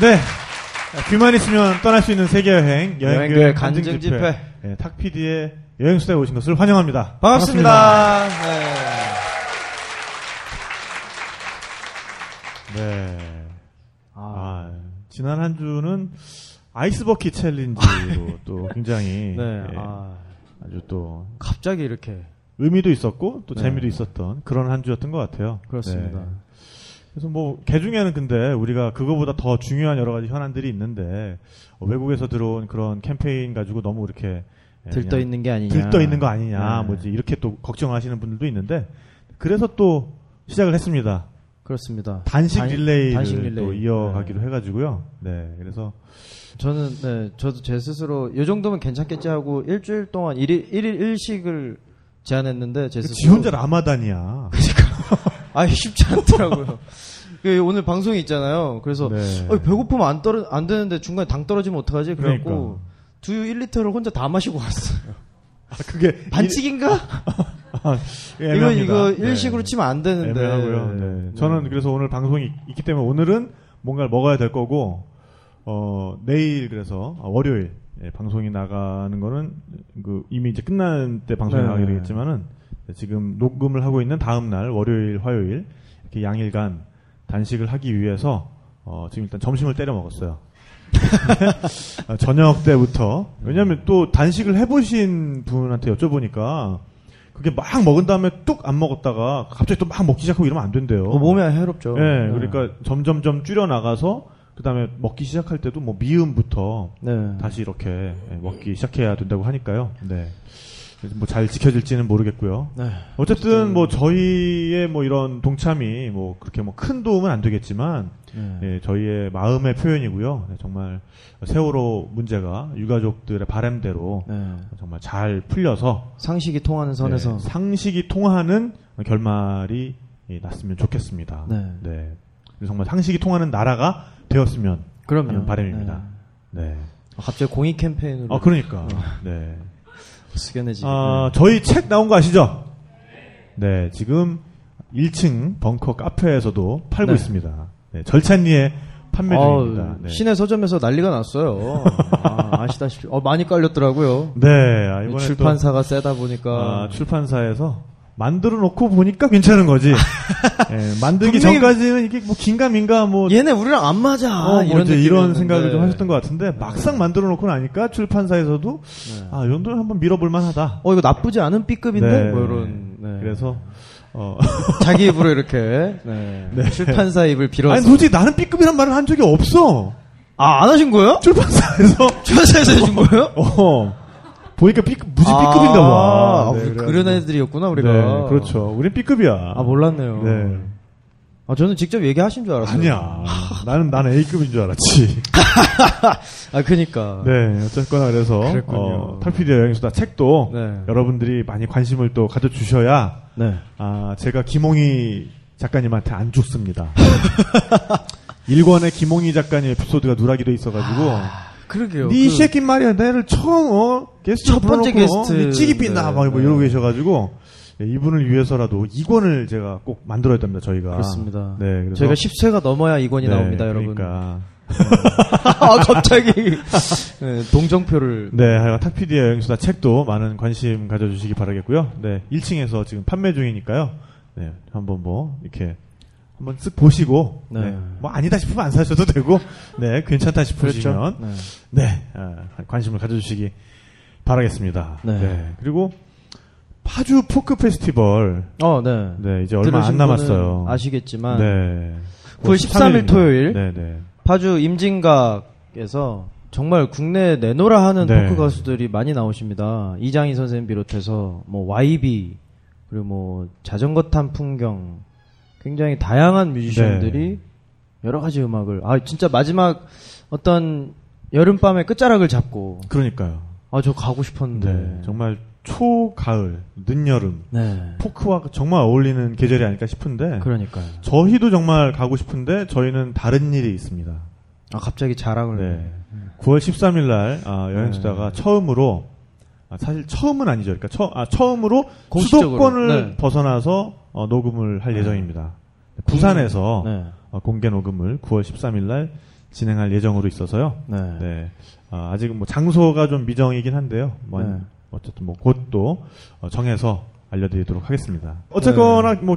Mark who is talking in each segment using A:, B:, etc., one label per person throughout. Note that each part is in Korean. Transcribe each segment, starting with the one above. A: 네. 귀만 있으면 떠날 수 있는 세계여행 여행교회
B: 여행교회
A: 간증
B: 간증
A: 집회.
B: 집회.
A: 예, 탁피디의 여행수다에 오신 것을 환영합니다.
B: 반갑습니다.
A: 반갑습니다. 네. 아, 지난 한 주는 아이스버킷 챌린지로 또 굉장히
B: 네. 네.
A: 예,
B: 아,
A: 아주 또
B: 갑자기 이렇게
A: 의미도 있었고 또
B: 네.
A: 재미도 있었던 그런 한 주였던 것 같아요.
B: 그렇습니다.
A: 네. 그래서 뭐 개중에는 근데 우리가 그거보다 더 중요한 여러 가지 현안들이 있는데 어, 외국에서 들어온 그런 캠페인 가지고 너무 이렇게 예,
B: 들떠
A: 그냥
B: 있는 게 네. 아니냐.
A: 들떠 있는 거 아니냐
B: 네.
A: 뭐지 이렇게 또 걱정하시는 분들도 있는데 그래서 또 시작을 했습니다.
B: 그렇습니다.
A: 단식
B: 단-
A: 릴레이를
B: 단식
A: 또
B: 릴레이.
A: 이어가기로
B: 네.
A: 해가지고요. 네, 그래서
B: 저는 네, 저도 제 스스로 요 정도면 괜찮겠지 하고 일주일 동안 일일 일일 일식을 제안했는데 제 스스로
A: 그 지 혼자 라마단이야.
B: 아 쉽지 않더라고요. 그 오늘 방송이 있잖아요. 그래서
A: 네.
B: 어, 배고프면 안 떨어 안 되는데 중간에 당 떨어지면 어떡하지? 그래갖고
A: 그러니까.
B: 두유 1리터를 혼자 다 마시고 왔어요.
A: 아, 그게 예,
B: 반칙인가?
A: 이,
B: 이거 이거
A: 애매합니다.
B: 일식으로
A: 네.
B: 치면 안 되는데.
A: 애매하고요. 네. 저는 그래서 오늘 방송이 있- 있기 때문에 오늘은 뭔가를 먹어야 될 거고 어 내일 그래서 아, 월요일 예, 방송이 나가는 거는 그 이미 이제 끝난 때 방송이
B: 네.
A: 나가게 되겠지만은 네, 지금 녹음을 하고 있는 다음 날 월요일 화요일 이렇게 양일간 단식을 하기 위해서 어 지금 일단 점심을 때려 먹었어요. 아, 저녁 때부터 왜냐하면 또 단식을 해보신 분한테 여쭤보니까 그게 막 먹은 다음에 뚝 안 먹었다가 갑자기 또 막 먹기 시작하고 이러면 안 된대요.
B: 어, 몸에 해롭죠. 네.
A: 예, 그러니까 점점점 줄여 나가서 그 다음에 먹기 시작할 때도 뭐 미음부터
B: 네.
A: 다시 이렇게 예, 먹기 시작해야 된다고 하니까요. 네. 뭐 잘 지켜질지는 모르겠고요.
B: 네.
A: 어쨌든 뭐 저희의 뭐 이런 동참이 뭐 그렇게 뭐 큰 도움은 안 되겠지만
B: 네.
A: 예, 저희의 마음의 표현이고요. 네, 정말 세월호 문제가 유가족들의 바람대로
B: 네.
A: 정말 잘 풀려서
B: 상식이 통하는 선에서
A: 네, 상식이 통하는 결말이 예, 났으면 좋겠습니다.
B: 네.
A: 그리고 정말 상식이 통하는 나라가 되었으면
B: 그럼요.
A: 하는 바람입니다. 네.
B: 아, 갑자기 공익 캠페인으로
A: 아 그러니까. 네.
B: 그렇죠. 어. 숙연해지게. 네.
A: 아, 저희 책 나온 거 아시죠? 네, 지금 1층 벙커 카페에서도 팔고
B: 네. 어,
A: 있습니다. 네, 절찬리에 판매 중입니다. 네.
B: 시내 서점에서 난리가 났어요. 아, 시다시피 어, 많이 깔렸더라고요.
A: 네, 아, 이번에 또,
B: 출판사가 세다 보니까
A: 아, 출판사에서 만들어 놓고 보니까 괜찮은 거지. 예, 만들기
B: 분명히-
A: 전까지는 이게 뭐 긴가민가 뭐
B: 얘네 우리랑 안 맞아.
A: 어, 뭐
B: 이런
A: 이제 이런
B: 느낌이었는데.
A: 생각을 좀 하셨던 것 같은데 막상 만들어 놓고 나니까 출판사에서도
B: 네.
A: 아, 이 정도는 한번 밀어볼 만하다.
B: 어 이거 나쁘지 않은 B급인데
A: 네.
B: 뭐 이런. 네.
A: 그래서 어,
B: 자기 입으로 이렇게 네. 출판사 입을 빌어.
A: 아니 솔직히 나는 B급이란 말을 한 적이 없어.
B: 아안 하신 거예요?
A: 출판사에서
B: 출판사에서 해준 거예요?
A: 어 보니까 B급 뭐, 무지 B급인가 봐.
B: 아,
A: 네,
B: 우리
A: 그래가지고.
B: 그런 애들이었구나 우리가.
A: 네, 그렇죠. 우린 B급이야.
B: 아 몰랐네요.
A: 네.
B: 아 저는 직접 얘기하신 줄 알았어요.
A: 아니야. 나는 나는 A급인 줄 알았지.
B: 아 그니까.
A: 네, 어쨌거나 그래서
B: 그랬군요.
A: 어, 탈피디 여행수다 책도
B: 네.
A: 여러분들이 많이 관심을 또 가져주셔야
B: 네.
A: 아, 제가 김홍희 작가님한테 안 줬습니다. 일권에 김홍희 작가님 에피소드가 누락이돼 있어가지고
B: 그러게요.
A: 네
B: 그-
A: 새끼 말이야 내를 처음 어 게스트
B: 첫 번째 게스트.
A: 네 찌기빛나
B: 네,
A: 막 뭐
B: 네.
A: 이러고 계셔가지고 예, 이분을 위해서라도 2권을 제가 꼭 만들어야 됩니다 저희가
B: 그렇습니다.
A: 네 그래서
B: 저희가 10쇄가 넘어야 이권이
A: 네,
B: 나옵니다, 여러분.
A: 그러니까.
B: 아, 갑자기 네, 동정표를
A: 네, 하여간 탁피디의 여행수다 책도 많은 관심 가져주시기 바라겠고요. 네, 1층에서 지금 판매 중이니까요. 네, 한번 뭐 이렇게 한번 쓱 보시고,
B: 네.
A: 네, 뭐 아니다 싶으면 안 사셔도 되고, 네, 괜찮다 싶으시면,
B: 네.
A: 네, 아, 관심을 가져주시기 바라겠습니다.
B: 네.
A: 네. 그리고 파주 포크 페스티벌,
B: 어, 네.
A: 네, 이제 얼마
B: 들으신
A: 안
B: 분은
A: 남았어요.
B: 아시겠지만
A: 네.
B: 9월 13일
A: 입니다.
B: 토요일.
A: 네, 네.
B: 파주 임진각에서 정말 국내 내노라 하는
A: 네.
B: 토크 가수들이 많이 나오십니다. 이장희 선생님 비롯해서 뭐 YB
A: 네.
B: 그리고 뭐 자전거 탄 풍경 굉장히 다양한 뮤지션들이 여러 가지 음악을 아 진짜 마지막 어떤 여름밤의 끝자락을 잡고
A: 그러니까요.
B: 아 저 가고 싶었는데
A: 네. 정말 초가을, 늦여름,
B: 네.
A: 포크와 정말 어울리는 계절이 아닐까 싶은데
B: 그러니까요.
A: 저희도 정말 가고 싶은데 저희는 다른 일이 있습니다.
B: 아 갑자기 자랑을
A: 네. 9월 13일 날 아, 여행수다가
B: 네.
A: 처음으로 아, 사실 처음은 아니죠. 그러니까 처, 아, 처음으로
B: 공식적으로,
A: 수도권을
B: 네.
A: 벗어나서 어, 녹음을 할
B: 네.
A: 예정입니다. 부산에서
B: 네.
A: 어, 공개 녹음을 9월 13일 날 진행할 예정으로 있어서요.
B: 네.
A: 네. 아, 직은뭐 장소가 좀 미정이긴 한데요. 뭐
B: 네.
A: 어쨌든 뭐 곳도 어, 정해서 알려드리도록 하겠습니다. 어쨌거나 뭐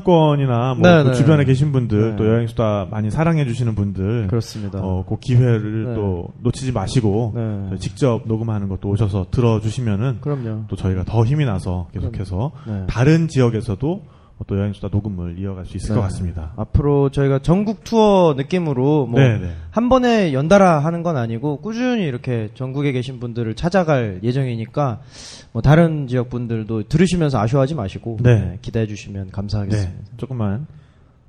A: 경남권이나 뭐
B: 네,
A: 그
B: 네.
A: 주변에 계신 분들
B: 네.
A: 또 여행수다 많이 사랑해 주시는 분들
B: 그렇습니다.
A: 어, 그 기회를
B: 네.
A: 또 놓치지 마시고
B: 네.
A: 저희 직접 녹음하는 것도 오셔서 들어주시면은
B: 그럼요.
A: 또 저희가 더 힘이 나서 계속해서
B: 네.
A: 다른 지역에서도 또 여행수다 녹음을 이어갈 수 있을
B: 네.
A: 것 같습니다.
B: 앞으로 저희가 전국 투어 느낌으로 뭐
A: 네, 네.
B: 한 번에 연달아 하는 건 아니고 꾸준히 이렇게 전국에 계신 분들을 찾아갈 예정이니까 뭐 다른 지역 분들도 들으시면서 아쉬워하지 마시고
A: 네.
B: 네, 기대해 주시면
A: 네,
B: 감사하겠습니다.
A: 조금만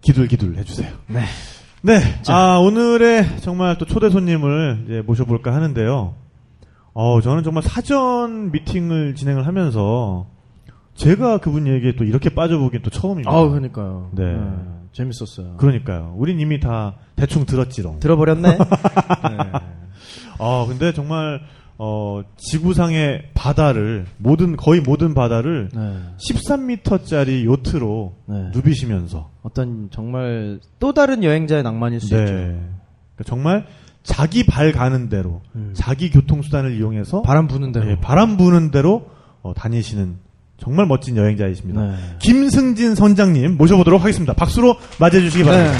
A: 기둘기둘 해주세요.
B: 네.
A: 네, 아 오늘의 정말 또 초대 손님을 이제 모셔볼까 하는데요. 어, 저는 정말 사전 미팅을 진행을 하면서 제가 그분 얘기에 또 이렇게 빠져보긴 또 처음입니다.
B: 아우 그러니까요.
A: 네.
B: 재밌었어요.
A: 그러니까요. 우린 이미 다 대충 들었지롱.
B: 들어버렸네.
A: 아, 근데 정말 어, 지구상의 바다를 모든 거의 모든 바다를
B: 네.
A: 13m짜리 요트로
B: 네.
A: 누비시면서
B: 어떤 정말 또 다른 여행자의 낭만일 수
A: 네.
B: 있죠.
A: 그러니까 정말 자기 발 가는 대로
B: 음.
A: 자기 교통수단을 이용해서
B: 바람 부는 대로.
A: 예, 바람 부는 대로 어, 다니시는 정말 멋진 여행자이십니다.
B: 네.
A: 김승진 선장님 모셔보도록 하겠습니다. 박수로 맞이해 주시기 바랍니다.
B: 네.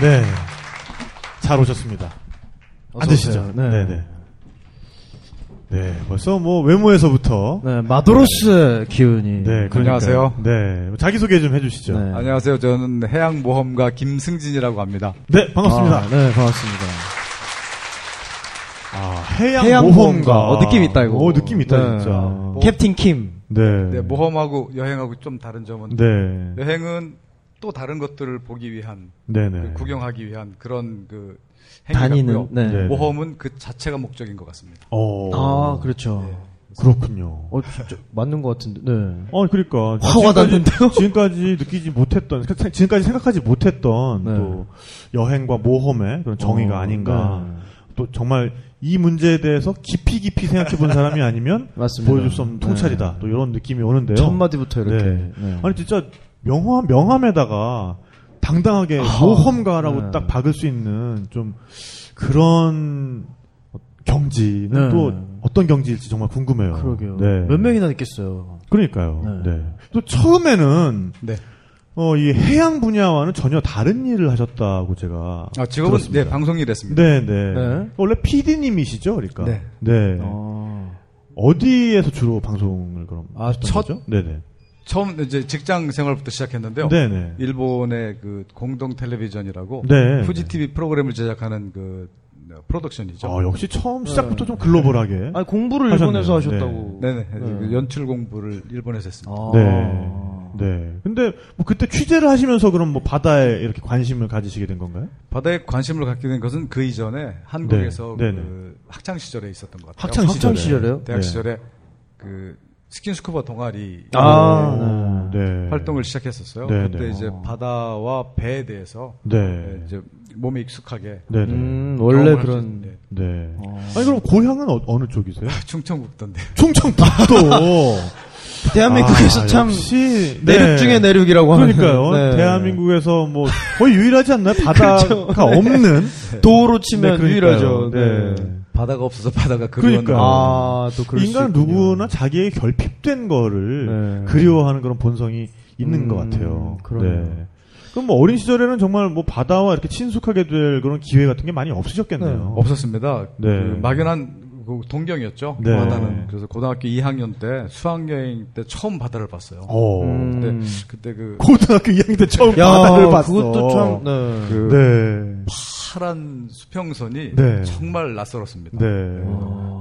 A: 네. 잘 오셨습니다.
B: 어서
A: 앉으시죠.
B: 오세요. 네.
A: 네. 네, 벌써 뭐 외모에서부터.
B: 네, 마도로스 기운이.
A: 네, 그러니까요.
C: 안녕하세요.
A: 네, 자기소개 좀 해주시죠.
B: 네.
A: 네,
C: 안녕하세요. 저는 해양모험가 김승진이라고 합니다.
A: 반갑습니다.
B: 아, 네, 반갑습니다.
A: 아, 해양,
B: 네. 해양
A: 모험가.
B: 모험가. 어, 느낌 있다, 이거.
A: 어, 느낌 있다,
B: 네. 뭐.
A: 진짜.
B: 어. 캡틴 킴.
A: 네.
C: 네, 모험하고 여행하고 좀 다른 점은
A: 네. 네.
C: 여행은 또 다른 것들을 보기 위한,
A: 네.
C: 그 구경하기 위한 그런 그 행위
B: 다니는.
C: 같고요.
B: 네.
A: 네.
C: 모험은 그 자체가 목적인 것 같습니다. 예.
A: 어.
B: 아, 그렇죠.
A: 네. 그렇군요.
B: 어, 진짜 맞는 것 같은데. 네.
A: 어, 그러니까.
B: 화가
A: 지금까지-
B: 났는데요?
A: 지금까지 느끼지 못했던, 세- 지금까지 생각하지 못했던
B: 네.
A: 또 여행과 모험의 그런 정의가
B: 어,
A: 아닌가.
B: 네.
A: 또 정말 이 문제에 대해서 깊이 깊이 생각해 본 사람이 아니면
B: 맞습니다. 네.
A: 보여줄 수 없는 통찰이다. 또 이런 느낌이 오는데요.
B: 첫 마디부터 이렇게.
A: 네.
B: 네.
A: 아니 진짜 명함 명함에다가 당당하게
B: 아,
A: 모험가라고
B: 네.
A: 딱 박을 수 있는 좀 그런 경지는
B: 네.
A: 또 어떤 경지일지 정말 궁금해요.
B: 그러게요.
A: 네.
B: 몇 명이나 있겠어요.
A: 그러니까요.
B: 네.
A: 네. 또 처음에는
C: 네.
A: 어, 이 해양 분야와는 전혀 다른 일을 하셨다고 제가
C: 아, 직업은
A: 들었습니다.
C: 네, 방송 일했습니다.
A: 네, 네.
B: 네.
A: 원래 PD님이시죠, 그러니까.
C: 네.
A: 네.
B: 아.
A: 어디에서 주로 방송을 그럼
C: 아,
A: 하셨던
C: 첫-
A: 거죠? 네, 네.
C: 처음 이제 직장 생활부터 시작했는데요.
A: 네, 네.
B: 예.
C: 일본의 그 공동 텔레비전이라고
A: 네.
C: 후지 TV 프로그램을 제작하는 그 프로덕션이죠.
A: 아, 역시 처음 시작부터 좀 글로벌하게.
B: 네. 아니, 공부를
A: 하셨네요.
B: 일본에서
A: 네.
B: 하셨다고.
C: 네네. 그 연출 공부를 일본에서 했습니다.
B: 아.
A: 네. 네. 근데 뭐 그때 취재를 하시면서 그럼 뭐 바다에 이렇게 관심을 가지시게 된 건가요?
C: 바다에 관심을 갖게 된 것은 그 이전에 한국에서
A: 네,
C: 그 학창 시절에 있었던 것 같아요.
A: 학창 시절에.
B: 학창 시절에요?
C: 대학
A: 네.
C: 시절에 그 스킨스쿠버 동아리
B: 아, 네.
A: 네.
C: 활동을 시작했었어요.
A: 네,
C: 그때
A: 네.
C: 이제 바다와 배에 대해서
A: 네.
C: 이제 몸에 익숙하게
A: 네. 네.
B: 음, 원래
C: 경험을 할수
B: 그런.
C: 있- 네.
A: 네. 아니 그럼 고향은 어, 느 쪽이세요?
C: 충청북도인데
A: 충청북도.
B: 대한민국에서
A: 아,
B: 참.
A: 역시 네.
B: 내륙 중에 내륙이라고 하는.
A: 그러니까요.
B: 네.
A: 대한민국에서 뭐 거의 유일하지 않나요? 바다가
B: 그렇죠. 네.
A: 없는
B: 도로 치면
A: 네, 그러니까요.
B: 유일하죠.
A: 네.
C: 바다가 없어서 바다가
A: 그리웠나 그러니까요.
B: 아, 또 그럴
A: 인간
B: 수 있군요.
A: 누구나 자기의 결핍된 거를
B: 네.
A: 그리워하는 그런 본성이 있는
B: 음,
A: 것 같아요.
B: 그러네요.
A: 그럼 뭐 어린 시절에는 정말 뭐 바다와 이렇게 친숙하게 될 그런 기회 같은 게 많이 없으셨겠네요.
C: 없었습니다.
A: 네.
C: 그 막연한 그 동경이었죠.
A: 네.
C: 바다는 그래서 고등학교 2학년 때 수학여행 때 처음 바다를 봤어요.
A: 어.
B: 음.
C: 그때 그때 그
A: 고등학교 2학년 때 처음
B: 야,
A: 바다를 봤어.
B: 그것도 참. 네.
C: 그
A: 네.
C: 파란 수평선이
A: 네.
C: 정말 낯설었습니다.
A: 네.
C: 네.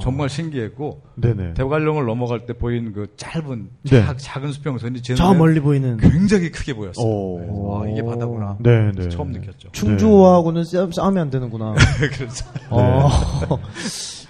C: 정말 신기했고
A: 네네.
C: 대관령을 넘어갈 때 보인 그 짧은
A: 네.
C: 작- 작은 수평선이 제
B: 저
C: 눈엔
B: 멀리 보이는
A: 그
C: 굉장히 크게 보였어요.
A: 오.
C: 그래서 와, 이게 바다구나.
A: 네, 네.
C: 처음 느꼈죠.
B: 충주와하고는 싸움, 싸우면 안 되는구나.
C: 그래서
B: 어.
A: 그럼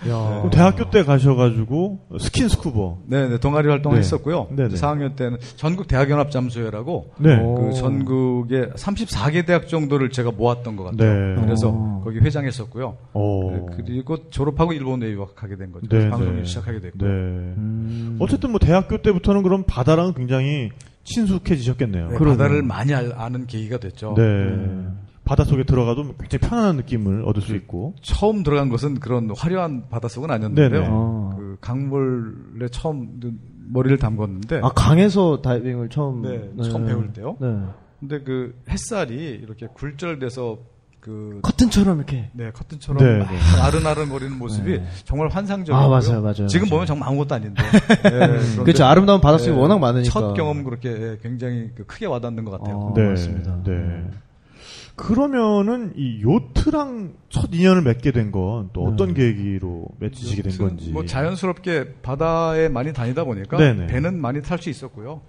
A: 네. 어, 대학교 때 가셔가지고 스킨 스쿠버.
C: 네, 네, 동아리 활동을
A: 네.
C: 했었고요.
A: 네, 네.
C: 4학년 때는 전국 대학 연합 잠수회라고
A: 네.
B: 오.
C: 그 전국의 34개 대학 정도를 제가 모았던 것 같아요.
A: 네. 어.
C: 그래서
B: 오.
C: 거기 회장했었고요. 네,
A: 오.
B: 네,
C: 그리고 졸업하고 일본에 유학하게 된 거죠.
A: 네,
C: 방송을
A: 네.
C: 시작하게 됐고.
A: 네.
B: 음.
A: 어쨌든 뭐 대학교 때부터는 그럼 바다랑 굉장히 친숙해지셨겠네요.
C: 네,
A: 그-
C: 바다를 많이 알- 아는 계기가 됐죠.
A: 네. 바다 속에 들어가도 굉장히 편안한 느낌을 얻을 수 있고.
C: 처음 들어간 것은 그런 화려한 바닷속은 아니었는데요.
A: 네네.
B: 어.
C: 그 강물에 처음 머리를
A: 네.
C: 담궜는데
B: 아 강에서 다이빙을 처음
C: 네, 처음 배울 때요?
B: 네.
C: 근데 그 햇살이 이렇게 굴절돼서 그
B: 커튼처럼 이렇게
C: 네, 커튼처럼
A: 네,
C: 막
A: 네.
C: 아른아른 거리는 모습이 정말 환상적이고요.
B: 네. 아, 맞아요, 맞아요,
C: 지금
B: 맞아요.
C: 보면 정말 아무것도 아닌데. 네, 그런데
B: 그렇죠 아름다운 바닷속이
C: 네,
B: 워낙 많으니까
C: 첫 경험 그렇게 예, 굉장히 그 크게 와닿는 것 같아요.
B: 어,
A: 네.
B: 맞습니다.
A: 네. 그러면은 이 요트랑 첫 인연을 맺게 된 건 또 어떤 계기로 맺히시게 된
C: 아무튼
A: 건지.
C: 뭐 자연스럽게 바다에 많이 다니다 보니까
A: 네네.
C: 배는 많이 탈 수 있었고요.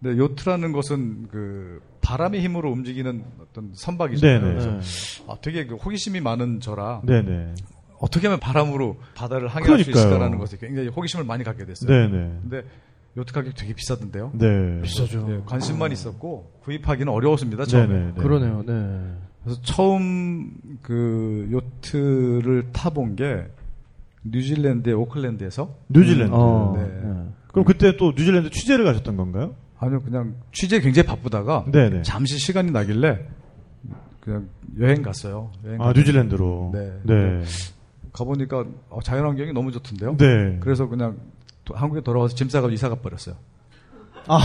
C: 근데 요트라는 것은 그 바람의 힘으로 움직이는 어떤 선박이잖아요.
A: 네네.
C: 그래서 아, 되게 그 호기심이 많은 저라
A: 네네.
C: 어떻게 하면 바람으로 바다를 항해할 수
A: 그러니까요.
C: 있을까라는 것에 굉장히 호기심을 많이 갖게 됐어요.
A: 네네.
C: 근데 요트 가격 되게 비싸던데요.
A: 네.
B: 비싸죠.
C: 예, 관심만 있었고 구입하기는 어려웠습니다. 처음에.
A: 네네.
B: 그러네요. 네.
C: 그래서 처음 그 요트를 타본 게 뉴질랜드의 오클랜드에서
A: 뉴질랜드.
B: 어,
C: 네.
B: 네.
A: 그럼 그때 또 뉴질랜드 취재를 가셨던 건가요?
C: 아니요 그냥 취재 굉장히 바쁘다가
A: 네네.
C: 잠시 시간이 나길래 그냥 여행 갔어요. 여행
A: 아, 뉴질랜드로.
C: 그렇죠. 네.
A: 네.
C: 가보니까 어, 자연환경이 너무 좋던데요.
A: 네.
C: 그래서 그냥 도- 한국에 돌아와서 짐 싸가지고 이사 가버렸어요.
B: 아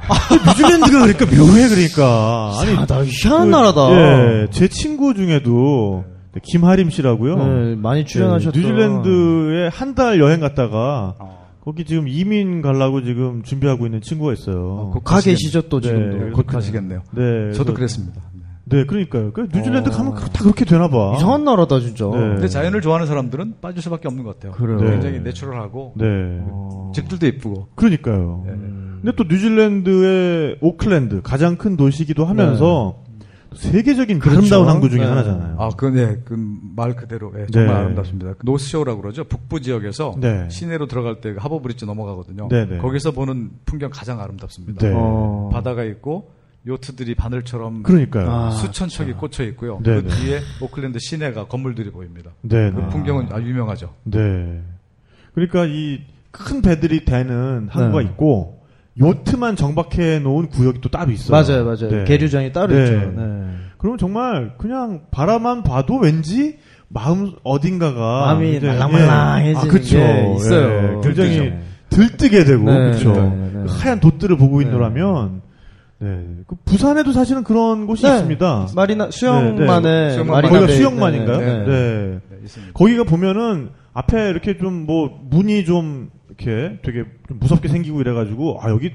A: 뉴질랜드가 그러니까 묘해, 그러니까. 아니,
B: 아, 나 희한한 나라다. 음.
A: 예, 제 친구 중에도 네, 김하림 씨라고요.
B: 네, 많이 출연하셨던
A: 뉴질랜드에 한 달 여행 갔다가 거기 지금 이민 가려고 지금 준비하고 있는 친구가 있어요.
B: 가 계시죠 또
A: 네.
B: 지금도.
A: 네,
C: 곧 가시겠네요.
A: 네.
C: 저도
A: 그래서-
C: 그랬습니다. 네.
A: 네, 그러니까요. 그 뉴질랜드
B: 어.
A: 가면 다 그렇게 되나 봐.
B: 이상한 나라다 진짜.
A: 네.
C: 근데 자연을 좋아하는 사람들은 빠질 수밖에 없는 것 같아요.
B: 그래요.
C: 굉장히
A: 네.
C: 내추럴하고
A: 네.
B: 어.
C: 집들도 예쁘고.
A: 그러니까요.
C: 네.
A: 근데 또 뉴질랜드의 오클랜드 가장 큰 도시이기도 하면서 세계적인 아름다운 항구 중에
B: 네.
A: 하나잖아요.
C: 아, 그, 네, 그 말 그대로 예, 정말
A: 네.
C: 아름답습니다. 그 노스쇼라고 그러죠. 북부 지역에서
A: 네.
C: 시내로 들어갈 때그 하버브릿지 넘어가거든요.
A: 네, 네.
C: 거기서 보는 풍경 가장 아름답습니다.
A: 네.
B: 어.
C: 바다가 있고 요트들이 바늘처럼
A: 그러니까요.
B: 아.
C: 수천 척이 꽂혀 있고요.
A: 네,
C: 그
A: 네.
C: 뒤에 오클랜드 시내가 건물들이 보입니다.
A: 네,
C: 그
A: 네.
C: 풍경은 아주 유명하죠.
A: 네. 그러니까 이 큰 배들이 되는 항구가
B: 네.
A: 있고 요트만 정박해 놓은 구역이 또 따로 있어요.
B: 맞아요, 맞아요.
A: 네.
B: 계류장이 따로
A: 네.
B: 있죠. 네.
A: 그럼 정말 그냥 바라만 봐도 왠지 마음 어딘가가
B: 마음이
A: 굉장히,
B: 말랑말랑해지는
A: 아, 그쵸.
B: 게 있어요.
A: 예, 굉장히
B: 그렇죠.
A: 들뜨게 되고
B: 네,
A: 그렇죠.
B: 네, 네, 네.
A: 하얀 돛들을 보고
B: 네.
A: 있노라면 네. 그 부산에도 사실은 그런 곳이
B: 네.
A: 있습니다.
B: 마리나
A: 네,
B: 수영만의
C: 네. 수영만
B: 마리나
A: 거기가
B: 베이.
A: 수영만인가요?
B: 네, 네, 네.
A: 네.
C: 네, 있습니다.
A: 거기가 보면은 앞에 이렇게 좀 뭐 문이 좀 이렇게 되게 좀 무섭게 생기고 이래가지고 아 여기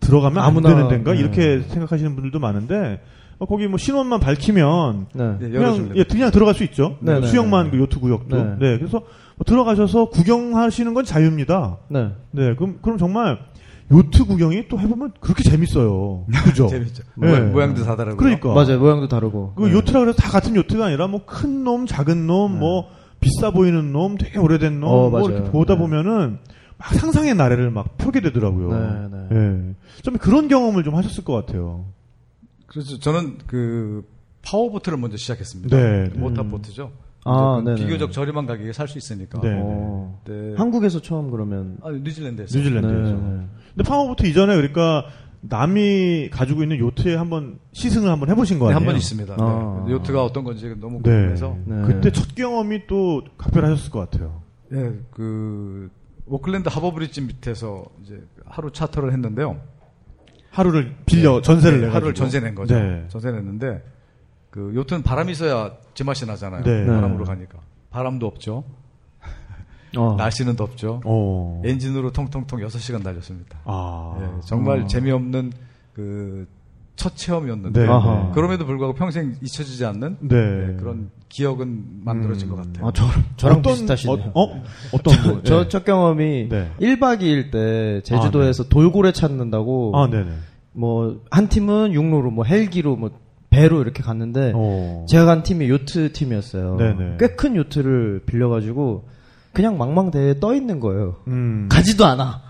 A: 들어가면
B: 아무나,
A: 안 되는 데인가
B: 네.
A: 이렇게 생각하시는 분들도 많은데 어, 거기 뭐 신원만 밝히면
B: 네.
C: 네,
A: 그냥
C: 열어줍니다.
A: 예, 그냥 들어갈 수 있죠.
B: 네,
A: 뭐
B: 네,
A: 수영만
B: 네.
A: 그 요트 구역도.
B: 네.
A: 네. 그래서 뭐 들어가셔서 구경하시는 건 자유입니다.
B: 네.
A: 네. 그럼 그럼 정말 요트 구경이 또 해보면 그렇게 재밌어요. 그죠?
C: 재밌죠.
A: 네.
C: 모양- 모양도 다다르고.
A: 그러니까.
B: 맞아요. 모양도 다르고.
C: 네.
A: 그 요트라 그래서 다 같은 요트가 아니라 뭐 큰 놈, 작은 놈, 뭐 비싸 보이는 놈, 되게 오래된 놈,
B: 어,
A: 뭐
B: 맞아요.
A: 이렇게 보다
B: 네.
A: 보면은 막 상상의 나래를 막 펴게 되더라고요.
B: 네, 네.
A: 예. 좀 그런 경험을 좀 하셨을 것 같아요.
C: 그래서 저는 그 파워보트를 먼저 시작했습니다. 그
A: 네, 네.
C: 모터보트죠.
B: 아,
C: 이제
B: 네네.
C: 비교적 저렴한 가격에 살 수 있으니까.
A: 네.
B: 어.
C: 네.
B: 한국에서 처음 그러면 네,
C: 아, 뉴질랜드에서.
A: 뉴질랜드에서. 근데 파워보트 이전에 그러니까 남이 가지고 있는 요트에 한번 시승을 한번 해보신 거
C: 네,
A: 아니에요?
C: 한 번 있습니다. 네.
B: 아.
C: 요트가 어떤 건지 너무
A: 네.
C: 궁금해서.
B: 네.
A: 그때 첫 경험이 또 각별하셨을 것 같아요.
C: 예, 그 오클랜드 하버브리지 밑에서 이제 하루 차터를 했는데요.
A: 하루를 빌려 전세를
C: 네,
A: 내
C: 하루를 전세 낸 거죠.
A: 네.
C: 전세 냈는데 그 요트는 바람이 있어야 제맛이 나잖아요.
A: 네.
C: 바람으로
A: 네.
C: 가니까. 바람도 없죠.
B: 어.
C: 날씨는 덥죠.
A: 아. 어.
C: 엔진으로 통통통 6시간 달렸습니다.
A: 아.
C: 예, 정말 재미없는 그 첫 체험이었는데
A: 네.
B: 아하.
C: 그럼에도 불구하고 평생 잊혀지지 않는
A: 네. 음.
C: 네, 그런 기억은 만들어진 것 같아요.
B: 아, 저, 저랑
A: 어떤-
B: 비슷하시네요.
A: 어, 어? 어떤 거?
B: 저
A: 예.
B: 첫 경험이
A: 네.
B: 1박 2일 때 제주도에서 돌고래 찾는다고
A: 아, 네네.
B: 뭐 한 팀은 육로로 뭐 헬기로 뭐 배로 이렇게 갔는데
A: 어.
B: 네. 제가 간 팀이 요트 팀이었어요.
A: 네네.
B: 꽤 큰 요트를 빌려가지고 그냥 망망대해 떠 있는 거예요.
A: 음.
B: 가지도 않아.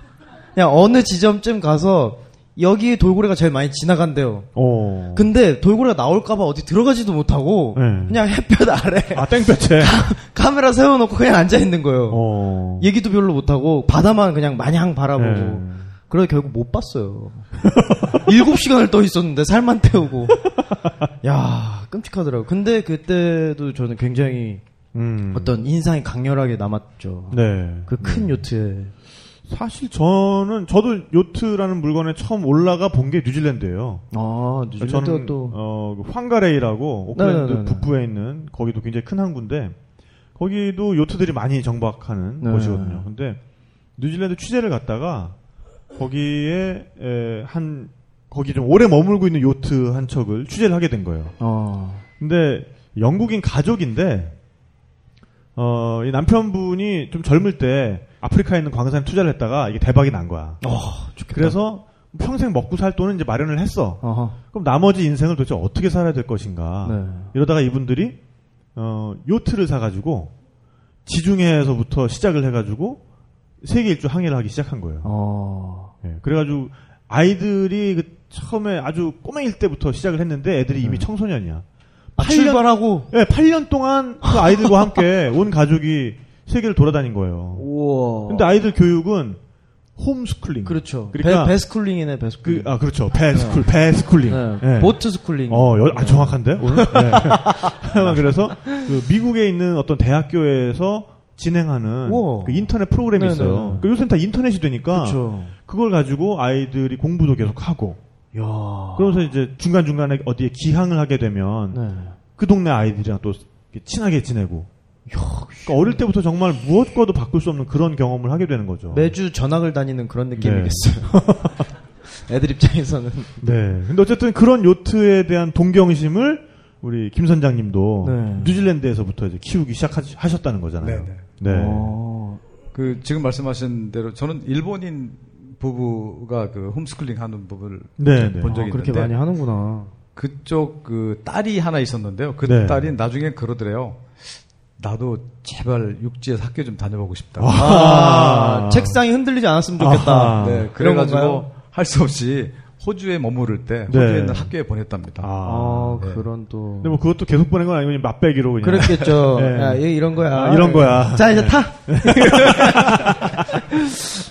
B: 그냥 어느 지점쯤 가서 여기 돌고래가 제일 많이 지나간대요.
A: 어.
B: 근데 돌고래가 나올까봐 어디 들어가지도 못하고
A: 네.
B: 그냥 햇볕 아래
A: 아, 땡볕에.
B: 카메라 세워놓고 그냥 앉아 있는 거예요.
A: 어.
B: 얘기도 별로 못하고 바다만 그냥 마냥 바라보고
A: 네.
B: 그래서 결국 못 봤어요. 일곱 시간을 떠 있었는데 살만 태우고 야 끔찍하더라고. 요 근데 그때도 저는 굉장히
A: 음.
B: 어떤 인상이 강렬하게 남았죠.
A: 네.
B: 그 큰 요트에
A: 사실 저는 저도 요트라는 물건에 처음 올라가 본 게 뉴질랜드예요.
B: 아 뉴질랜드가
A: 저는
B: 또
A: 어, 그 황가레이라고 오클랜드
B: 네네네네.
A: 북부에 있는 거기도 굉장히 큰 항구인데 거기도 요트들이 많이 정박하는
B: 네.
A: 곳이거든요. 근데 뉴질랜드 취재를 갔다가 거기에 에, 한 거기 좀 오래 머물고 있는 요트 한 척을 취재를 하게 된 거예요.
B: 어.
A: 근데 영국인 가족인데 어, 이 남편분이 좀 젊을 때 아프리카에 있는 광산에 투자를 했다가 이게 대박이 난 거야.
B: 어, 좋겠다.
A: 그래서 평생 먹고 살 돈은 이제 마련을 했어.
B: 어허.
A: 그럼 나머지 인생을 도대체 어떻게 살아야 될 것인가.
B: 네.
A: 이러다가 이분들이 어, 요트를 사가지고 지중해에서부터 시작을 해가지고 세계 일주 항해를 하기 시작한 거예요.
B: 어.
A: 예, 그래가지고 아이들이 그 처음에 아주 꼬맹일 때부터 시작을 했는데 애들이
B: 네.
A: 이미 청소년이야.
B: 아,
A: 팔 년-
B: 출발하고
A: 예, 8년 동안 그 아이들과 함께 온 가족이 세계를 돌아다닌 거예요.
B: 우와.
A: 근데 아이들 교육은 홈스쿨링.
B: 그렇죠.
A: 그러니까-
B: 배, 배스쿨링이네
A: 그,
B: 배스쿨링.
A: 아, 그렇죠. 배스쿨, 배스쿨링.
B: 네.
A: 예.
B: 보트 스쿨링.
A: 어, 여- 아, 정확한데? 오늘? 네. 하여간 그래서 그 미국에 있는 어떤 대학교에서 진행하는
B: 우와.
A: 그 인터넷 프로그램이
B: 네네네.
A: 있어요. 그 요새는 다 인터넷이 되니까
B: 그렇죠.
A: 그걸 가지고 아이들이 공부도 계속 하고
B: 야.
A: 그러면서 이제 중간중간에 어디에 기항을 하게 되면
B: 아. 네.
A: 그 동네 아이들이랑 또 이렇게 친하게 지내고 그러니까 어릴 때부터 정말 무엇과도 바꿀 수 없는 그런 경험을 하게 되는 거죠.
B: 매주 전학을 다니는 그런 느낌이겠어요. 애들 입장에서는.
A: 네. 근데 어쨌든 그런 요트에 대한 동경심을 우리 김 선장님도
B: 네.
A: 뉴질랜드에서부터 이제 키우기 시작하셨다는 거잖아요.
C: 네,
A: 네.
B: 어.
C: 그 지금 말씀하신 대로 저는 일본인 부부가 그 홈스쿨링 하는 부분을
A: 네, 네.
C: 본 적이
B: 아, 그렇게
C: 있는데
B: 많이 하는구나.
C: 그쪽 그 딸이 하나 있었는데요. 그
A: 네.
C: 딸이 나중에 그러더래요. 나도 제발 육지에서 학교 좀 다녀보고 싶다.
B: 아, 책상이 흔들리지 않았으면 좋겠다.
A: 아하.
C: 네,
B: 그런
C: 그래가지고
B: 건가요?
C: 할 수 없이 호주에 머무를 때
A: 네.
C: 호주에 있는 학교에 보냈답니다.
A: 아.
B: 아, 그런 또.
A: 근데 뭐 그것도 계속 보낸 건 아니고 그냥 맛배기로 그냥.
B: 그렇겠죠.
A: 네.
B: 야, 얘 이런 거야. 네.
A: 아, 이런 거야.
B: 자, 이제 타!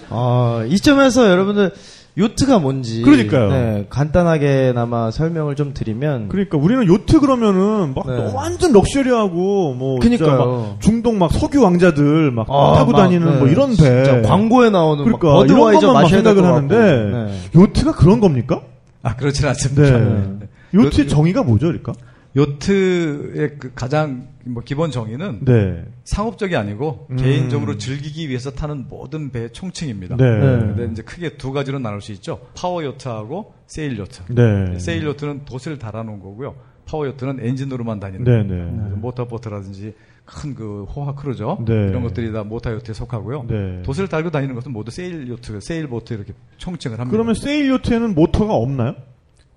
B: 어, 이쯤에서 여러분들, 요트가 뭔지.
A: 그러니까요.
B: 네, 간단하게나마 설명을 좀 드리면.
A: 그러니까 우리는 요트 그러면은 막
B: 네.
A: 완전 럭셔리하고 뭐 진짜
B: 그러니까요.
A: 막 중동 막 석유 왕자들 막
B: 아,
A: 타고
B: 막,
A: 다니는
B: 네.
A: 뭐 이런 배
B: 진짜 광고에 나오는 막
A: 그러니까 이런
B: 버드와이저
A: 것만 막
B: 마셔야 될것
A: 생각을
B: 같고.
A: 하는데
B: 네.
A: 요트가 그런 겁니까?
C: 아, 그렇진
A: 네.
C: 않습니다.
B: 그,
A: 요트의
C: 요-
A: 정의가 뭐죠, 그러니까?
C: 요트의 그 가장 뭐 기본 정의는
A: 네.
C: 상업적이 아니고
A: 음.
C: 개인적으로 즐기기 위해서 타는 모든 배의 총칭입니다.
A: 네. 네.
C: 근데 이제 크게 두 가지로 나눌 수 있죠. 파워 요트하고 세일 요트.
A: 네.
C: 세일 요트는 돛을 달아놓은 거고요. 파워 요트는 엔진으로만 다니는
A: 네, 네.
C: 그래서 모터보트라든지 큰 그 호화 크루저
A: 네.
C: 이런 것들이 다 모터 요트에 속하고요.
A: 네.
C: 돛을 달고 다니는 것은 모두 세일 요트, 세일 보트 이렇게 총칭을 합니다.
A: 그러면 세일 요트에는 모터가 없나요? 어.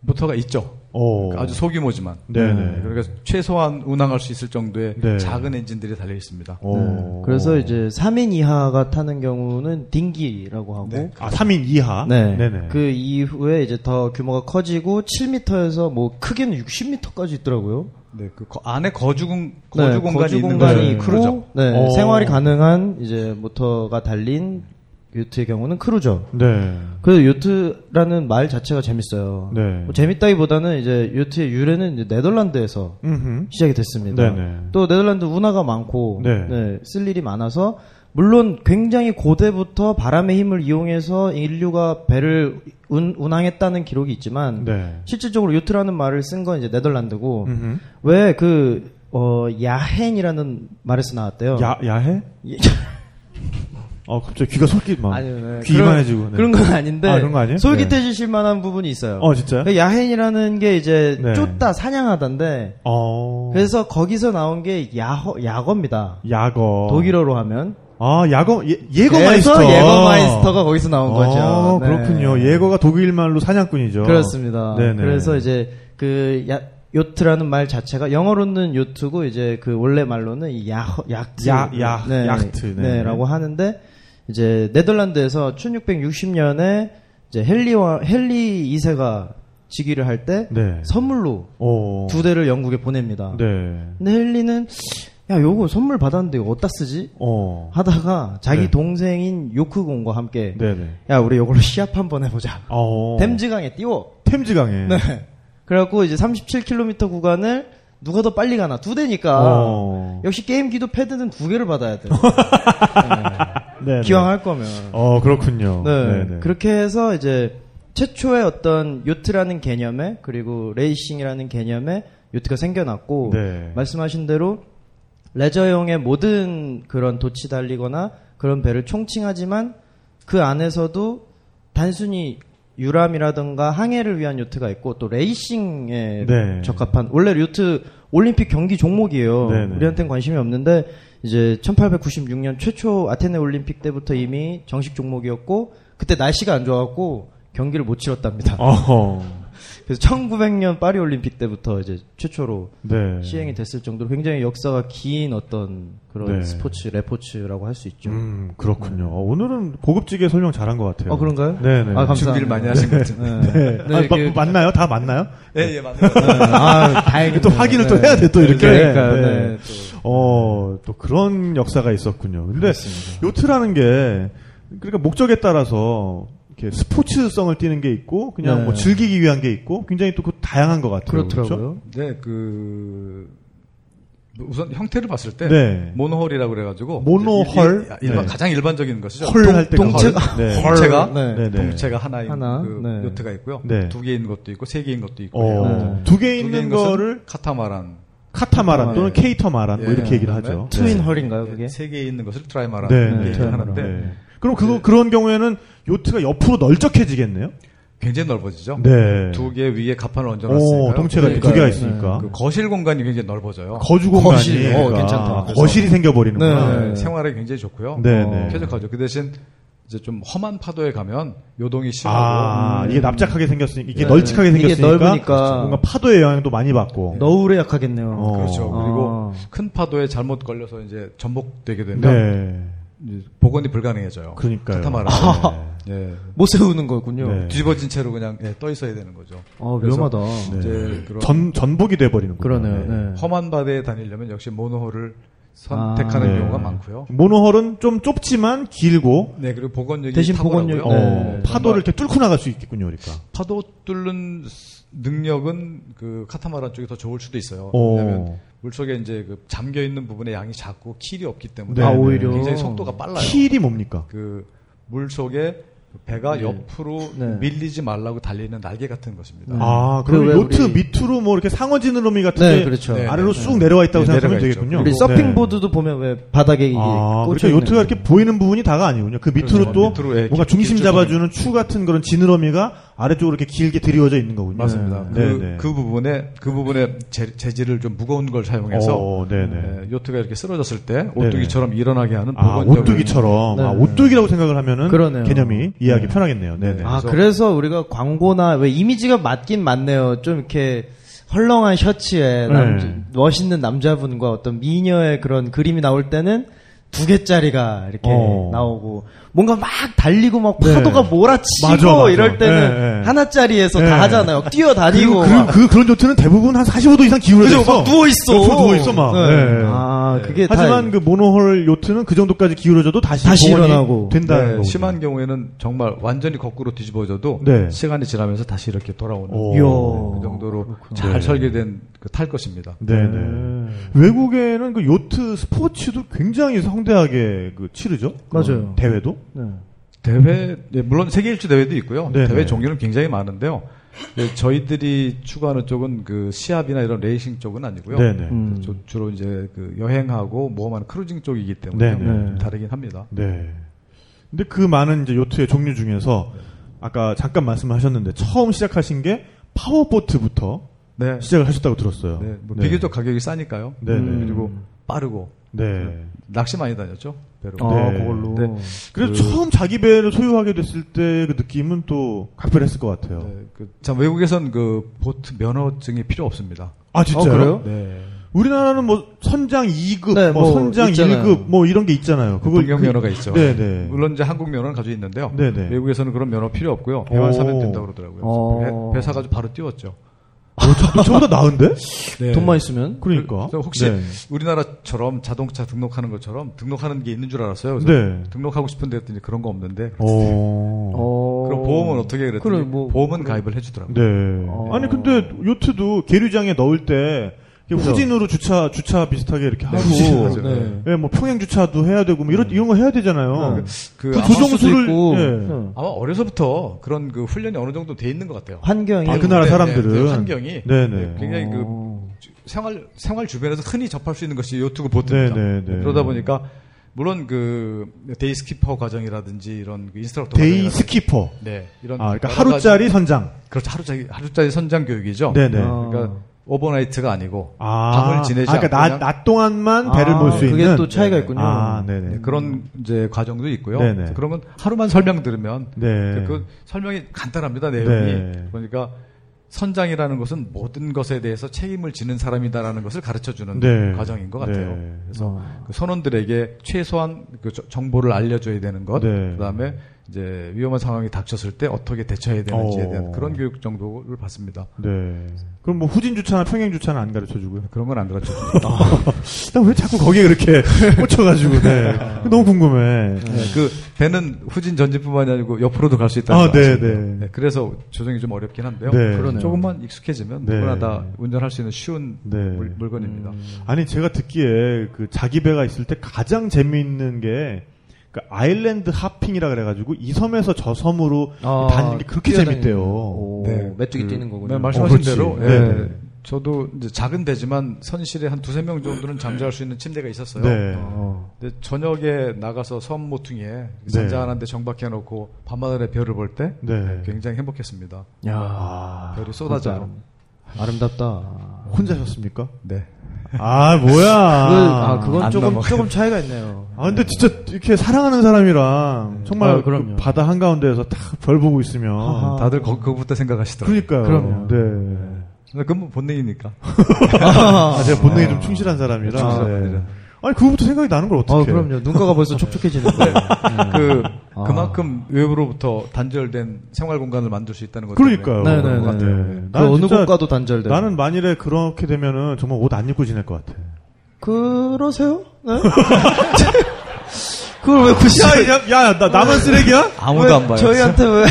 C: 모터가 있죠.
A: 오.
C: 그러니까 아주 소규모지만.
A: 네네.
C: 그러니까 최소한 운항할 수 있을 정도의
A: 네.
C: 작은 엔진들이 달려 있습니다.
A: 오.
B: 네. 그래서 이제 3인 이하가 타는 경우는 딩기라고 하고
C: 네.
A: 아, 3인 이하?
B: 네.
A: 네네.
B: 그 이후에 이제 더 규모가 커지고 7m에서 뭐 크게는 60m까지 있더라고요.
C: 네, 그 거- 안에 거주 공 거주
B: 네,
C: 공간이
B: 거주
C: 있는
B: 공간이
C: 거죠.
B: 있고,
C: 크루저.
B: 네,
A: 어.
B: 생활이 가능한 이제 모터가 달린 요트의 경우는 크루저.
A: 네.
B: 그래서 요트라는 말 자체가 재밌어요.
A: 네.
B: 뭐 재밌다기보다는 이제 요트의 유래는 이제 네덜란드에서
A: 음흠.
B: 시작이 됐습니다.
A: 네네.
B: 또 네덜란드 운하가 많고
A: 네.
B: 네, 쓸 일이 많아서 물론 굉장히 고대부터 바람의 힘을 이용해서 인류가 배를 운, 운항했다는 기록이 있지만
A: 네.
B: 실질적으로 요트라는 말을 쓴 건 이제 네덜란드고
A: 음흠.
B: 왜 그 어, 야행이라는 말에서 나왔대요.
A: 야, 야해?
B: 예.
A: 어, 갑자기 귀가 솔깃 막.
B: 아니요, 네.
A: 귀
B: 그런-
A: 이만해지고. 네.
B: 그런 건 아닌데
A: 아, 그런 거 아니에요?
B: 솔깃해지실 만한 부분이 있어요. 네.
A: 어, 진짜요?
B: 근데 야행이라는 게 이제
A: 네.
B: 쫓다 사냥하다인데
A: 어.
B: 그래서 거기서 나온 게 야허, 야거입니다.
A: 야거.
B: 독일어로 하면
A: 아, 야거, 예, 예거
B: 그래서
A: 마이스터.
B: 예거 마이스터가 거기서 나온
A: 어,
B: 거죠. 네.
A: 그렇군요. 예거가 독일말로 사냥꾼이죠.
B: 그렇습니다.
A: 네네.
B: 그래서 이제 그 야, 요트라는 말 자체가 영어로는 요트고 이제 그 원래 말로는 이 야허, 야트,
A: 야- 야- 야흐트, 네.
B: 라고 하는데 이제 네덜란드에서 1660년에 이제 헨리와 헨리 2세가 즉위를 할 때
A: 네.
B: 선물로
A: 어.
B: 두 대를 영국에 보냅니다.
A: 네.
B: 근데 헨리는 야 요거 선물 받았는데 이거 어디다 쓰지?
A: 어.
B: 하다가 자기
A: 네.
B: 동생인 요크공과 함께
A: 네네.
B: 야 우리 요걸로 시합 한번 해보자.
A: 어.
B: 댐즈강에 띄워.
A: 템즈강에.
B: 네. 그래갖고 이제 37km 구간을 누가 더 빨리 가나 두 대니까
A: 어.
B: 역시 게임기도 패드는 두 개를 받아야 돼. 네.
A: 네네.
B: 기왕 할 거면.
A: 어, 그렇군요.
B: 네.
A: 네네.
B: 그렇게 해서 이제 최초의 어떤 요트라는 개념에 그리고 레이싱이라는 개념에 요트가 생겨났고
A: 네.
B: 말씀하신 대로 레저용의 모든 그런 도치 달리거나 그런 배를 총칭하지만 그 안에서도 단순히 유람이라든가 항해를 위한 요트가 있고 또 레이싱에
A: 네.
B: 적합한 원래 요트 올림픽 경기 종목이에요.
A: 네네.
B: 우리한테는 관심이 없는데 이제 1896년 최초 아테네 올림픽 때부터 이미 정식 종목이었고 그때 날씨가 안 좋아갖고 경기를 못 치렀답니다.
A: 아. 어허.
B: 그래서 1900년 파리 올림픽 때부터 이제 최초로
A: 네.
B: 시행이 됐을 정도로 굉장히 역사가 긴 어떤 그런
A: 네.
B: 스포츠 레포츠라고 할 수 있죠.
A: 음, 그렇군요. 어, 오늘은 고급지게 설명 잘한 것 같아요.
B: 어 그런가요?
A: 네네.
B: 아, 감사합니다.
C: 준비를 많이 하신 것 같은데.
B: 네. 네,
A: 아,
B: 그-
A: 마- 맞나요? 다 맞나요?
C: 예, 예,
A: 네.
C: 맞는 것 같아요.
B: 아, 다행히
A: 또 확인을 또 해야 돼, 또 이렇게.
B: 그러니까
A: 네.
B: 네.
A: 어, 또 그런 역사가 있었군요. 근데
B: 그렇습니다.
A: 요트라는 게 그러니까 목적에 따라서 이렇게 스포츠성을 띠는 게 있고 그냥
B: 네.
A: 뭐 즐기기 위한 게 있고 굉장히 또 그 다양한 것 같아요. 그렇죠?
B: 그렇더라고요.
C: 네, 그 우선 형태를 봤을 때
A: 네.
C: 모노홀이라고 그래가지고
A: 모노홀?
C: 일-
A: 네.
C: 일반- 가장 일반적인 것이죠.
A: 헐 할 때.
B: 동체가-
A: 네.
B: 헐.
C: 동체가
B: 네.
A: 네, 네.
C: 동체가 하나인
B: 하나,
C: 그
B: 네.
C: 요트가 있고요.
A: 네.
C: 두 개인 것도 있고 세 개인 것도 있고.
A: 어,
B: 네.
A: 두 개
C: 두
A: 있는
C: 개인 것은
A: 거를
C: 카타마란.
A: 카타마란 또는
C: 카타마란.
A: 케이터마란 뭐
C: 예.
A: 이렇게 얘기를 하죠.
C: 네.
B: 트윈 헐인가요,
C: 예,
B: 그게?
C: 세 개에 있는 것을 트라이마란
A: 네,
C: 이렇게
A: 네.
C: 얘기를
B: 트라이마란.
C: 하는데
A: 네. 그럼 그거 그런 경우에는 요트가 옆으로 널쩍해지겠네요.
C: 굉장히 넓어지죠.
A: 네.
C: 두 개 위에 갑판을
A: 오,
C: 얹어놨으니까
A: 동체가 이렇게 두 개가 있으니까.
C: 그 거실 공간이 굉장히 넓어져요.
A: 거주 공간이
B: 거실. 어,
A: 그러니까
B: 괜찮다.
A: 아, 거실이 생겨버리는구나.
B: 네.
C: 네, 생활에 굉장히 좋고요.
A: 네,
C: 어,
A: 네.
C: 쾌적하죠. 그 대신 이제 좀 험한 파도에 가면 요동이 심하고
A: 아 이게 납작하게 생겼으니까 이게
B: 네.
A: 널찍하게
B: 이게
A: 생겼으니까
B: 넓으니까.
A: 뭔가 파도의 영향도 많이 받고.
B: 너울에 약하겠네요.
A: 어.
C: 그렇죠. 그리고
B: 아.
C: 큰 파도에 잘못 걸려서 이제 전복되게 되면
A: 네.
C: 이제 복원이 불가능해져요.
A: 그러니까요.
C: 카타마란.
A: 아.
C: 예.
B: 못 세우는 거군요.
A: 네.
C: 뒤집어진 채로 그냥 예, 떠 있어야 되는 거죠.
B: 아,
C: 그래서
B: 위험하다.
C: 이제
A: 네.
C: 그런
A: 전 전복이 돼버리는 거예요.
B: 그러네요. 네.
C: 험한 바다에 다니려면 역시 모노홀을 선택하는
B: 아, 네.
C: 경우가 많고요.
A: 모노홀은 좀 좁지만 길고
C: 네, 그리고 복원력이
B: 대신
C: 탁월하고요.
B: 복원력-
A: 어,
B: 네.
A: 파도를 이렇게 뚫고 나갈 수 있겠군요, 그러니까.
C: 파도 뚫는 스- 능력은 그 카타마란 쪽이 더 좋을 수도 있어요.
A: 오.
C: 왜냐하면 물속에 이제 그 잠겨 있는 부분의 양이 작고 킬이 없기 때문에
A: 네,
B: 아,
A: 네.
B: 오히려.
C: 굉장히 속도가 빨라요.
A: 킬이 뭡니까?
C: 그 물속에 배가 옆으로
B: 네.
C: 밀리지 말라고 달리는 날개 같은 것입니다.
A: 아,
B: 그
A: 그럼
B: 왜
A: 요트
B: 우리-
A: 밑으로 뭐 이렇게 상어지느러미 같은
B: 네,
A: 게
B: 그렇죠.
C: 네,
A: 아래로
C: 네,
A: 쑥 내려와 있다고
C: 네,
A: 생각하면
C: 내려가 있죠.
A: 되겠군요.
B: 우리
C: 네.
B: 서핑보드도 보면 왜 바닥에 이게
A: 아,
B: 꽂혀
A: 그렇죠.
B: 있는
A: 요트가 이렇게 보이는 부분이 다가 아니군요. 그 밑으로
C: 그렇죠.
A: 또
C: 밑으로, 예,
A: 뭔가
C: 길-
A: 중심
C: 길쭉
A: 잡아주는 추 같은 그런 지느러미가 아래쪽으로 이렇게 길게 드리워져 있는 거군요.
C: 맞습니다.
A: 네,
C: 그,
A: 네.
C: 그 부분에 그 부분에 재, 재질을 좀 무거운 걸 사용해서
A: 어, 네네. 네.
C: 예, 요트가 이렇게 쓰러졌을 때 오뚜기처럼 일어나게 하는
A: 아,
C: 복원력을
A: 오뚜기처럼.
B: 네.
A: 아, 오뚜기라고 생각을 하면은
B: 그러네요.
A: 개념이 이해하기 편하겠네요. 네네.
B: 아,
C: 그래서-
B: 그래서 우리가 광고나 왜 이미지가 맞긴 맞네요. 좀 이렇게 헐렁한 셔츠에 남자-
A: 네.
B: 멋있는 남자분과 어떤 미녀의 그런 그림이 나올 때는 두 개짜리가 이렇게
A: 어.
B: 나오고 뭔가 막 달리고 막
A: 네.
B: 파도가 몰아치고
A: 맞아, 맞아.
B: 이럴 때는
A: 네, 네.
B: 하나짜리에서
A: 네.
B: 다 하잖아요. 뛰어다니고
A: 그리고
B: 막.
A: 그, 그, 런 요트는 대부분 한 45도 이상 기울어져
B: 그죠?
A: 있어.
B: 막 누워 있어.
A: 옆으로 누워 있어, 막. 네.
B: 아, 그게
A: 하지만
B: 다
A: 그 모노홀 요트는 그 정도까지 기울어져도 다시,
B: 다시
A: 복원이
B: 일어나고.
A: 된다는
C: 네,
A: 거고.
C: 심한 경우에는 정말 완전히 거꾸로 뒤집어져도
A: 네.
C: 시간이 지나면서 다시 이렇게 돌아오는
B: 어.
A: 오.
B: 이야.
C: 그 정도로 잘
A: 네.
C: 설계된 그 탈 것입니다.
A: 네네. 외국에는 그 요트 스포츠도 굉장히 성대하게 그 치르죠. 그런
B: 맞아요.
A: 대회도.
C: 대회 네, 물론 세계 일주 대회도 있고요.
A: 네, 네.
C: 대회 종류는 굉장히 많은데요. 네, 저희들이 추구하는 쪽은 그 시합이나 이런 레이싱 쪽은 아니고요.
A: 네네.
B: 음.
C: 저- 주로 이제 그 여행하고 모험하는 크루징 쪽이기
A: 네,
C: 때문에
A: 네.
C: 좀 다르긴 합니다.
A: 네. 근데 그 많은 이제 요트의 종류 중에서 아까 잠깐 말씀하셨는데 처음 시작하신 게 파워보트부터
C: 네.
A: 시작을 하셨다고 들었어요.
C: 네, 뭐
A: 네.
C: 비교적 가격이 싸니까요.
A: 네, 네.
B: 음.
C: 그리고 빠르고
A: 네.
C: 낚시 많이 다녔죠. 배로.
B: 아,
A: 네.
B: 그걸로.
C: 네.
A: 그래서
C: 그-
A: 처음 자기 배를 소유하게 됐을 때 그 느낌은 또 각별했을 것 같아요.
C: 네, 그, 참 외국에선 그 보트 면허증이 필요 없습니다.
A: 아
B: 어, 그래요?
C: 네.
A: 우리나라는 뭐 선장 2급,
B: 네,
A: 뭐,
B: 뭐
A: 선장
B: 있잖아요.
A: 1급 뭐 이런 게 있잖아요. 그걸
C: 동경
A: 그-
C: 면허가 있죠.
A: 네네.
C: 물론 이제 한국 면허는 가지고 있는데요.
A: 네네.
C: 외국에서는 그런 면허 필요 없고요. 배만 사면
A: 오.
C: 된다고 그러더라고요.
B: 어.
C: 그래서 배, 배 사가지고 바로 띄웠죠.
A: 어, 저, 저보다 나은데? 네.
B: 돈만 있으면
A: 그러니까.
C: 그래서 네. 혹시
A: 네.
C: 우리나라처럼 자동차 등록하는 것처럼 등록하는 게 있는 줄 알았어요. 그래서
A: 네.
C: 등록하고 싶은데 했더니 그런 거 없는데.
A: 어.
B: 어.
C: 그럼 보험은 어떻게 그랬더니
B: 그래, 뭐-
C: 보험은 가입을 해주더라고요.
A: 네.
B: 어.
A: 아니 근데 요트도 계류장에 넣을 때 이렇게
B: 그죠.
A: 후진으로 주차 주차 비슷하게 이렇게 하고
C: 후진으로. 음.
B: 네.
A: 예, 뭐 평행 주차도 해야 되고 뭐 이런 이런 거 해야 되잖아요.
C: 그
A: 그
C: 아마, 네.
A: 조종- 조종수를-
B: 있고.
A: 예.
B: 응.
C: 아마 어려서부터 그런 그 훈련이 어느 정도 돼 있는 것 같아요.
B: 환경이
A: 아, 그 나라
C: 네,
A: 사람들은
C: 네, 네, 환경이
A: 네네.
C: 네, 굉장히 그
B: 어.
C: 생활 생활 주변에서 흔히 접할 수 있는 것이 요트고
A: 네,
C: 보트입니다.
A: 네, 네.
C: 그러다 보니까 물론 그 데이스키퍼 과정이라든지 이런 그 인스트럭터
A: 데이
C: 과정이라든지
A: 스키퍼.
C: 네 이런
A: 아, 그러니까
C: 여러
A: 하루짜리 선장.
C: 가지- 그렇죠 하루짜리 하루짜리 선장 교육이죠.
A: 네네.
B: 아.
C: 그러니까 오버나이트가 아니고
A: 아,
C: 밤을 지내지
A: 아, 그러니까 낮,
C: 않고 그냥-
A: 낮 동안만 배를
B: 아,
A: 몰 수 있는.
B: 그게 또 차이가
C: 네.
B: 있군요.
A: 아, 네네.
C: 네, 그런 이제 과정도 있고요.
A: 네네.
C: 그래서 그런 건 하루만 설명 들으면
A: 네.
C: 그 설명이 간단합니다 내용이
A: 네.
C: 그러니까 선장이라는 것은 모든 것에 대해서 책임을 지는 사람이다라는 것을 가르쳐 주는
A: 네.
C: 과정인 것
A: 네.
C: 같아요. 그래서 그 선원들에게 최소한 그 저- 정보를 알려줘야 되는 것,
A: 네.
C: 그다음에 이제 위험한 상황이 닥쳤을 때 어떻게 대처해야 되는지에
A: 어.
C: 대한 그런 교육 정도를 받습니다.
A: 네. 그럼 뭐 후진 주차나 평행 주차는 안 가르쳐 주고요.
C: 그런 건 안 가르쳐 줍니다.
A: 나 왜 자꾸 거기에 그렇게 꽂혀가지고, 네. 너무 궁금해.
C: 네, 그 배는 후진 전진뿐만이 아니고 옆으로도 갈 수
A: 음.
C: 있다는
A: 아,
C: 거
A: 네,
C: 아시죠?
A: 네.
C: 네, 그래서 조정이 좀 어렵긴 한데요.
A: 네.
B: 그러네요.
C: 조금만 익숙해지면
A: 네.
C: 누구나 다 운전할 수 있는 쉬운
A: 네.
C: 물, 건입니다
B: 음.
A: 아니, 제가 듣기에 그 자기 배가 있을 때 가장 재미있는 게, 그 아일랜드 하핑이라 그래가지고 이 섬에서 저 섬으로
B: 아,
A: 다니는 게 그렇게
B: 뛰어다니는-
A: 재밌대요.
B: 오, 메뚜기 뛰는 거군요.
C: 네. 그
B: 어,
C: 말씀하신
A: 어, 그렇지.
C: 대로
A: 네.
C: 예,
A: 네.
C: 저도 이제 작은 데지만 선실에 한 두세 명 정도는 잠자할 수 있는 침대가 있었어요. 아.
A: 네.
B: 어.
C: 근데 저녁에 나가서 섬 모퉁이에 잔잔한데 정박해 놓고 밤하늘에 별을 볼 때
A: 네.
C: 굉장히 행복했습니다.
B: 야,
C: 네. 별이 쏟아져요.
B: 아름답다.
A: 혼자셨습니까?
C: 네.
A: 아, 뭐야.
B: 그, 아, 그건
C: 안
B: 조금
C: 넘어가요.
B: 조금 차이가 있네요.
A: 아 근데 진짜 이렇게 사랑하는 사람이랑 정말
B: 아,
A: 그
B: 그럼요.
A: 바다 한 가운데에서 딱 별 보고 있으면
B: 아하.
C: 다들 거, 그거부터 생각하시더라고요.
A: 그러니까요.
B: 그럼요.
A: 네.
C: 그건 뭐 본능이니까.
A: 아, 제가 본능이 좀 충실한 사람이라. 네.
C: 충실한
A: 음.
C: 분이라.
A: 아니 그거부터 생각이 나는 걸
B: 아,
A: 어떻게?
B: 그럼요. 눈가가 벌써 촉촉해지는 거예요.
C: 그
B: 아.
C: 그만큼 외부로부터 단절된 생활 공간을 만들 수 있다는 거죠.
A: 그러니까요.
B: 네,
C: 그런
B: 네,
C: 것 같아요.
B: 네, 네. 그
A: 나는
B: 어느
A: 진짜-
B: 국가도 단절돼.
A: 나는 만일에 그렇게 되면은 정말 옷 안 입고 지낼 것 같아.
B: 그러세요? 네? 그걸 왜 굳이
A: 야, 야, 나 나만 쓰레기야?
C: 아무도 안 봐요.
B: 저희한테 왜?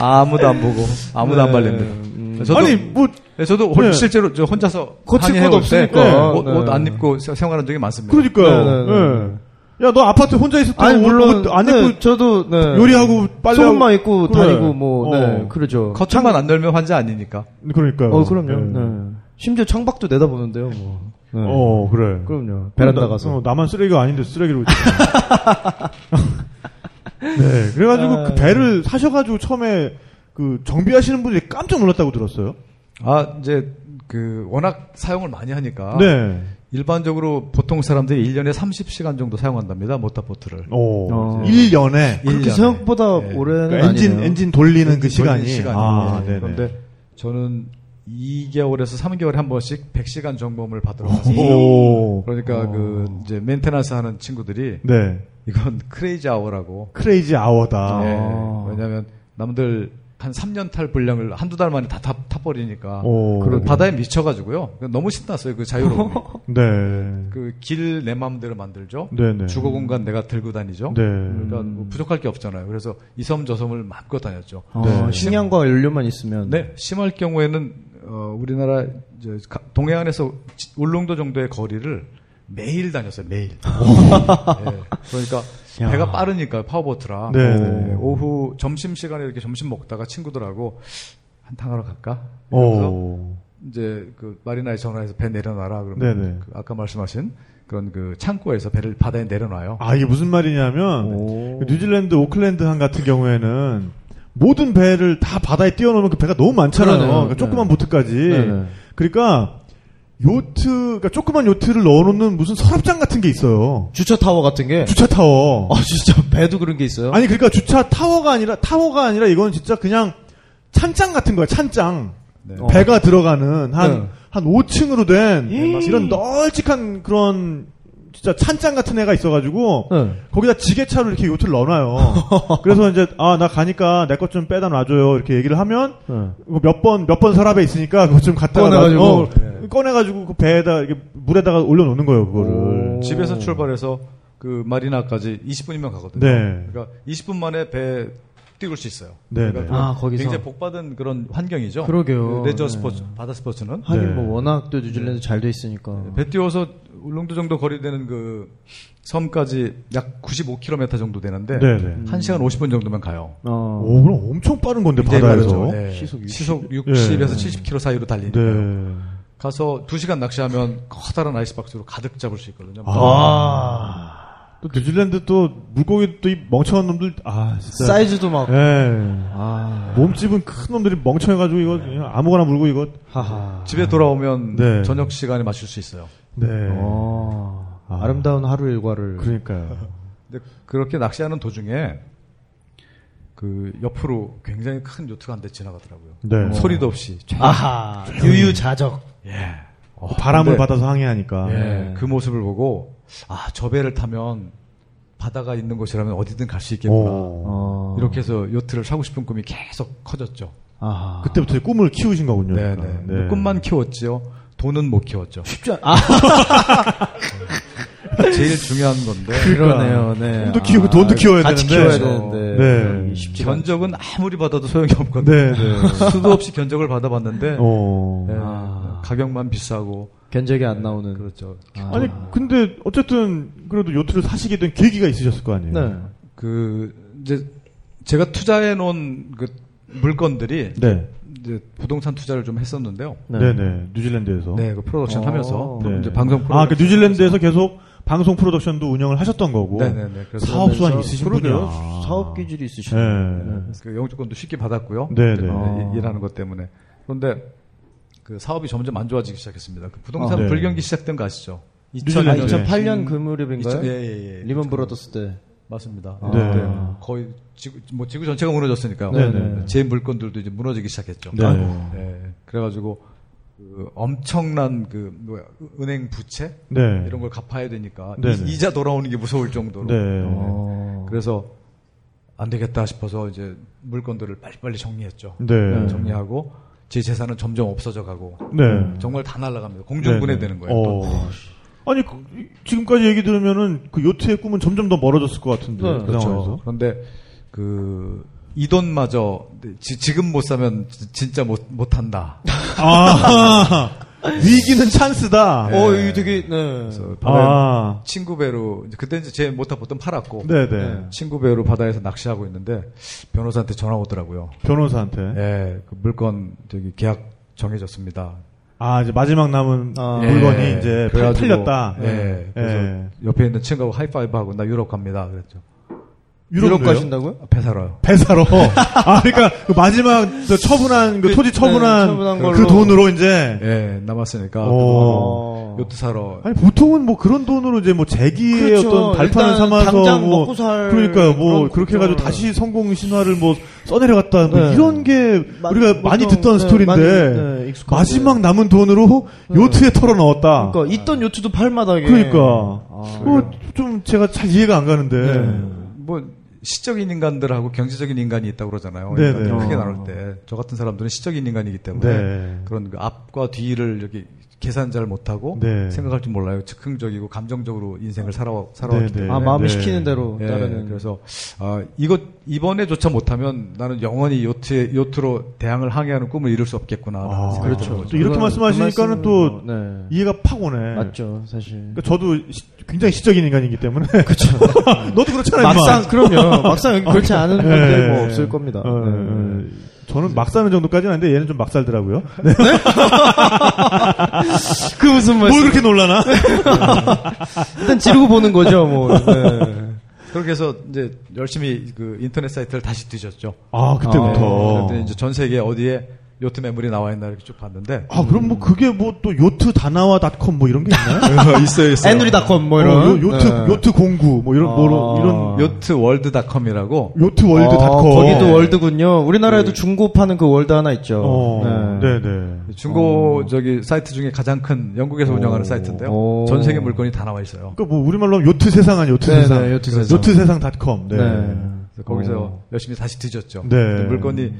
C: 아무도 안 보고 아무도
B: 네,
C: 안 발립니다.
B: 음.
C: 저도
A: 아니 뭐
C: 네, 저도 혼-
A: 네.
C: 실제로 저 혼자서
B: 고칠
C: 항해해
B: 것도
C: 올 때, 어,
B: 없으니까. 네.
C: 옷안 입고 세- 생활한 적이 많습니다.
A: 그러니까요.
B: 네, 네, 네.
A: 예. 야, 너 아파트 혼자 있을
B: 아니
A: 때안
B: 물론
A: 입고
B: 네, 저도 네.
A: 요리하고 빨래하고
B: 속옷만 입고
A: 그래.
B: 다니고 뭐 네,
A: 어.
B: 그러죠.
C: 커튼만 안 열면 환자 아니니까.
A: 그러니까요.
B: 어 그럼요.
A: 네.
B: 네. 심지어 창밖도 내다보는데요. 뭐. 네.
A: 어, 그래.
B: 그럼요. 베란다
A: 나-
B: 가서.
A: 어, 나만 쓰레기가 아닌데 쓰레기로. 네, 그래가지고
C: 아,
A: 그 배를 사셔가지고 처음에 그 정비하시는 분들이 깜짝 놀랐다고 들었어요.
C: 아 이제 그 워낙 사용을 많이 하니까
A: 네.
C: 일반적으로 보통 사람들이 1년에 30시간 정도 사용한답니다. 모터보트를.
A: 오.
B: 어.
A: 1년에.
B: 그렇게
C: 일년에.
B: 생각보다
C: 네.
B: 오래는
A: 그러니까 엔진,
B: 아니네요.
A: 엔진 돌리는 그 시간이.
C: 걸리는 시간이.
A: 아,
C: 예.
A: 네네.
C: 그런데 저는 2개월에서 3개월에 한 번씩 100시간 점검을 받으러 갔어요.
A: 오. 아.
C: 그러니까 그 이제 멘테넌스 하는 친구들이
A: 네.
C: 이건 크레이지 아워라고.
A: 크레이지 아워다.
C: 예.
B: 아.
C: 왜냐하면 남들 한 3년 탈 분량을 한두 달 만에 다 타- 타버리니까
A: 오.
C: 그 바다에 미쳐가지고요. 너무 신났어요. 그 자유로움.
A: 네.
C: 그길 내 마음대로 만들죠.
A: 네네.
C: 주거 공간 내가 들고 다니죠.
A: 네.
C: 그러니까 뭐 부족할 게 없잖아요. 그래서 이 섬 저 섬을 맘껏 다녔죠.
B: 어,
A: 네.
B: 식량과 연료만 있으면.
C: 네, 심할 경우에는 어, 우리나라 이제 가- 동해안에서 지- 울릉도 정도의 거리를 매일 다녔어요. 매일. 예, 그러니까
A: 야.
C: 배가 빠르니까 파워보트라.
A: 네,
C: 오,
A: 네.
C: 오후 점심 시간에 이렇게 점심 먹다가 친구들하고 한탕하러 갈까? 이러면서
A: 오.
C: 이제 그 마리나에 전화해서 배 내려놔라.
A: 네, 네.
C: 그러면 그 아까 말씀하신 그런 그 창고에서 배를 바다에 내려놔요.
A: 아, 이게 무슨 말이냐면,
C: 네.
B: 오.
A: 뉴질랜드 오클랜드항 같은 경우에는 모든 배를 다 바다에 띄워놓으면 그 배가 너무 많잖아요.
B: 그러네요.
A: 그러니까 조그만
B: 네.
A: 보트까지.
B: 네네.
A: 그러니까, 요트, 그러니까 조그만 요트를 넣어놓는 무슨 서랍장 같은 게 있어요.
B: 주차 타워 같은 게.
A: 주차 타워.
B: 아 진짜 배도 그런 게 있어요?
A: 아니, 그러니까 주차 타워가 아니라, 타워가 아니라 이건 진짜 그냥 찬장 같은 거야, 찬장.
C: 네.
A: 어. 배가 들어가는 한,
B: 네.
A: 한 5층으로 된
B: 음.
A: 이런 널찍한 그런 진짜 찬장 같은 애가 있어가지고
B: 네.
A: 거기다 지게차로 이렇게 요트를 넣어놔요. 그래서 이제 아, 나 가니까 내 것 좀 빼다 놔줘요. 이렇게 얘기를 하면 뭐
B: 네.
A: 몇 번 몇 번 서랍에 있으니까 그것 좀 갖다
B: 꺼내가지고. 네.
A: 꺼내가지고 그 배에다 이렇게 물에다가 올려놓는 거예요 그거를.
B: 오.
C: 집에서 출발해서 그 마리나까지 20분이면 가거든요.
A: 네.
C: 그러니까 20분 만에 배 띄울 수 있어요.
A: 네, 네.
C: 그러니까
B: 아, 거기서.
C: 굉장히 복받은 그런 환경이죠.
B: 그러게요.
C: 그 레저
B: 네.
C: 스포츠, 바다 스포츠는
B: 하긴
A: 네.
B: 뭐 워낙 또 뉴질랜드 잘 돼 있으니까.
C: 배 띄워서 울릉도 정도 거리 되는 그 섬까지 약 95km 정도 되는데
A: 네, 네.
C: 1시간 50분 정도면 가요.
B: 어.
A: 오 그럼 엄청 빠른 건데
C: 굉장히
A: 바다에서.
C: 빠르죠. 네.
B: 시속 60?
C: 시속 60에서 70km 사이로 달리니까
A: 네.
C: 가서 2시간 낚시하면 커다란 아이스박스로 가득 잡을 수 있거든요.
B: 아.
A: 아. 또 뉴질랜드 또 물고기 또 이 멍청한 놈들 아 진짜.
B: 사이즈도 막.
A: 예.
B: 아.
A: 몸집은 큰 놈들이 멍청해가지고 이거 그냥 아무거나 물고 이거.
B: 하하.
C: 집에 돌아오면
A: 네.
C: 저녁 시간에 마실 수 있어요.
A: 네.
B: 어.
A: 아.
B: 아름다운 하루 일과를.
A: 그러니까요.
C: 근데 그렇게 낚시하는 도중에 그 옆으로 굉장히 큰 요트가 한 대 지나가더라고요. 뭐
A: 네.
C: 소리도 없이 쫙.
B: 아하. 유유자적.
C: 예.
A: 어, 바람을
C: 근데-
A: 받아서 항해하니까. 네.
C: 예. 그 모습을 보고 아, 저 배를 타면 바다가 있는 곳이라면 어디든 갈 수 있겠구나.
A: 오.
B: 어.
C: 이렇게 해서 요트를 사고 싶은 꿈이 계속 커졌죠.
B: 아하.
A: 그때부터 꿈을 키우신 거군요.
C: 네,
A: 그러니까.
C: 네.
A: 네.
C: 꿈만 키웠지요. 돈은 못 키웠죠.
B: 쉽지 않. 아
C: 제일 중요한 건데
B: 그러네요. 네.
A: 꿈도 키우고 돈도 키워야
B: 같이
A: 되는데.
B: 키워야 되는데.
A: 네.
B: 쉽지
C: 견적은 아무리 받아도 소용이 없거든요.
A: 네, 네.
C: 수도 없이 견적을 받아봤는데
A: 어.
C: 네,
B: 아.
C: 가격만 비싸고
B: 견적이 안 나오는.
C: 그렇죠.
B: 아.
A: 아니 근데 어쨌든 그래도 요트를 사시게 된 계기가 있으셨을 거 아니에요.
B: 네.
C: 그 이제 제가 투자해 놓은 그 물건들이
A: 네.
C: 이제 부동산 투자를 좀 했었는데요.
A: 네.
B: 네.
A: 네. 뉴질랜드에서.
C: 네, 그 프로덕션
B: 어.
C: 하면서
A: 네.
C: 이제 방송
A: 아, 그
C: 프로덕션
A: 뉴질랜드에서 계속 방송 프로덕션도 운영을 하셨던 거고.
C: 네, 네, 네. 그래서
A: 사업 수완이 있으신 분이야.
B: 그러게요. 사업 기질이
A: 네.
B: 있으시네.
C: 그 영주권도 쉽게 받았고요.
A: 네,
C: 이제
A: 네.
C: 일-
B: 아.
C: 일하는 것 때문에 그런데 그 사업이 점점 안 좋아지기 시작했습니다. 그
A: 아,
C: 부동산
A: 네.
C: 불경기 시작된 거 아시죠?
B: 아,
A: 2008년
B: 2008년 그 무렵인가요?
C: 예, 예, 예.
B: 네. 리먼 브라더스 때.
C: 맞습니다.
B: 아.
A: 네.
C: 거의 지구, 뭐 지구 전체가 무너졌으니까
A: 네, 네.
C: 제 물건들도 이제 무너지기 시작했죠.
A: 네.
C: 아이고. 네. 그래가지고 그 엄청난 그 뭐야 은행 부채
A: 네.
C: 이런 걸 갚아야 되니까
A: 네,
C: 이-
A: 네.
C: 이자 돌아오는 게 무서울 정도로.
A: 네.
B: 어.
C: 그래서 안 되겠다 싶어서 이제 물건들을 빨리빨리 정리했죠.
A: 네.
C: 정리하고 제 재산은 점점 없어져가고
A: 네.
C: 정말 다 날라갑니다. 공중분해되는 거예요.
A: 어. 아니 그, 이- 지금까지 얘기 들으면은 그 요트의 꿈은 점점 더 멀어졌을 것 같은데
B: 네,
A: 그
C: 그렇죠.
A: 상황에서.
C: 그런데 그 이 돈마저 네, 지, 금못 사면 지- 진짜 못 못한다.
A: 아 위기는 찬스다.
B: 어, 여기 되게, 네.
C: 그래서 바다에
A: 아
C: 친구 배로 이제 그때 이제 제 모타 보통 팔았고
A: 네네
B: 네.
C: 친구 배로 바다에서 낚시하고 있는데 변호사한테 전화 오더라고요.
A: 변호사한테
B: 네.
C: 예, 그 물건 저기 계약 정해졌습니다.
A: 아 이제 마지막 남은
B: 아. 네.
A: 물건이
C: 예,
A: 이제 팔-
C: 그래가지고,
A: 팔렸다. 네.
C: 예, 그래서 옆에 있는 친구하고 하이파이브 하고 나 유럽 갑니다. 그랬죠.
B: 유럽
A: 왜요?
B: 가신다고요?
C: 아, 배 사러요.
A: 배사로. 아 그러니까 그 마지막 저 처분한 그 토지 처분한,
B: 네, 처분한
A: 그
B: 걸로. 네.
A: 돈으로 이제.
C: 예, 남았으니까
A: 오.
B: 어.
C: 요트 사러
A: 아니 보통은 뭐 그런 돈으로 이제 뭐 재기의
B: 그렇죠.
A: 어떤 발판을
B: 일단
A: 삼아서
B: 당장
A: 뭐
B: 먹고 살
A: 그러니까요 뭐
B: 그런
A: 그렇게 해가지고
B: 걱정을-
A: 다시 성공 신화를 뭐 써내려갔다 뭐
B: 네.
A: 이런 게
B: 마-
A: 우리가 많이
B: 보통,
A: 듣던
B: 네,
A: 스토리인데
B: 많이, 네, 익숙한데.
A: 마지막 남은 돈으로 요트에 털어 넣었다.
B: 그러니까 있던 요트도 팔마당에.
A: 그러니까 네.
B: 아.
A: 그거 좀 제가 잘 이해가 안 가는데
B: 네.
C: 뭐 시적인 인간들하고 경제적인 인간이 있다고 그러잖아요.
A: 네네.
C: 인간들 크게
B: 어.
C: 나눌 때 저 같은 사람들은 시적인 인간이기 때문에
A: 네.
C: 그런 그 앞과 뒤를 이렇게 계산 잘 못하고
A: 네.
C: 생각할 줄 몰라요. 즉흥적이고 감정적으로 인생을 살아 살아왔기
A: 네네.
C: 때문에
B: 아, 마음이
A: 네.
B: 시키는 대로
C: 예,
B: 따르는.
C: 그래서 아, 이것 이번에조차 못하면 나는 영원히 요트 요트로 대항을 항해하는 꿈을 이룰 수 없겠구나.
A: 아,
B: 그렇죠.
A: 또 이렇게
B: 그건-
A: 말씀하시니까는
B: 그
A: 또
B: 말씀은 뭐, 네.
A: 이해가 팍 오네.
B: 맞죠, 사실.
A: 그러니까 저도 시- 굉장히 시적인 인간이기 때문에 그렇죠. 너도 그렇잖아요. 임마. 아,
B: 막상, 그럼요. 막상 여기 그렇지 않은 분들이
A: 예.
B: 뭐 없을 겁니다. 네.
A: 어, 어, 저는 막 사는 정도까지는 아닌데 얘는 좀 막 살더라고요. 네,
B: 그 무슨
A: 뭘
B: 말씀? 네.
A: 그렇게 놀라나?
B: 일단 지르고 보는 거죠, 뭐. 네.
C: 그렇게 해서 이제 열심히 그 인터넷 사이트를 다시 뒤졌죠.
A: 아
B: 어.
C: 네,
A: 그때부터.
C: 그랬더니 이제 전 세계 어디에 요트 매물이 나와 있나 이렇게 쭉 봤는데
A: 아 그럼 뭐 그게 뭐 또 요트 다나와닷컴 뭐 이런 게 있나요?
C: 있어요, 있어요.
B: 애누리닷컴
A: 어,
B: 뭐 이런.
A: 요, 요트
B: 네.
A: 요트 공구 뭐 이런 뭐 이런
C: 요트 월드닷컴이라고
A: 요트
B: 아,
A: 월드닷컴. 네.
B: 거기도 월드군요. 우리나라에도 중고 파는 그 월드 하나 있죠.
A: 어,
B: 네.
A: 네. 네
C: 중고 저기 사이트 중에 가장 큰 영국에서 운영하는 사이트인데요.
B: 어. 오.
C: 전 세계 물건이 다 나와 있어요.
A: 그러니까 뭐 우리말로 하면 요트 세상 아니 요트
B: 네,
A: 세상.
B: 네, 요트 세상.
A: 닷컴 네.
C: 그래서 거기서
B: 어.
C: 열심히 다시 뒤졌죠.
A: 네.
C: 근데 물건이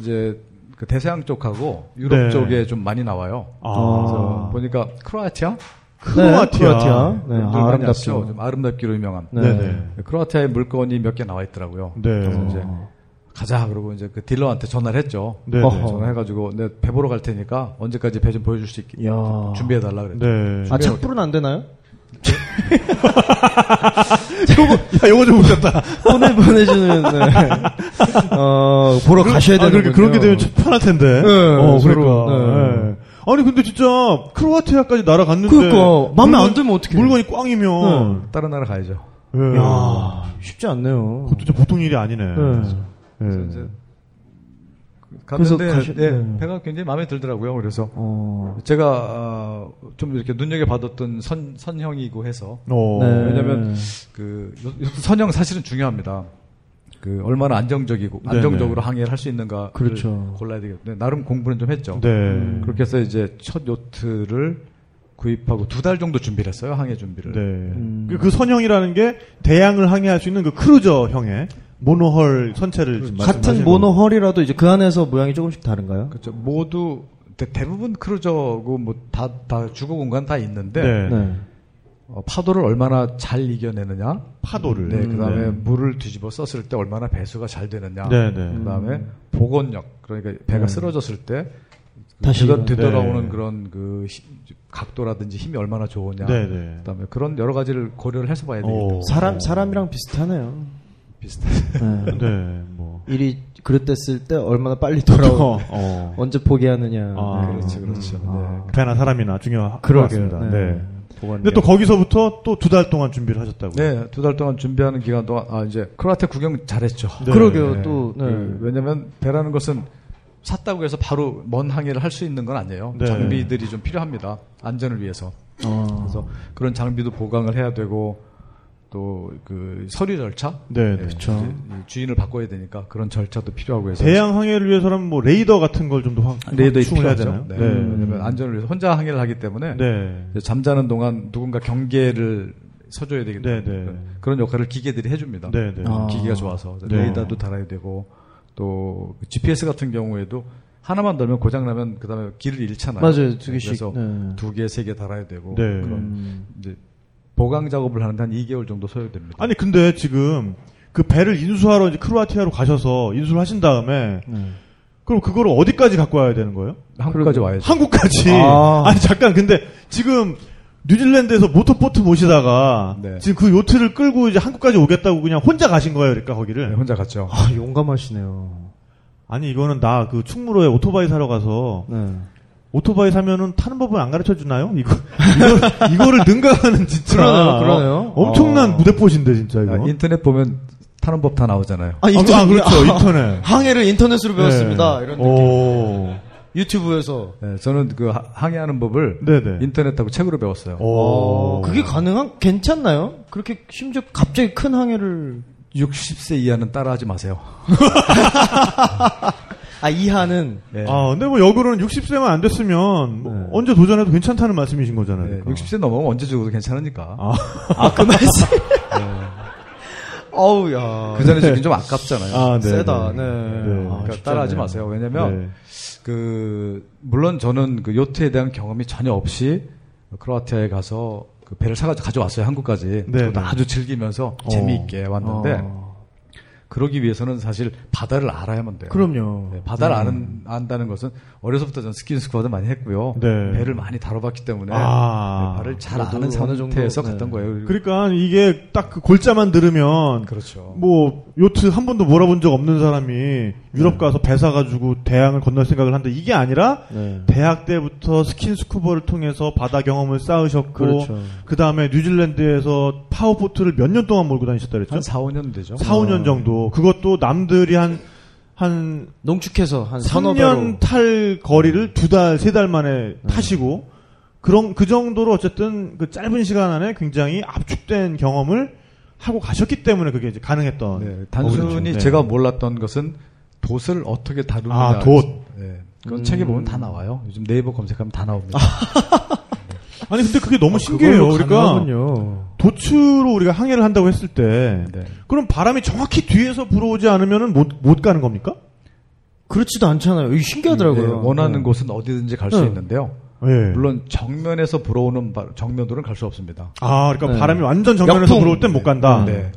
C: 이제 그 대서양 쪽하고 유럽
A: 네.
C: 쪽에 좀 많이 나와요. 그래서
A: 아.
C: 보니까 크로아티아?
B: 네, 어. 크로아티아.
A: 크로아티아.
B: 네,
C: 분들 많이
B: 아, 름답죠
C: 아시죠? 좀 아름답기로 유명한.
B: 네.
A: 네. 네.
C: 크로아티아의 물건이 몇 개 나와 있더라고요.
A: 네.
C: 그래서 이제
B: 아.
C: 가자 그러고 이제 그 딜러한테 전화를 했죠.
A: 네.
B: 어허.
C: 전화해가지고 내가 배 보러 갈 테니까 언제까지 배 좀 보여줄 수 있게
B: 야.
C: 준비해달라 그랬죠.
A: 네.
B: 아, 착불은 안 되나요?
A: 야, 요거 좀 웃겼다.
B: 보내 보내주는 네. 어 보러 가셔야 되는
A: 아, 그렇게 그런 게 되면 참 편할 텐데.
B: 네,
A: 어,
B: 서로,
A: 그러니까.
B: 네.
A: 네. 아니 근데 진짜 크로아티아까지 날아갔는데.
B: 그러니까, 마음에 안
A: 물건-
B: 들면 어떡해.
A: 물건이
B: 네.
A: 꽝이면.
C: 다른 나라 가야죠.
A: 예.
B: 야 쉽지 않네요.
A: 그것도 진짜 보통 일이
B: 네.
A: 아니네. 예.
C: 그래서 이제
B: 그래서
C: 갔는데
B: 가셔-
C: 예,
B: 네.
C: 배가 굉장히 마음에 들더라고요. 그래서
B: 어,
C: 제가 아, 좀 이렇게 눈여겨 받았던 선 선형이고 해서
A: 어.
B: 네.
C: 왜냐면 그 요- 요- 선형 사실은 중요합니다. 그 얼마나 안정적이고
A: 네네.
C: 안정적으로 항해를 할 수 있는가
B: 그렇죠.
C: 골라야 되겠네. 나름 공부는 좀 했죠.
A: 네.
C: 그렇게 해서 이제 첫 요트를 구입하고 두 달 정도 준비를 했어요. 항해 준비를.
B: 그렇죠.
A: 네.
B: 음.
A: 그- 그 선형이라는 게 대양을 항해할 수 있는 그 크루저 형의 모노헐 선체를 지금
B: 같은
A: 말씀하시는
B: 모노홀이라도 이제 그 안에서 모양이 조금씩 다른가요?
C: 그렇죠. 모두 대- 대부분 크루저고 뭐 다 다 주거 공간 다 있는데
A: 거고. 네.
C: 어, 파도를 얼마나 잘 이겨내느냐.
A: 파도를.
C: 네, 그다음에 물을 뒤집어 썼을 때 얼마나 배수가 잘 되느냐.
A: 네, 네.
C: 그다음에 복원력. 그러니까 배가 쓰러졌을 때
B: 다시
C: 되돌-
B: 일어나-
C: 되돌아오는
A: 네.
C: 그런 그 히- 각도라든지 힘이 얼마나 좋으냐.
A: 네, 네.
C: 그다음에 그런 여러 가지를 고려를 해서 봐야
A: 오.
C: 되겠다.
B: 사람 사람이랑 비슷하네요.
C: 비슷해.
B: 네.
A: 네, 뭐.
B: 일이 그릇됐을 때 얼마나 빨리 돌아오
A: 어, 어.
B: 언제 포기하느냐.
A: 아,
B: 네.
C: 그렇죠, 그렇죠. 네.
A: 배나 사람이나 중요한 것
B: 그러게요.
A: 같습니다.
B: 네.
A: 네. 근데 또 거기서부터 또 두 달 동안 준비를 하셨다고요.
C: 네, 두 달 동안 준비하는 기간 동안 아 이제 크로아티아 구경 잘했죠.
A: 네.
B: 그러게요.
C: 네.
B: 또 네.
C: 그, 왜냐면 배라는 것은 샀다고 해서 바로 먼 항해를 할 수 있는 건 아니에요.
A: 네.
C: 장비들이 좀 필요합니다. 안전을 위해서.
B: 어.
C: 그래서 그런 장비도 보강을 해야 되고 또 그 서류 절차,
A: 네, 네.
B: 그렇죠.
C: 이 주인을 바꿔야 되니까 그런 절차도 필요하고 해서
A: 대양 항해를 위해서라면 뭐 레이더 같은 걸 좀더
C: 레이더
A: 확충해야
C: 필요하죠.
A: 되나요?
C: 네.
A: 네.
C: 왜냐면 안전을 위해서 혼자 항해를 하기 때문에
A: 네.
C: 이제 잠자는 동안 누군가 경계를 서줘야 되기 때문에
A: 네, 네.
C: 그런- 그런 역할을 기계들이 해줍니다. 음,
A: 네, 네.
B: 아.
C: 기계가 좋아서
A: 네.
C: 레이더도 달아야 되고 또 GPS 같은 경우에도 하나만 달면 고장 나면 그다음에 길을 잃잖아요.
B: 맞아요. 두 개씩.
C: 그래서
B: 네.
C: 두 개, 세 개 달아야 되고
A: 네.
C: 그런 이제 보강 작업을 하는데 한 2개월 정도 소요됩니다.
A: 아니 근데 지금 그 배를 인수하러 이제 크로아티아로 가셔서 인수를 하신 다음에
B: 네.
A: 그럼 그거를 어디까지 갖고 와야 되는 거예요?
C: 한국까지 와야죠.
A: 한국까지.
B: 아.
A: 아. 니 잠깐 근데 지금 뉴질랜드에서 모터보트 모시다가
C: 네.
A: 지금 그 요트를 끌고 이제 한국까지 오겠다고 그냥 혼자 가신 거예요, 그러니까 거기를.
C: 네, 혼자 갔죠.
B: 아, 용감하시네요.
A: 아니 이거는 나 그 충무로에 오토바이 사러 가서
B: 네.
A: 오토바이 사면은 타는 법은 안 가르쳐 주나요? 이거 이걸, 이거를 능가하는 진짜
B: 그러네요, 그러네요.
A: 엄청난
B: 아.
A: 무대포신데 진짜 이거.
C: 아, 인터넷 보면 타는 법 다 나오잖아요.
A: 아, 아, 그렇죠 인터넷.
B: 항해를 인터넷으로 배웠습니다.
A: 네.
B: 이런
C: 어.
A: 오.
B: 유튜브에서.
C: 네, 저는 그 하- 항해하는 법을
A: 네네.
C: 인터넷하고 책으로 배웠어요.
A: 오.
B: 그게 가능한? 괜찮나요? 그렇게 심지어 갑자기 큰 항해를
C: 60세 이하는 따라하지 마세요.
B: 아 이하는
C: 네.
A: 아 근데 뭐 역으로는 60세만 안 됐으면 뭐 언제 도전해도 괜찮다는 말씀이신 거잖아요.
C: 네,
A: 그러니까.
C: 60세 넘으면 언제 죽어도 괜찮으니까.
A: 아.
B: 아그 말씀. 어우야.
C: 네. 그 전에 죽긴 좀 아깝잖아요.
A: 네. 아, 네.
B: 세다. 네.
A: 네.
B: 아,
C: 그러니까
B: 쉽지
C: 따라하지
B: 않네요.
C: 마세요. 왜냐면,
A: 네.
C: 그, 물론 저는 그 요트에 대한 경험이 전혀 없이 크로아티아에 가서 그 배를 사가지고 가져왔어요. 한국까지.
A: 네, 네.
C: 저도 아주 즐기면서
A: 어.
C: 재미있게 왔는데,
B: 어.
C: 그러기 위해서는 사실 바다를 알아야만 돼요.
B: 그럼요. 음.
C: 네, 바다를 아는, 안다는 것은 어려서부터 저는 스킨 스쿠버도 많이 했고요.
A: 네.
C: 배를 많이 다뤄봤기 때문에
A: 아.
C: 네, 발을 잘
B: 그래도
C: 아는
B: 어느 정도,
C: 상태에서
B: 네.
C: 갔던 거예요. 그리고
A: 그러니까 이게 딱 그 골자만 들으면
C: 그렇죠.
A: 뭐 요트 한 번도 몰아본 적 없는 사람이 유럽 가서 배 사가지고 대양을 건널 생각을 한다. 이게 아니라
B: 네.
A: 대학 때부터 스킨스쿠버를 통해서 바다 경험을 쌓으셨고 그
B: 그렇죠.
A: 다음에 뉴질랜드에서 파워보트를 몇 년 동안 몰고 다니셨다 그랬죠?
C: 한 4, 5년 되죠.
A: 4, 5년 정도. 그것도 남들이 한, 한
B: 농축해서 한 서너 배로
A: 3년 탈 거리를 두 달, 세 달 만에 타시고, 그런, 그 정도로 어쨌든 그 짧은 시간 안에 굉장히 압축된 경험을 하고 가셨기 때문에 그게 이제 가능했던.
C: 네, 단순히
A: 거겠죠. 네.
C: 제가 몰랐던 것은 дот을 어떻게 다루느냐.
A: 아, 돛.
C: 네. 그건
B: 음.
C: 책에 보면 다 나와요. 요즘 네이버 검색하면 다 나옵니다.
B: 아,
A: 아니, 근데 그게 너무 신기해요. 그러니까
B: 가능하군요.
A: 도추로 우리가 항해를 한다고 했을 때,
C: 네.
A: 그럼 바람이 정확히 뒤에서 불어오지 않으면 못, 못 가는 겁니까?
B: 그렇지도 않잖아요. 이게 신기하더라고요.
C: 네, 원하는
B: 네.
C: 곳은 어디든지 갈 수
B: 네.
C: 있는데요.
A: 예.
C: 물론 정면에서 불어오는 바- 정면으로는 갈 수 없습니다.
A: 아, 그러니까
B: 네.
A: 바람이 완전 정면에서
B: 역풍.
A: 불어올 땐 못 간다.
C: 네.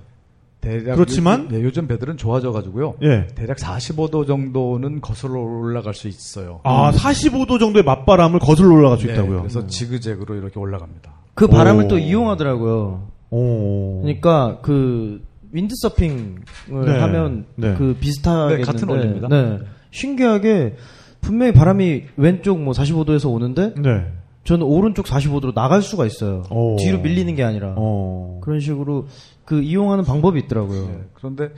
C: 대략
A: 아. 그렇지만-
C: 요, 네, 요즘 배들은 좋아져 가지고요.
A: 예.
C: 대략 45도 정도는 거슬러 올라갈 수 있어요.
A: 아, 45도 정도의 맞바람을 거슬러 올라갈 수
C: 네,
A: 있다고요. 음.
C: 그래서 지그재그로 이렇게 올라갑니다.
B: 그 바람을
A: 오.
B: 또 이용하더라고요.
A: 오.
B: 그러니까 그 윈드서핑을
A: 네.
B: 하면
A: 네.
B: 그 비슷하게
C: 네, 같은 원리입니다.
B: 네. 신기하게 분명히 바람이 왼쪽 뭐 45도에서 오는데
A: 네.
B: 저는 오른쪽 45도로 나갈 수가 있어요.
A: 오.
B: 뒤로 밀리는 게 아니라
A: 어.
B: 그런 식으로 그 이용하는 방법이
A: 음.
B: 있더라고요.
C: 네, 그런데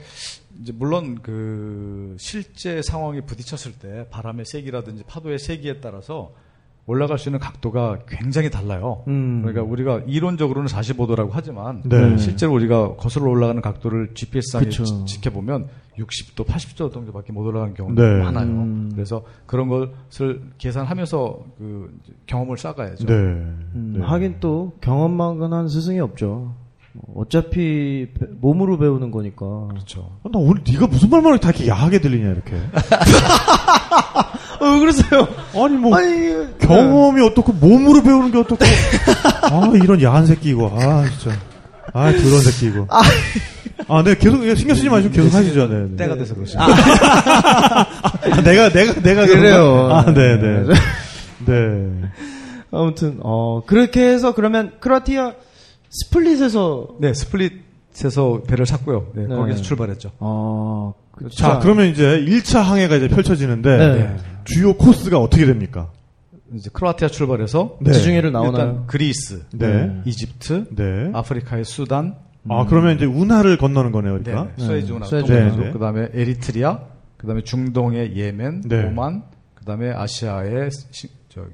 C: 이제 물론 그 실제 상황이 부딪혔을 때 바람의 세기라든지 파도의 세기에 따라서 올라갈 수 있는 각도가 굉장히 달라요.
B: 음.
C: 그러니까 우리가 이론적으로는 45도라고 하지만
A: 네.
C: 실제로 우리가 거슬러 올라가는 각도를 GPS상에
B: 그쵸.
C: 지켜보면 60도, 80도 정도밖에 못 올라가는 경우가
A: 네.
C: 많아요.
B: 음.
C: 그래서 그런 것을 계산하면서 그 이제 경험을 쌓아야죠.
A: 네.
B: 음,
A: 네.
B: 하긴 또 경험만은 한 스승이 없죠. 뭐 어차피 배- 몸으로 배우는 거니까.
C: 그렇죠.
A: 아, 나 오늘 네가 무슨 말만 다 이렇게 야하게 들리냐 이렇게.
B: 어, 그러세요?
A: 아니 뭐
B: 아니,
A: 경험이 어떻고 몸으로 배우는 게 어떻고. 아 이런 야한 새끼 이거. 아 진짜. 아 그런 새끼 이거. 아, 네 계속 이거 신경 쓰지 마시고 계속 하시죠. 네, 네.
C: 때가 돼서 그렇습니다.
A: 아, 내가 내가 내가 그런
B: 그래요.
A: 거야? 아, 네, 네. 네.
B: 아무튼 어 그렇게 해서 그러면 크로아티아 스플릿에서
C: 네, 스플릿에서 배를 샀고요. 네,
B: 네.
C: 거기서 출발했죠.
B: 어 그-
A: 자, 그러면 이제 1차 항해가 이제 펼쳐지는데
B: 네.
A: 주요 코스가 어떻게 됩니까?
C: 이제 크로아티아 출발해서
A: 네.
B: 지중해를
C: 일단
B: 나오나요?
C: 그리스,
A: 네.
C: 이집트,
A: 네.
C: 아프리카의 수단,
A: 아, 그러면 이제 운하를 건너는 거네요, 그러니까.
C: 네, 스웨즈 운하
B: 스웨즈
C: 통해서,
A: 운하. 네, 네.
C: 그다음에 에리트리아, 그다음에 중동의 예멘,
A: 네.
C: 오만, 그다음에 아시아의 시, 저기,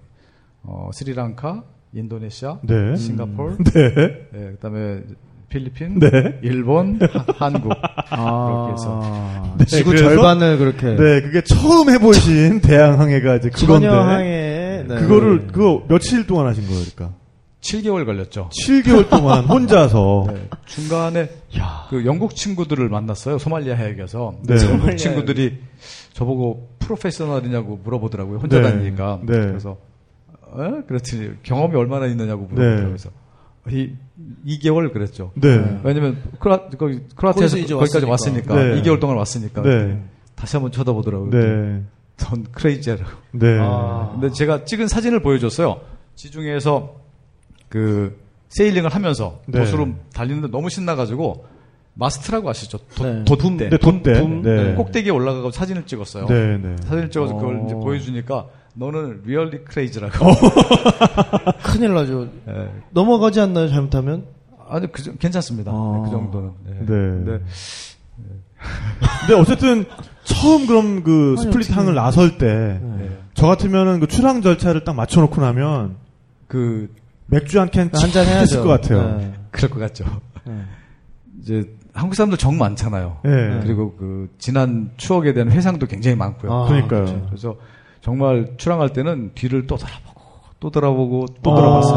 C: 어, 스리랑카, 인도네시아,
A: 네.
C: 싱가포르,
A: 네.
C: 네, 그다음에 필리핀,
A: 네.
C: 일본, 하- 한국 그렇게 해서
B: 아,
A: 네,
B: 지구
A: 그래서-
B: 절반을 그렇게
A: 네, 그게 처음 해보신 대항항해가 이제 그건데.
B: 전여항에 네.
A: 그거를, 그거 며칠 동안 하신 거예요, 그러니까.
C: 7개월 걸렸죠.
A: 7개월 동안 혼자서.
C: 네, 중간에 그 영국 친구들을 만났어요. 소말리아 해역에서.
A: 네.
C: 영국 친구들이 저보고 프로페셔널이냐고 물어보더라고요. 혼자
A: 네.
C: 다니니까.
A: 네.
C: 그래서 어? 그랬더니 경험이 얼마나 있느냐고 물어보더라고요.
A: 네.
C: 그래서 이 2개월 그랬죠.
A: 네.
C: 왜냐면 크라, 거기, 크로아티아에서
B: 거기서 이제
C: 거기까지
B: 왔으니까.
C: 왔으니까,
A: 네.
C: 2개월 동안 왔으니까
A: 네.
C: 다시 한번 쳐다보더라고요.
A: 네.
C: 전 크레이지라고.
A: 네.
B: 아.
C: 근데 제가 찍은 사진을 보여줬어요. 지중해에서 그 세일링을 하면서
A: 네.
C: 도수로 달리는데 너무 신나가지고 마스트라고 아시죠? 도,
B: 네.
C: 돛대.
A: 네, 돛대.
B: 붐,
A: 네.
C: 꼭대기에 올라가고 사진을 찍었어요.
A: 네, 네.
C: 사진을 찍어서 그걸
B: 어.
C: 이제 보여주니까 너는 리얼리 크레이지라고.
B: 아, 큰일 나죠.
C: 네.
B: 넘어가지 않나요? 잘못하면
C: 아주 그, 정- 괜찮습니다.
B: 아.
C: 네, 그 정도는. 네.
A: 네.
C: 근데
A: 근데 어쨌든 처음 그럼 그 스플릿 항을 나설
B: 네.
A: 때,
C: 네.
A: 저 같으면은 그 출항 절차를 딱 맞춰놓고 나면
C: 그,
A: 맥주 한캔
B: 한 잔 해야죠.
A: 했을 것 같아요.
B: 네.
C: 그럴 것 같죠.
B: 네.
C: 이제 한국 사람들 정 많잖아요.
A: 네.
C: 그리고 그 지난 추억에 대한 회상도 굉장히 많고요.
B: 아,
A: 그러니까요.
B: 그렇죠.
C: 그래서 정말 출항할 때는 뒤를 또 돌아보고 또 돌아보고 또
A: 아.
C: 돌아봤어요.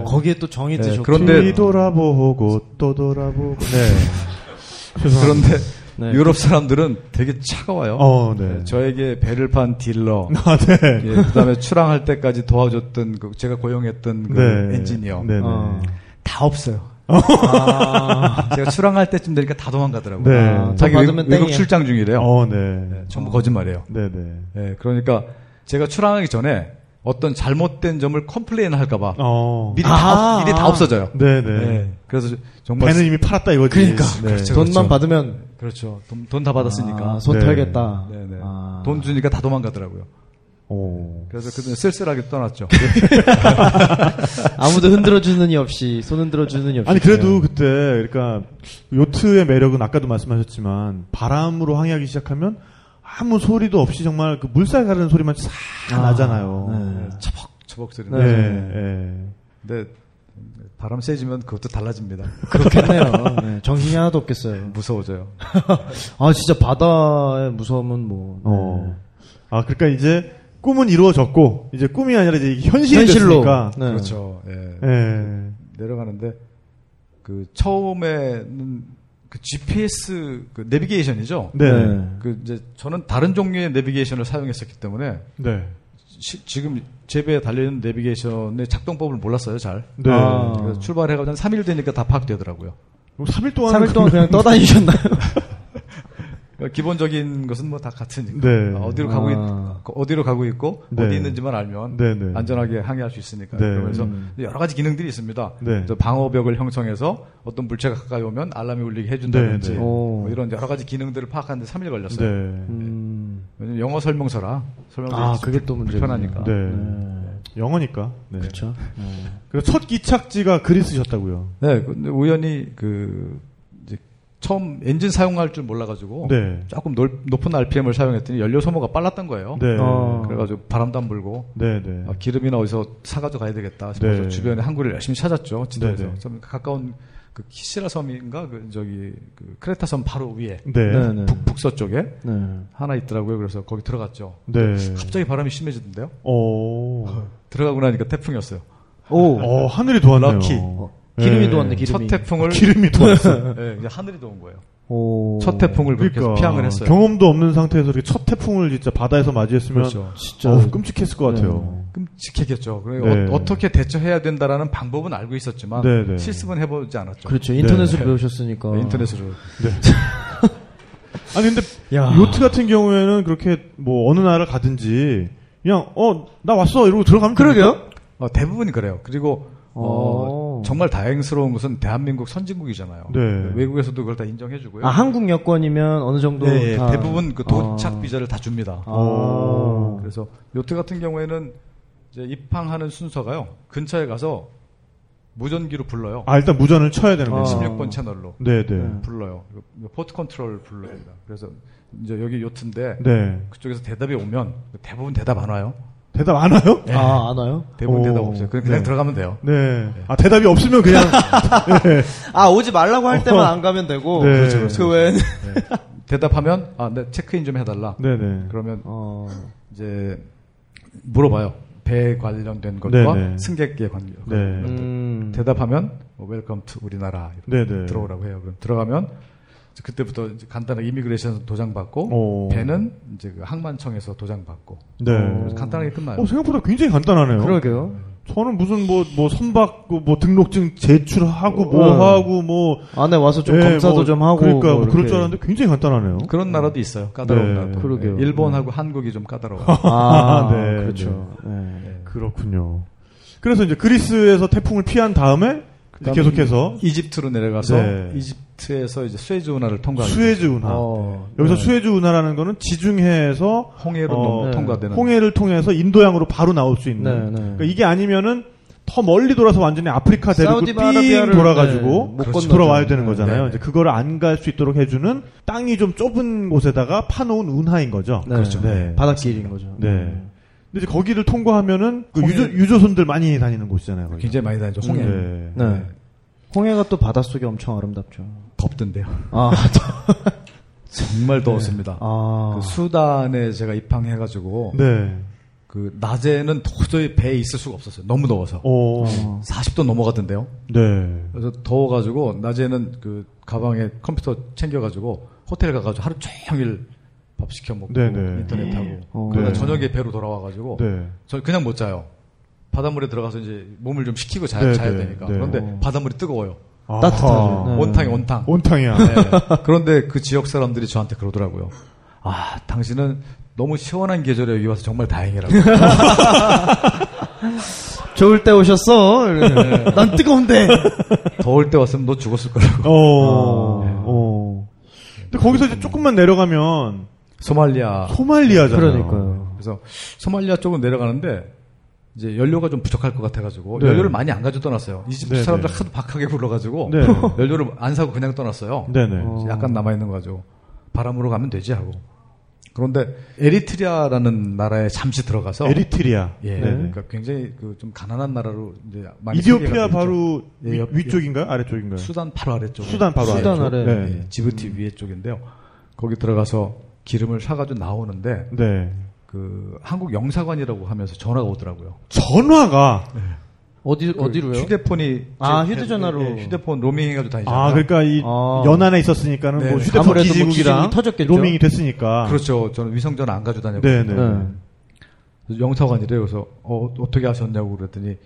B: 아, 거기에 또 정이
C: 네,
B: 드셨고
C: 그런데-
A: 뒤돌아보고 또 돌아보고. 네. 죄송합니다.
C: 그런데
B: 네.
C: 유럽 사람들은 되게 차가워요.
A: 어, 네.
C: 저에게 배를 판 딜러,
A: 아, 네.
C: 예, 그다음에 출항할 때까지 도와줬던 그 제가 고용했던 그
A: 네.
C: 엔지니어
A: 네, 네.
B: 어.
C: 다 없어요.
B: 아,
C: 제가 출항할 때쯤 되니까 다 도망가더라고요.
A: 네.
B: 아,
C: 자기
B: 더
C: 외,
B: 받으면
C: 외국
B: 땡이야.
C: 출장 중이래요.
A: 어, 네.
C: 네, 전부 거짓말이에요.
A: 네, 네.
C: 예, 그러니까 제가 출항하기 전에 어떤 잘못된 점을 컴플레인 할까봐
A: 어.
C: 미리,
B: 아.
C: 다, 없- 미리 다 없어져요.
A: 네,
C: 네.
A: 네.
C: 그래서 정말
A: 배는 이미 팔았다 이거지.
C: 그러니까.
A: 네.
C: 그렇죠.
B: 돈만 받으면
C: 그렇죠. 돈 다 받았으니까.
B: 아, 손
A: 네.
B: 털겠다.
C: 네네.
B: 아.
C: 돈 주니까 다 도망가더라고요.
A: 오.
C: 그래서 그때 쓸쓸하게 떠났죠.
B: 네. 아무도 흔들어 주는 이 없이 손 흔들어 주는 이 없이.
C: 그렇죠.
A: 아니
C: 네.
A: 그래도
B: 그냥.
A: 그때 그러니까 요트의 매력은 아까도 말씀하셨지만 바람으로 항해하기 시작하면 아무 소리도 없이 정말 그 물살 가르는 소리만 싹
B: 아,
A: 나잖아요.
B: 네.
C: 처벅처벅 소리.
A: 네.
C: 네.
A: 네.
C: 근데 바람 세지면 그것도 달라집니다.
B: 그렇겠네요. 네, 정신이 하나도 없겠어요.
C: 무서워져요.
B: 아 진짜 바다의 무서움은 뭐.
A: 어. 아 그러니까 이제 꿈은 이루어졌고 이제 꿈이 아니라 이제 이게 현실이
B: 현실로.
A: 됐으니까.
B: 네.
C: 그렇죠. 예.
A: 예.
C: 내려가는데 그 처음에는 그 GPS 그 내비게이션이죠.
A: 네. 네.
B: 네.
C: 그 이제 저는 다른 종류의 내비게이션을 사용했었기 때문에
A: 네.
C: 시- 지금 제 배에 달려있는 내비게이션의 작동법을 몰랐어요, 잘.
A: 네.
B: 아.
C: 그래서 출발해가지고 한 3일 되니까 다 파악되더라고요.
A: 그럼 3일 동안
B: 3일 동안 그냥 떠다니셨나요?
C: 그러니까 기본적인 것은 뭐 다 같으니까.
A: 네.
C: 아, 어디로 가고 있,
B: 아.
C: 어디로 가고 있고
A: 네.
C: 어디 있는지만 알면
A: 네, 네.
C: 안전하게 항해할 수 있으니까.
A: 네.
C: 그래서
B: 음.
C: 여러 가지 기능들이 있습니다.
A: 네.
C: 그래서 방어벽을 형성해서 어떤 물체가 가까이 오면 알람이 울리게 해준다든지
A: 네, 네.
B: 오.
C: 뭐 이런 여러 가지 기능들을 파악하는데 3일 걸렸어요.
A: 네.
B: 음.
C: 왜냐면 영어 설명서라 설명서
B: 아, 그게 또
C: 불편하니까.
A: 네.
C: 네.
A: 영어니까. 네.
B: 그렇죠. 네.
A: 그래서 첫 기착지가 그리스셨다고요.
C: 네, 근데 우연히 그 이제 처음 엔진 사용할 줄 몰라가지고
A: 네.
C: 조금 놀- 높은 RPM을 사용했더니 연료 소모가 빨랐던 거예요.
A: 네.
B: 어.
C: 그래가지고 바람도 안 불고
A: 네, 네.
C: 아, 기름이나 어디서 사가지고 가야 되겠다 싶어서
A: 네.
C: 주변에 항구를 열심히 찾았죠. 지도에서
A: 네네.
C: 좀 가까운 그 키시라 섬인가 그 저기 그 크레타 섬 바로 위에
A: 네.
B: 네.
C: 북, 북서 쪽에
B: 네.
C: 하나 있더라고요. 그래서 거기 들어갔죠.
A: 네. 아.
C: 갑자기 바람이 심해지던데요.
A: 오.
C: 들어가고 나니까 태풍이었어요.
B: 오.
A: 어, 하늘이 도왔네요.
C: 럭키.
B: 어, 기름이
A: 네.
B: 도왔네, 기름이.
C: 첫 태풍을
A: 기름이 도왔어.
C: 예, 이제 하늘이 도온 거예요.
B: 오.
C: 첫 태풍을 그렇게 해서
A: 그러니까
C: 피항을 했어요.
A: 경험도 없는 상태에서 이렇게 첫 태풍을 진짜 바다에서 맞이했으면
C: 그렇죠. 네.
B: 진짜.
A: 어우, 끔찍했을 것 같아요.
C: 끔찍했겠죠. 그리고
A: 네.
C: 어, 떻게 대처해야 된다라는 방법은 알고 있었지만
A: 네네.
C: 실습은 해보지 않았죠.
B: 그렇죠. 인터넷으로
C: 네.
B: 배우셨으니까.
C: 네, 인터넷으로.
A: 아니 근데
B: 야.
A: 요트 같은 경우에는 그렇게 뭐 어느 나라 가든지 그냥 어 나 왔어 이러고 들어가면
B: 그러게요.
C: 어, 대부분이 그래요. 그리고 어,
B: 오.
C: 정말 다행스러운 것은 대한민국 선진국이잖아요.
A: 네.
C: 외국에서도 그걸 다 인정해주고요.
B: 아, 한국 여권이면 어느 정도.
A: 예,
C: 네,
B: 다-
C: 대부분 그 도착
B: 아.
C: 비자를 다 줍니다.
B: 아.
C: 그래서 요트 같은 경우에는 이제 입항하는 순서가요. 근처에 가서 무전기로 불러요.
A: 아 일단 무전을 쳐야 되는 거죠.
B: 아.
C: 16번 채널로
A: 네, 네.
C: 불러요. 이거 포트 컨트롤 불러요. 그래서 이제 여기 요트인데
A: 네.
C: 그쪽에서 대답이 오면 대부분 대답 안 와요.
A: 대답 안 와요?
B: 아, 안 와요?
C: 대부분
A: 오.
C: 대답 없어요. 그냥, 그냥
A: 네.
C: 들어가면 돼요.
A: 네. 아 대답이 없으면 그냥
B: 아, 오지 말라고 할 때만 안 가면 되고.
A: 어. 네. 그렇죠, 그렇죠.
B: 그 외에는.
C: 대답하면 아, 네, 체크인 좀 해달라.
A: 네, 네.
C: 그러면
B: 어.
C: 이제 물어봐요. 배 관련된 것과
A: 네네.
C: 승객에 관계.
A: 네.
B: 음.
C: 대답하면 웰컴 투 우리나라 이렇게
A: 네네.
C: 들어오라고 해요. 그럼 들어가면 이제 그때부터 이제 간단하게 이미그레이션 도장 받고
A: 오.
C: 배는 이제 그 항만청에서 도장 받고
A: 어. 네.
C: 그래서 간단하게 끝나요.
A: 어, 생각보다 굉장히 간단하네요.
B: 그러게요.
A: 저는 무슨 뭐, 뭐 선박, 그뭐 등록증 제출하고 뭐
B: 어.
A: 하고 뭐.
B: 안에 와서 좀
A: 예,
B: 검사도
A: 뭐
B: 좀 하고.
A: 그러니까
B: 뭐
A: 뭐 그럴
B: 이렇게.
A: 줄 알았는데 굉장히 간단하네요.
C: 그런 나라도 있어요. 까다로운
A: 네,
C: 나라도.
B: 그러게요.
C: 예, 일본하고 한국이 좀 까다로워요.
B: 아,
A: 네,
B: 그렇죠. 네.
A: 그, 렇군요 그래서 이제 그리스에서 태풍을 피한 다음에 이제
C: 그다음에
A: 계속해서
C: 이집트로 내려가서
A: 네.
C: 이집트에서 이제 수에즈 운하를 통과하는
A: 수에즈 운하.
C: 어,
A: 아, 네. 여기서 수에즈 운하라는 거는 지중해에서
C: 홍해로
A: 어,
B: 네.
C: 넘- 통과되는
A: 홍해를 통해서 인도양으로 바로 나올 수 있는.
B: 네, 네.
A: 그러니까 이게 아니면은 더 멀리 돌아서 완전히 아프리카 대륙을 삥
B: 사우디아라비아를,
A: 돌아가지고
B: 네, 못
A: 그렇죠.
B: 건너죠.
A: 돌아와야 되는 거잖아요.
C: 네.
A: 이제 그거를 안 갈 수 있도록 해주는 땅이 좀 좁은 곳에다가 파놓은 운하인 거죠.
B: 네.
A: 그렇죠. 네.
B: 바닷길인 거죠. 음.
A: 네. 근데 이제 거기를 통과하면은 그
C: 홍해.
A: 유조, 유조선들 많이 다니는 곳이잖아요. 거기.
C: 굉장히 많이 다니죠. 홍해.
A: 네.
B: 네. 홍해가 또 바닷속이 엄청 아름답죠.
C: 덥던데요.
B: 아,
A: 네.
C: 정말 더웠습니다.
B: 아.
C: 그 수단에 제가 입항해가지고
A: 네.
C: 그 낮에는 도저히 배에 있을 수가 없었어요. 너무 더워서
A: 어.
C: 40도 넘어갔던데요.
A: 네.
C: 그래서 더워가지고 낮에는 그 가방에 컴퓨터 챙겨가지고 호텔 가가지고 하루 종일 밥 시켜 먹고
A: 네네.
C: 인터넷 하고
B: 어.
C: 그러다
A: 네.
C: 저녁에 배로 돌아와가지고
A: 네.
C: 저 그냥 못 자요. 바닷물에 들어가서 이제 몸을 좀 식히고 자,
A: 네,
C: 야
A: 네,
C: 되니까.
A: 네.
C: 그런데 바닷물이 뜨거워요.
A: 아.
B: 따뜻하죠. 네.
C: 온탕이 온탕.
A: 온탕이야.
C: 네. 그런데 그 지역 사람들이 저한테 그러더라고요. 아, 당신은 너무 시원한 계절에 여기 와서 정말 다행이라고.
B: 좋을 때 오셨어.
A: 네.
B: 이러면서. 난 뜨거운데.
C: 더울 때 왔으면 너 죽었을 거라고.
A: 네. 어. 어. 근데 거기서 이제 조금만 내려가면
C: 소말리아.
A: 소말리아잖아요.
B: 그러니까요.
C: 그래서 소말리아 쪽은 내려가는데 이제 연료가 좀 부족할 것 같아가지고
A: 네.
C: 연료를 많이 안 가지고 떠났어요. 이집트
A: 네,
C: 사람들
A: 네.
C: 하도 박하게 굴러가지고
A: 네.
C: 연료를 안 사고 그냥 떠났어요.
A: 네네.
B: 어.
C: 약간 남아있는 거죠. 바람으로 가면 되지 하고. 그런데 에리트리아라는 나라에 잠시 들어가서
A: 에리트리아.
C: 예,
A: 네네.
C: 그러니까 굉장히 그 좀 가난한 나라로 이제 많이
A: 이디오피아
C: 소개가 되죠.
A: 바로
C: 예,
A: 위-
C: 옆-
A: 위쪽인가요? 아래쪽인가요?
C: 수단 바로 아래쪽
A: 수단 바로
B: 수단
A: 아래쪽.
B: 아래.
A: 네.
C: 예, 지부티 위에 쪽인데요. 거기 들어가서 기름을 사가지고 나오는데
A: 네.
C: 그 한국 영사관이라고 하면서 전화가 오더라고요.
A: 전화가
B: 어디
C: 그
B: 어디로요?
C: 휴대폰이
B: 아,
C: 제-
B: 휴대전화로.
C: 예, 휴대폰 로밍해가지고 다니잖아요.
A: 아 그러니까 이
B: 아.
A: 연안에 있었으니까는
C: 네네.
A: 뭐 휴대폰
B: 아무래도 뭐
A: 기지국이랑
B: 기지국이 터졌겠죠.
A: 로밍이 됐으니까.
C: 그렇죠. 저는 위성전화 안 가지고 다녔고
A: 네네.
B: 네.
C: 영사관이래요. 그래서 어, 어떻게 하셨냐고 그랬더니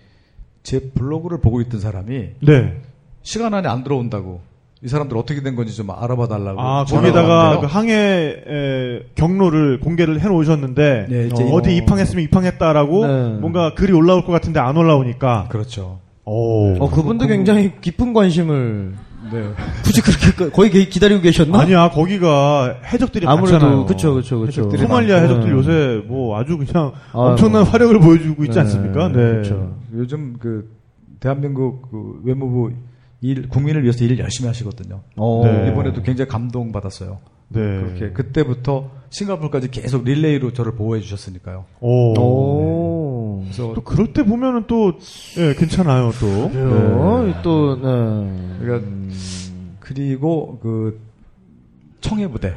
C: 제 블로그를 보고 있던 사람이
A: 네.
C: 시간 안에 안 들어온다고 이 사람들 어떻게 된 건지 좀 알아봐 달라고.
A: 아
C: 전화가
A: 거기다가
C: 왔는데요.
A: 그 항해 에, 경로를 공개를 해놓으셨는데
C: 네, 이제
A: 어, 디 입항했으면 입항했다라고
B: 네.
A: 뭔가 글이 올라올 것 같은데 안 올라오니까.
C: 그렇죠.
A: 오.
B: 어 그분도 굉장히 깊은 관심을
C: 네.
B: 굳이 그렇게 거의 기- 기다리고 계셨나?
A: 아니야 거기가 해적들이 많잖아요.
B: 아무래도 그렇죠, 그렇죠, 그렇죠.
C: 해적들이
A: 소말리아 해적들
B: 네.
A: 요새 뭐 아주 그냥
B: 아,
A: 엄청난
B: 뭐.
A: 화력을 보여주고 있지
B: 네,
A: 않습니까? 네.
B: 그렇죠.
C: 요즘 그 대한민국 그 외무부 일 국민을 위해서 일 열심히 하시거든요.
B: 어.
A: 네.
C: 이번에도 굉장히 감동 받았어요.
A: 네.
C: 그렇게 그때부터 싱가포르까지 계속 릴레이로 저를 보호해 주셨으니까요.
A: 오.
B: 오.
C: 그래서
A: 또 그럴 때 보면은 또 예, 괜찮아요 또.
B: 네. 그래요. 어, 또 네.
C: 그러니까 그리고 그 청해부대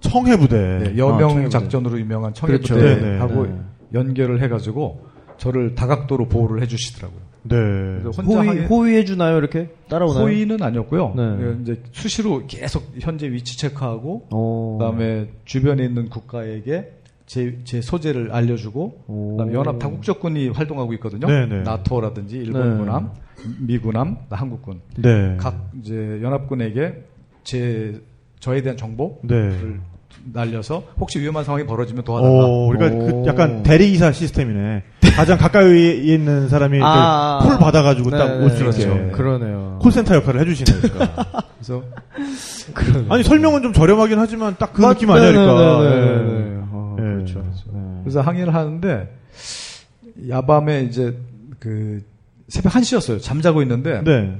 A: 청해 부대.
C: 네,
B: 아,
C: 여명
B: 청해부대.
C: 작전으로 유명한
B: 그렇죠.
C: 청해부대하고
B: 네, 네.
C: 연결을 해가지고 저를 다각도로 보호를 해주시더라고요.
A: 네.
C: 그래서 혼자
B: 호위
C: 항해-
B: 호위해 주나요 이렇게 따라오나요?
C: 호의는 아니었고요.
B: 네.
C: 이제 수시로 계속 현재 위치 체크하고
A: 어.
B: 오.
C: 그다음에 주변에 있는 국가에게 제, 제 소재를 알려주고
B: 오.
C: 그다음에 연합 다국적군이 활동하고 있거든요.
A: 네네.
C: 나토라든지 일본
B: 네.
C: 군함, 미 군함, 한국군
A: 네.
C: 각 이제 연합군에게 제 저에 대한 정보를
A: 네.
C: 날려서 혹시 위험한 상황이 벌어지면 도와달라.
A: 오, 그러니까 그
B: 오.
A: 약간 대리기사 시스템이네. 가장 가까이 있는 사람이 이렇게
B: 아, 아.
A: 콜 받아가지고 딱 올 수 있게
B: 그렇죠. 그러네요.
A: 콜센터 역할을 해주시네. 그러니까.
C: 그래서
B: 그러네요.
A: 아니 설명은 좀 저렴하긴 하지만 딱 그
B: 맞-
A: 느낌 아니야, 그러니까.
B: 네네네.
A: 예.
B: 네. 어,
A: 예.
B: 그렇죠. 네.
C: 그래서 항해를 하는데 야밤에 이제 그 새벽 1시였어요. 잠자고
B: 아, 그렇죠,
C: 있는데
A: 네.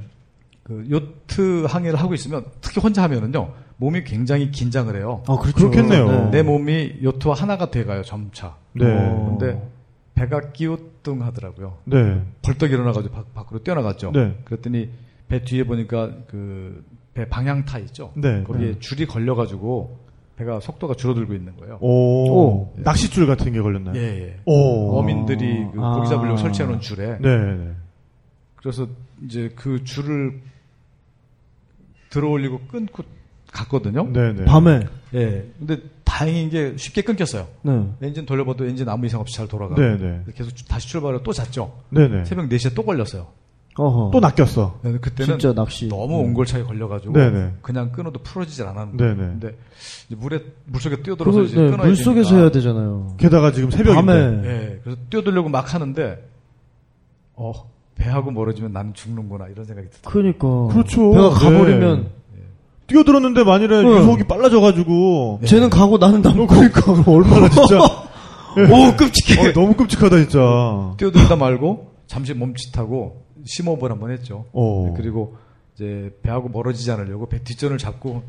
C: 그 요트 항해를 하고 있으면 특히 혼자 하면은요 몸이 굉장히 긴장을 해요.
B: 아, 그렇죠.
A: 그렇겠네요.
B: 네.
C: 내 몸이 요트와 하나가 돼가요 점차.
A: 네.
B: 어.
C: 근데 배가 끼우뚱하더라고요.
A: 네.
C: 벌떡 일어나가지고 밖- 밖으로 뛰어나갔죠.
A: 네.
C: 그랬더니 배 뒤에 보니까 그 배 방향타 있죠.
A: 네.
C: 거기에 줄이 걸려가지고 배가 속도가 줄어들고 있는 거예요.
A: 오.
B: 오.
A: 낚싯줄 같은 게 걸렸나요?
C: 예, 예.
A: 오.
C: 어민들이 그
B: 아.
C: 고기 잡으려고 설치해놓은 줄에
A: 네. 네.
C: 그래서 이제 그 줄을 들어올리고 끊고 갔거든요.
A: 네. 네.
B: 밤에
C: 예. 근데 다행인 게 쉽게 끊겼어요.
B: 네.
C: 엔진 돌려봐도 엔진 아무 이상 없이 잘 돌아가고.
A: 네. 네.
C: 계속 주- 다시 출발을 또 잤죠.
A: 네네.
C: 새벽 4시에 또 걸렸어요.
B: 어허.
A: 또 낚였어. 음.
C: 네, 그때는
B: 진짜 낚시.
C: 너무 옹골차게 걸려가지고
A: 네. 네네.
C: 그냥 끊어도 풀어지질 않았는데
A: 네네.
C: 이제 물에 물속에 뛰어들어서
B: 그거
C: 이제
B: 네,
C: 끊어야
B: 물 속에서
C: 되니까.
B: 해야 되잖아요.
A: 게다가 지금 새벽인데.
B: 밤에.
C: 예, 그래서 뛰어들려고 막 하는데 어 배하고 멀어지면 나는 죽는구나 이런 생각이 들더라고요.
B: 그러니까.
A: 그렇죠.
B: 배가
A: 네.
B: 가버리면
A: 뛰어들었는데 만일에
B: 네.
A: 유속이 빨라져가지고.
B: 쟤는 가고 나는 남고.
A: 네. 그러니까 얼마나 진짜.
B: 오 끔찍해.
A: 어, 너무 끔찍하다 진짜.
B: 그
C: 뛰어들다 말고 잠시 멈칫하고 심호흡을 한번 했죠.
A: 어.
C: 네, 그리고 이제 배하고 멀어지지 않으려고 배 뒷전을 잡고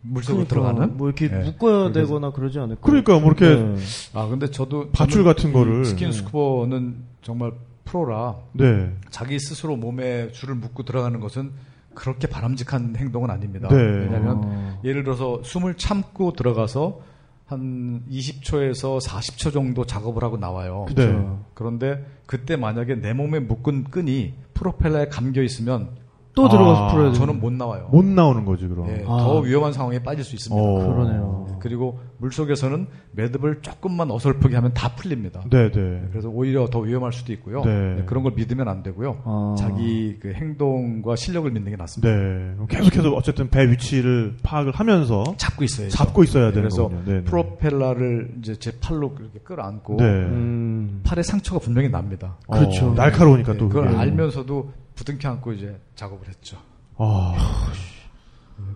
C: 물속으로
B: 그러니까
C: 들어가는.
B: 뭐 이렇게
C: 예.
B: 묶어야 되거나 그러지 않을까.
A: 네. 그러니까 뭐 이렇게
B: 네.
C: 아 근데 저도
A: 밧줄
C: 저는 음,
A: 같은 거를.
C: 스킨 스쿠버는 정말 프로라
A: 네.
C: 자기 스스로 몸에 줄을 묶고 들어가는 것은 그렇게 바람직한 행동은 아닙니다.
A: 네.
C: 왜냐하면 예를 들어서 숨을 참고 들어가서 한 20초에서 40초 정도 작업을 하고 나와요. 그렇죠.
A: 그쵸. 네.
C: 그런데 그때 만약에 내 몸에 묶은 끈이 프로펠러에 감겨 있으면
B: 또 들어가서
A: 아,
B: 풀어야 돼.
C: 저는 못 나와요.
A: 못 나오는 거지 그럼.
C: 예,
B: 아.
C: 더 위험한 상황에 빠질 수 있습니다.
B: 뭐.
A: 어.
B: 그러네요.
C: 그리고 물속에서는 매듭을 조금만 어설프게 하면 다 풀립니다.
A: 네네.
C: 그래서 오히려 더 위험할 수도 있고요.
A: 네.
C: 네, 그런 걸 믿으면 안 되고요.
B: 아.
C: 자기 그 행동과 실력을 믿는 게 낫습니다.
A: 네. 계속해서 어쨌든 배 위치를 파악을 하면서
C: 잡고 있어요.
A: 잡고 있어야 되는
C: 그래서
A: 거군요. 네네.
C: 프로펠러를 이제 제 팔로 이렇게 끌어안고
A: 네.
B: 음.
C: 팔에 상처가 분명히 납니다.
A: 어,
B: 그렇죠.
A: 날카로우니까
C: 네,
A: 또
C: 그걸
A: 그게.
C: 알면서도 부둥켜 안고 이제 작업을 했죠.
A: 아.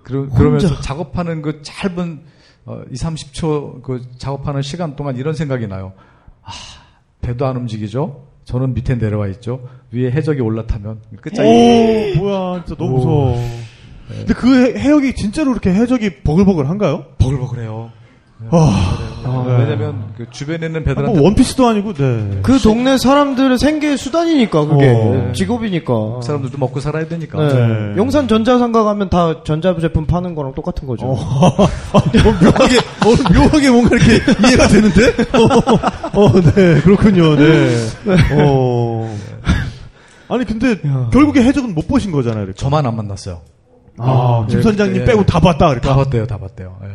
C: 그러, 그러면서 작업하는 그 짧은 어, 2, 30초 그 작업하는 시간 동안 이런 생각이 나요. 아, 배도 안 움직이죠. 저는 밑에 내려와 있죠. 위에 해적이 올라타면 끝장이
A: 오, 뭐야, 진짜 너무 무서워. 근데 그 해- 해역이 진짜로 이렇게 해적이 버글버글한가요?
C: 네. 버글버글해요.
A: 아,
C: 어,
A: 네.
C: 왜냐면 그 주변에 있는
A: 뭐
C: 배들한테
A: 원피스도 아니고, 네.
B: 그 동네 사람들의 생계 수단이니까 그게 네.
A: 어.
B: 직업이니까.
C: 사람들도 먹고 살아야 되니까.
B: 네.
A: 네.
B: 용산 전자상가 가면 다 전자제품 파는 거랑 똑같은 거죠.
A: 어, 너무 묘하게, 어, 묘하게 뭔가 이렇게 이해가 되는데? 어, 어, 네, 그렇군요, 네. 어. 아니, 근데 결국에 해적은 못 보신 거잖아요, 이렇게.
C: 저만 안 만났어요.
A: 아, 김
C: 예,
A: 선장님
C: 예.
A: 빼고 다 봤다,
C: 다
A: 그러니까.
C: 봤대요, 다 봤대요. 예.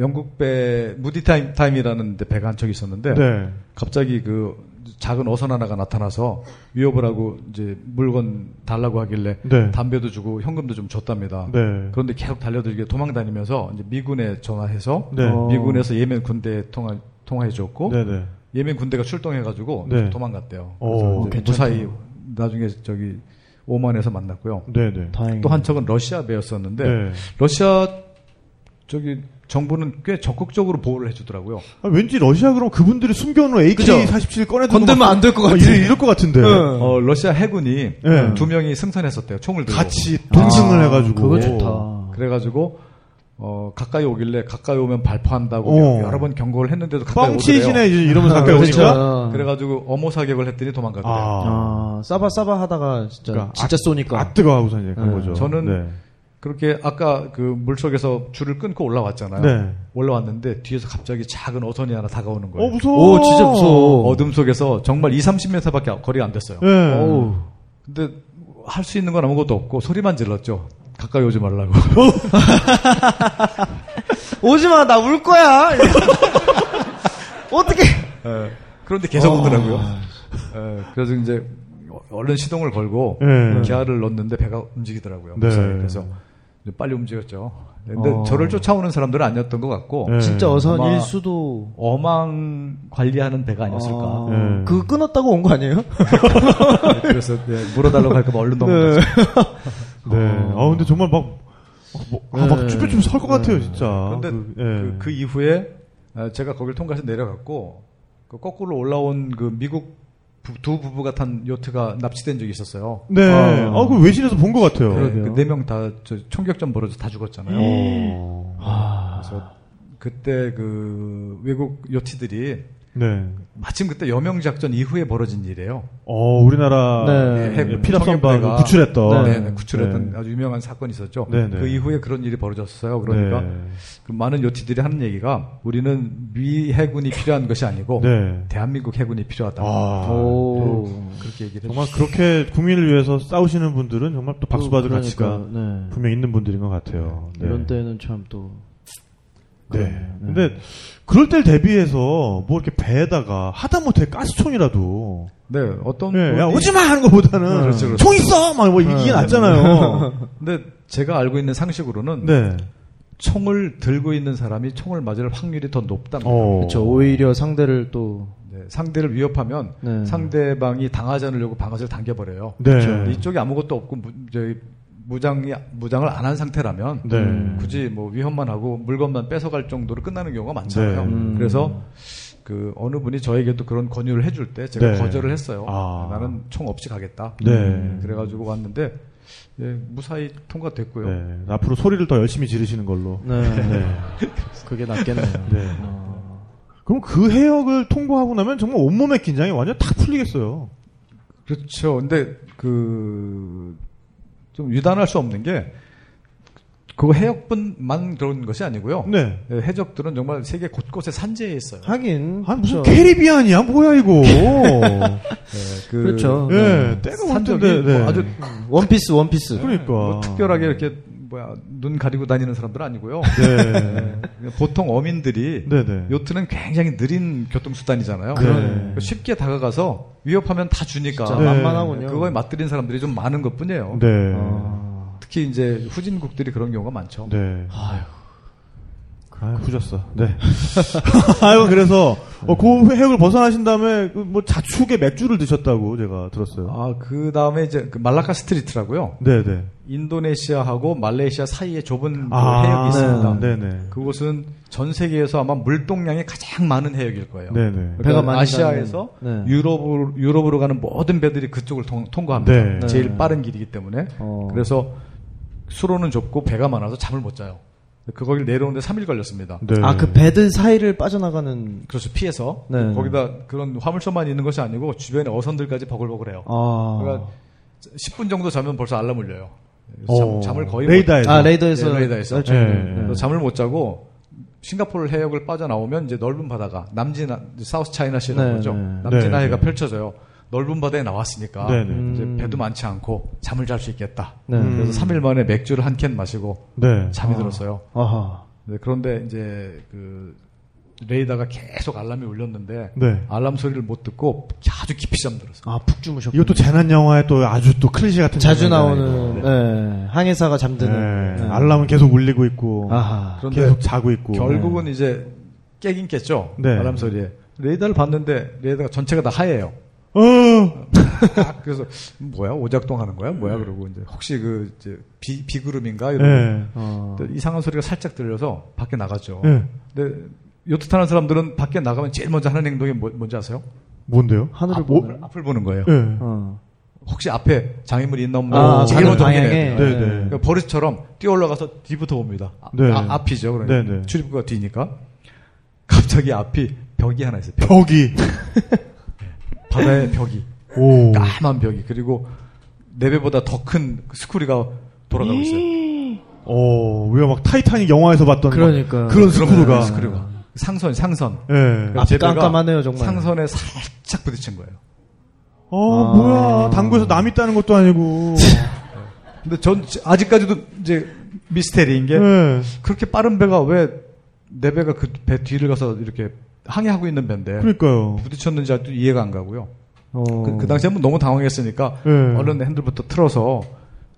C: 영국 배 무디 타임 타임이라는 데 배가 한 척 있었는데
A: 네.
C: 갑자기 그 작은 어선 하나가 나타나서 위협을 하고 이제 물건 달라고 하길래
A: 네.
C: 담배도 주고 현금도 좀 줬답니다.
A: 네.
C: 그런데 계속 달려들게 도망다니면서 이제 미군에 전화해서
A: 네.
B: 어.
C: 미군에서 예멘 군대에 통화 통화해 줬고
A: 네네.
C: 예멘 군대가 출동해가지고
A: 네.
C: 도망갔대요.
A: 오,
C: 그래서 이제 무사히 나중에 저기 오만에서 만났고요.
A: 네네. 네.
B: 다행히.
C: 또 한 척은 러시아 배였었는데 러시아 저기 정부는 꽤 적극적으로 보호를 해주더라고요.
A: 아, 왠지 러시아 그럼 그분들이 숨겨놓은 AK-47 꺼내도
B: 건들면 안될것 같아.
A: 이럴, 이럴 것 같은데.
B: 응.
C: 어, 러시아 해군이
A: 네.
C: 두 명이 승선했었대요. 총을 들고
A: 같이 동승을
B: 아,
A: 해가지고.
B: 그거 좋다.
C: 그래가지고 어, 가까이 오길래 가까이 오면 발포한다고
A: 어.
C: 여러 번 경고를 했는데도 가까이 오더래요.
A: 뻥치시네 이제 이러면서 가까이
B: 그렇죠.
A: 오니까.
C: 그래가지고 어모 사격을 했더니 도망갔대요.
A: 아,
B: 아, 싸바 싸바 하다가 진짜
A: 그러니까
B: 진짜 쏘니까.
A: 아 뜨거 하고서 이제 간
B: 네.
A: 거죠.
C: 저는
A: 네.
C: 그렇게 아까 그 물속에서 줄을 끊고 올라왔잖아요.
A: 네.
C: 올라왔는데 뒤에서 갑자기 작은 어선이 하나 다가오는 거예요.
A: 어 무서워.
B: 오, 진짜 무서워.
C: 어둠 속에서 정말 2, 30m밖에 거리가 안 됐어요.
A: 네.
B: 예. 어우.
C: 근데 할 수 있는 건 아무것도 없고 소리만 질렀죠. 가까이 오지 말라고.
A: 어?
B: 오지 마, 나 울 거야. 어떻게?
C: 예. 그런데
A: 아.
C: 계속 오더라고요. 예, 그래서 이제 얼른 시동을 걸고
A: 예.
C: 기아를 넣었는데 배가 움직이더라고요.
A: 네.
C: 무사히. 그래서 이제 빨리 움직였죠. 근데
B: 어.
C: 저를 쫓아오는 사람들은 아니었던 것 같고
A: 예.
B: 진짜
C: 네. 아마
B: 어선일 수도.
C: 어망 관리하는 배가 아니었을까.
B: 아,
A: 예.
B: 그거 끊었다고 온 거 아니에요?
C: 네, 그래서 예, 물어달라고 할까봐 얼른 넘어갔죠.
A: 네. 아 근데 정말 막. 막 뭐- 아, 막
B: 네.
A: 쭈뼛쭈뼛 설 것 같아요, 진짜.
C: 근데 그,
A: 예.
C: 그 이후에 아, 제가 거길 통과해서 내려갔고 그 거꾸로 올라온 그 미국 부- 두 부부가 탄 요트가 납치된 적이 있었어요.
A: 네.
B: 아.
A: 아, 그 외신에서 본 것 같아요. 음.
B: 그러게요.
C: 네 명 다 총격전 벌어져 다 죽었잖아요.
A: 오.
C: 네. 그래서 그때 그 외국 요티들이
A: 네.
C: 마침 그때 여명 작전 이후에 벌어진 일이에요.
A: 어, 우리나라
B: 네.
A: 예,
C: 핵
A: 피랍선박
C: 청약대가
A: 구출했던.
C: 네, 네, 구출했던
A: 네.
C: 아주 유명한 사건이 있었죠.
A: 네, 네.
C: 그 이후에 그런 일이 벌어졌어요. 그러니까
A: 네.
C: 그 많은 요티들이 하는 얘기가 우리는 미 해군이 필요한 것이 아니고
A: 네.
C: 어. 대한민국 해군이 필요하다.
A: 아.
B: 오.
C: 그렇게 얘기를
A: 정말 그렇게 국민을 위해서 싸우시는 분들은 정말 또 박수 받을
B: 그러니까,
A: 가치가
B: 네.
A: 분명 히 있는 분들인 것 같아요. 네.
B: 이런 때는 참 또.
A: 네.
C: 음,
A: 근데 그럴 때 대비해서 뭐 이렇게 배에다가 하다못해 가스총이라도
C: 네, 어떤
A: 예,
C: 분이-
A: 야 오지마 하는 것보다는
C: 그렇죠, 그렇죠.
A: 총 있어 막 뭐 이게 낫잖아요.
C: 근데 제가 알고 있는 상식으로는
A: 네.
C: 총을 들고 있는 사람이 총을 맞을 확률이 더 높답니다.
A: 어.
B: 그렇죠. 오히려 상대를 또.
C: 네, 상대를 위협하면
B: 네.
C: 상대방이 당하지 않으려고 방아쇠를 당겨버려요.
A: 네.
C: 근데 이쪽에 아무것도 없고 무, 저희 무장이 무장을 안 한 상태라면
A: 네.
C: 굳이 뭐 위협만 하고 물건만 뺏어갈 정도로 끝나는 경우가 많잖아요.
A: 네.
B: 음.
C: 그래서 그 어느 분이 저에게도 그런 권유를 해줄 때 제가
A: 네.
C: 거절을 했어요.
A: 아.
C: 나는 총 없이 가겠다.
A: 네.
C: 음, 그래가지고 왔는데 예, 무사히 통과됐고요.
A: 네. 앞으로 소리를 더 열심히 지르시는 걸로.
B: 네.
A: 네.
B: 그게 낫겠네요. 아.
A: 네. 그럼 그 해역을 통과하고 나면 정말 온몸의 긴장이 완전 탁 풀리겠어요.
C: 그렇죠. 근데 그 좀 유단할 수 없는 게 그 해역뿐만 그런 것이 아니고요.
A: 네.
C: 예, 해적들은 정말 세계 곳곳에 산재해 있어요.
B: 하긴.
A: 아
B: 그렇죠.
A: 무슨 캐리비안이야 뭐야 이거.
C: 예, 그
B: 그렇죠. 네.
A: 예, 때가 올
C: 산적이
A: 텐데. 네.
C: 뭐 아주
B: 음, 원피스, 원피스.
A: 그러니까.
C: 뭐 특별하게 이렇게 뭐야 눈 가리고 다니는 사람들은 아니고요.
A: 네.
C: 그냥 보통 어민들이
A: 네네.
C: 요트는 굉장히 느린 교통수단이잖아요.
A: 그러네.
C: 쉽게 다가가서 위협하면 다 주니까
B: 진짜
A: 네.
B: 만만하군요.
C: 그거에 맞들인 사람들이 좀 많은 것뿐이에요.
A: 네.
B: 아.
C: 특히 이제 후진국들이 그런 경우가 많죠.
A: 네.
B: 아휴.
A: 아, 후졌어. 네. 아유, 그래서, 어, 그 해역을 벗어나신 다음에, 그뭐 자축에 맥주를 드셨다고 제가 들었어요.
C: 아, 그 다음에 이제 그 말라카 스트리트라고요.
A: 네네.
C: 인도네시아하고 말레이시아 사이에 좁은 그
A: 아,
C: 해역이 있습니다.
A: 네, 네네.
C: 그곳은 전 세계에서 아마 물동량이 가장 많은 해역일 거예요.
A: 네네.
C: 그러니까
B: 배가 많이
C: 아시아에서
B: 가는, 네.
C: 유럽으로, 유럽으로 가는 모든 배들이 그쪽을 통, 통과합니다.
A: 네.
B: 네.
C: 제일 빠른 길이기 때문에.
B: 어.
C: 그래서 수로는 좁고 배가 많아서 잠을 못 자요. 그 거길 내려오는데 3일 걸렸습니다.
A: 네.
B: 아, 그 배들 사이를 빠져나가는
C: 그래서 피해서
B: 네.
C: 거기다 그런 화물선만 있는 것이 아니고 주변에 어선들까지 버글버글해요.
B: 아.
C: 그러니까 10분 정도 자면 벌써 알람 울려요.
A: 어.
C: 잠, 잠을 거의 못
A: 레이더에서.
B: 아, 레이더에서.
C: 네, 레이더에서.
B: 알죠.
A: 예,
B: 네.
A: 예.
C: 그래서 잠을 못 자고 싱가포르 해역을 빠져나오면 이제 넓은 바다가 남진 사우스 차이나시라는
B: 네,
C: 거죠.
B: 네.
A: 네,
C: 남진해가
A: 네.
C: 펼쳐져요. 넓은 바다에 나왔으니까
A: 네, 네.
C: 이제
B: 음.
C: 배도 많지 않고 잠을 잘 수 있겠다.
B: 네.
A: 음.
C: 그래서 3일 만에 맥주를 한 캔 마시고
A: 네.
C: 잠이
B: 아.
C: 들었어요.
B: 아하.
C: 네, 그런데 이제 그 레이더가 계속 알람이 울렸는데
A: 네.
C: 알람 소리를 못 듣고 아주 깊이 잠들었어요.
B: 아, 푹 주무셨고.
A: 이것도 재난 영화의 또 아주 또 클리셰
C: 네,
A: 같은
B: 자주
A: 장면이잖아요,
B: 나오는,
A: 이거.
B: 네. 항해사가 잠드는.
A: 네.
B: 네.
A: 알람은 계속 울리고 있고.
B: 아하.
C: 그런데
A: 계속 자고 있고.
C: 결국은 이제 깨긴 깼죠.
A: 네.
C: 알람 소리에. 레이더를 봤는데 레이더가 전체가 다 하얘요.
A: 어!
C: 딱 그래서 뭐야 오작동 하는 거야 뭐야 그러고 이제 혹시 그 이제 비 비구름인가 아, 이러고
A: 예.
B: 어.
C: 또 이상한 소리가 살짝 들려서 밖에 나갔죠.
A: 예.
C: 근데 요트 타는 사람들은 밖에 나가면 제일 먼저 하는 행동이 뭐- 뭔지 아세요?
A: 뭔데요?
B: 하늘을
A: 아, 뭐-
B: 보는.
C: 앞을 보는 거예요.
A: 예.
B: 어. 확실히
C: 혹시 앞에 장애물이 있나 없나
A: 어,
B: 아,
C: 제일
B: 가는
C: 먼저 확인해야
B: 방향에.
C: 돼요.
A: 네, 네.
C: 그러니까 버릇처럼 뛰어 올라가서 뒤부터 봅니다. 아,
A: 네.
C: 아, 앞이죠.
A: 네,
C: 그러니까
A: 네.
C: 출입구가 뒤니까 갑자기 앞이 벽이 하나 있어요. 벽.
A: 예. 벽이.
C: 바다의 벽이
A: 오.
C: 까만 벽이 그리고 네 배보다 더 큰 스쿠리가 돌아가고 있어요.
B: 음.
A: 어, 우리가 막 타이타닉 영화에서 봤던. 막
B: 그러니까요.
A: 그런
C: 그런
A: 스크루가.
C: 모양의 스크루가. 상선, 상선.
A: 예.
C: 그러니까 제배가
B: 깜깜하네요, 정말.
C: 상선에 살짝 부딪힌 거예요.
A: 어,
B: 아.
A: 뭐야. 당구에서 남 있다는 것도 아니고.
C: 근데 전 지- 아직까지도 이제 미스테리인 게
A: 예.
C: 그렇게 빠른 배가 왜 내 배가 그 배 뒤를 가서 이렇게 항해하고 있는 배인데
A: 그러니까요.
C: 부딪혔는지 아직도 이해가 안 가고요.
B: 어.
C: 그, 그 당시에 한번 너무 당황했으니까
A: 예.
C: 얼른 핸들부터 틀어서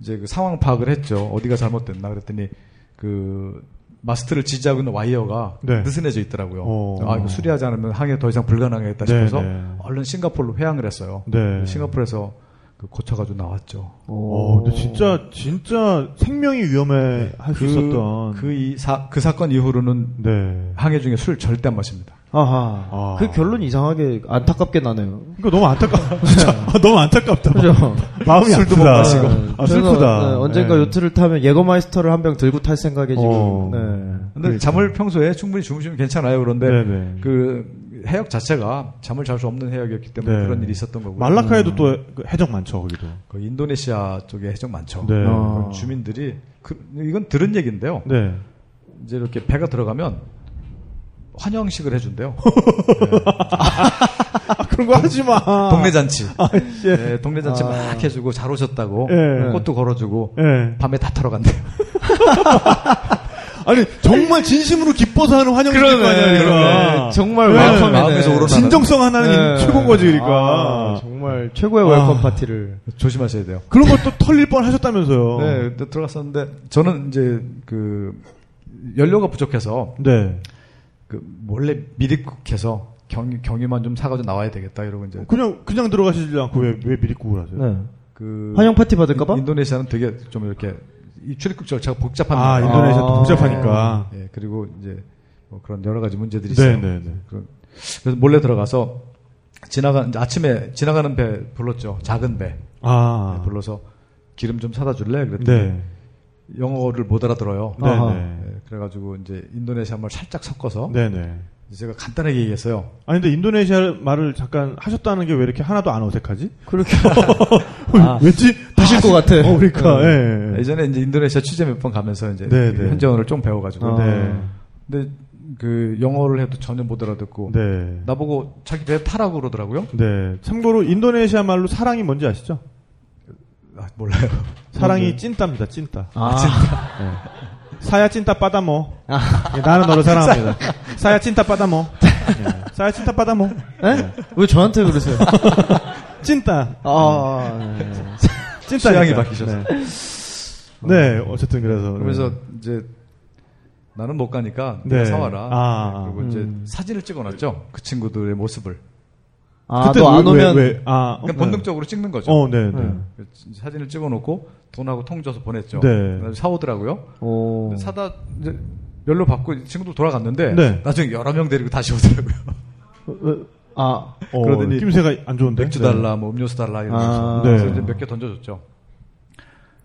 C: 이제 그 상황 파악을 했죠. 어디가 잘못됐나 그랬더니 그 마스트를 지지하고 있는 와이어가
A: 네.
C: 느슨해져 있더라고요.
A: 어.
C: 아 이거 수리하지 않으면 항해 더 이상 불가능하겠다
A: 네,
C: 싶어서
A: 네.
C: 얼른 싱가포르로 회항을 했어요.
A: 네.
C: 싱가포르에서 그 고쳐가지고 나왔죠.
A: 어, 근데 진짜, 진짜 생명이 위험해 할 수 있었던.
C: 네. 그, 그이 사, 그 사건 이후로는
A: 네.
C: 항해 중에 술 절대 안 마십니다.
B: 아하.
A: 아.
B: 그 결론 이상하게 안타깝게 나네요.
A: 그러니까 너무 안타깝다. 진짜. 아, 너무 안타깝다.
B: 그죠? 네.
A: 마음이
C: 술도
A: 아프다.
C: 못 마시고.
B: 저는,
A: 아, 슬프다.
B: 네, 언젠가
A: 예.
B: 요트를 타면 예거마이스터를 한 병 들고 탈 생각에 지금.
A: 어.
B: 네.
C: 근데 잠을 평소에 충분히 주무시면 괜찮아요. 그런데
A: 네네.
C: 그 해역 자체가 잠을 잘 수 없는 해역이었기 때문에
A: 네.
C: 그런 일이 있었던 거고.
A: 말라카에도 또 해- 그 해적 많죠, 거기도.
C: 그 인도네시아 쪽에 해적 많죠.
A: 네.
B: 어.
C: 그 주민들이 그, 이건 들은 얘기인데요.
A: 네.
C: 이제 이렇게 배가 들어가면 환영식을 해준대요.
A: 아, 그런 거 하지 마.
C: 동네 잔치. 네, 동네 잔치 막 해주고 잘 오셨다고
A: 아, 예.
C: 꽃도 걸어주고
A: 예.
C: 밤에 다 털어간대요.
A: 아니, 정말 진심으로 기뻐서 하는 환영일 거 아니야,
B: 그러네.
A: 그러니까.
B: 정말
A: 네.
B: 웰컴이네. 네.
C: 마음에서 우러나는.
A: 진정성 하나는 있는 최고인 거지, 그러니까.
B: 아, 정말 최고의 웰컴
A: 아.
B: 파티를.
C: 조심하셔야 돼요.
A: 그런 것도 털릴 뻔 하셨다면서요.
B: 어.
C: 네, 그때 들어갔었는데 저는 이제 그 연료가 부족해서
A: 네.
C: 그 몰래 미리국해서 경유 경유만 좀 사가지고 나와야 되겠다 이러고 이제
A: 그냥, 그냥 들어가시지 않고 왜, 왜 미리국을 하세요?
B: 네.
C: 그
B: 환영 파티 받을까봐?
C: 인도네시아는 되게 좀 이렇게 이 출입국 절차가 복잡합니다.
A: 아, 인도네시아도
B: 아.
A: 복잡하니까.
C: 예, 그리고 이제 뭐 그런 여러 가지 문제들이 있어요.
A: 네, 네, 네.
C: 그런- 그래서 몰래 들어가서 지나가 이제 아침에 지나가는 배 불렀죠. 작은 배
B: 네,
A: 아.
C: 불러서 기름 좀 사다 줄래? 그랬더니
A: 네.
C: 영어를 못 알아들어요.
A: 네,
B: 아하.
A: 네.
C: 예, 그래가지고 이제 인도네시아 말 살짝 섞어서
A: 네, 네.
C: 제가 간단하게 얘기했어요.
A: 아니, 근데 인도네시아 말을 잠깐 하셨다는 게 왜 이렇게 하나도 안 어색하지?
B: 그렇게.
A: 어, 왠지
B: 드실 것 같아. 네. 음.
A: 어, 그러니까, 예. 예.
C: 예전에 이제 인도네시아 취재 몇 번 가면서 이제
A: 네, 네.
C: 현지언어를 좀 배워가지고
B: 아.
A: 네.
C: 근데 그 영어를 해도 전혀 못 알아듣고
A: 네.
C: 나보고 자기 배 타라고 그러더라고요.
A: 네. 참고로 인도네시아 말로 사랑이 뭔지 아시죠?
C: 아, 몰라요.
A: 사랑이 찐따입니다, 찐따.
B: 아,
A: 네. 사야 찐따 빠다모.
C: 아.
A: 예, 나는 너를 사랑합니다. 사야 찐따 빠다모. 예, 사야 찐따 빠다모.
B: 네? 왜 저한테 그러세요?
A: 찐따.
B: 아, 아, 네.
A: 찐따.
C: 취향이 바뀌셔서. 어.
A: 네. 네, 어쨌든 그래서.
C: 그러면서 이제 나는 못 가니까 내가
A: 네.
C: 사와라.
A: 아,
C: 그리고
B: 음.
C: 이제 사진을 찍어놨죠. 그 친구들의 모습을.
B: 아,
A: 그때
B: 너 안
A: 왜- 왜-
B: 오면
A: 왜- 아, 어,
C: 그러니까 본능적으로 찍는 거죠.
A: 어, 네, 네.
B: 네.
C: 그 사진을 찍어놓고 돈하고 통줘서 보냈죠.
A: 네.
C: 그다음에 사오더라고요.
B: 오.
C: 사다 이제 연락 받고 이 친구들 돌아갔는데
A: 음. 네.
C: 나중에 여러 명 데리고 다시 오더라고요.
B: 아,
A: 어,
C: 그러더니
A: 낌새가 안 좋은데.
C: 맥주 달라, 뭐 음료수 달라 이러면서
B: 아.
C: 그래서
A: 네.
C: 이제 몇 개 던져줬죠.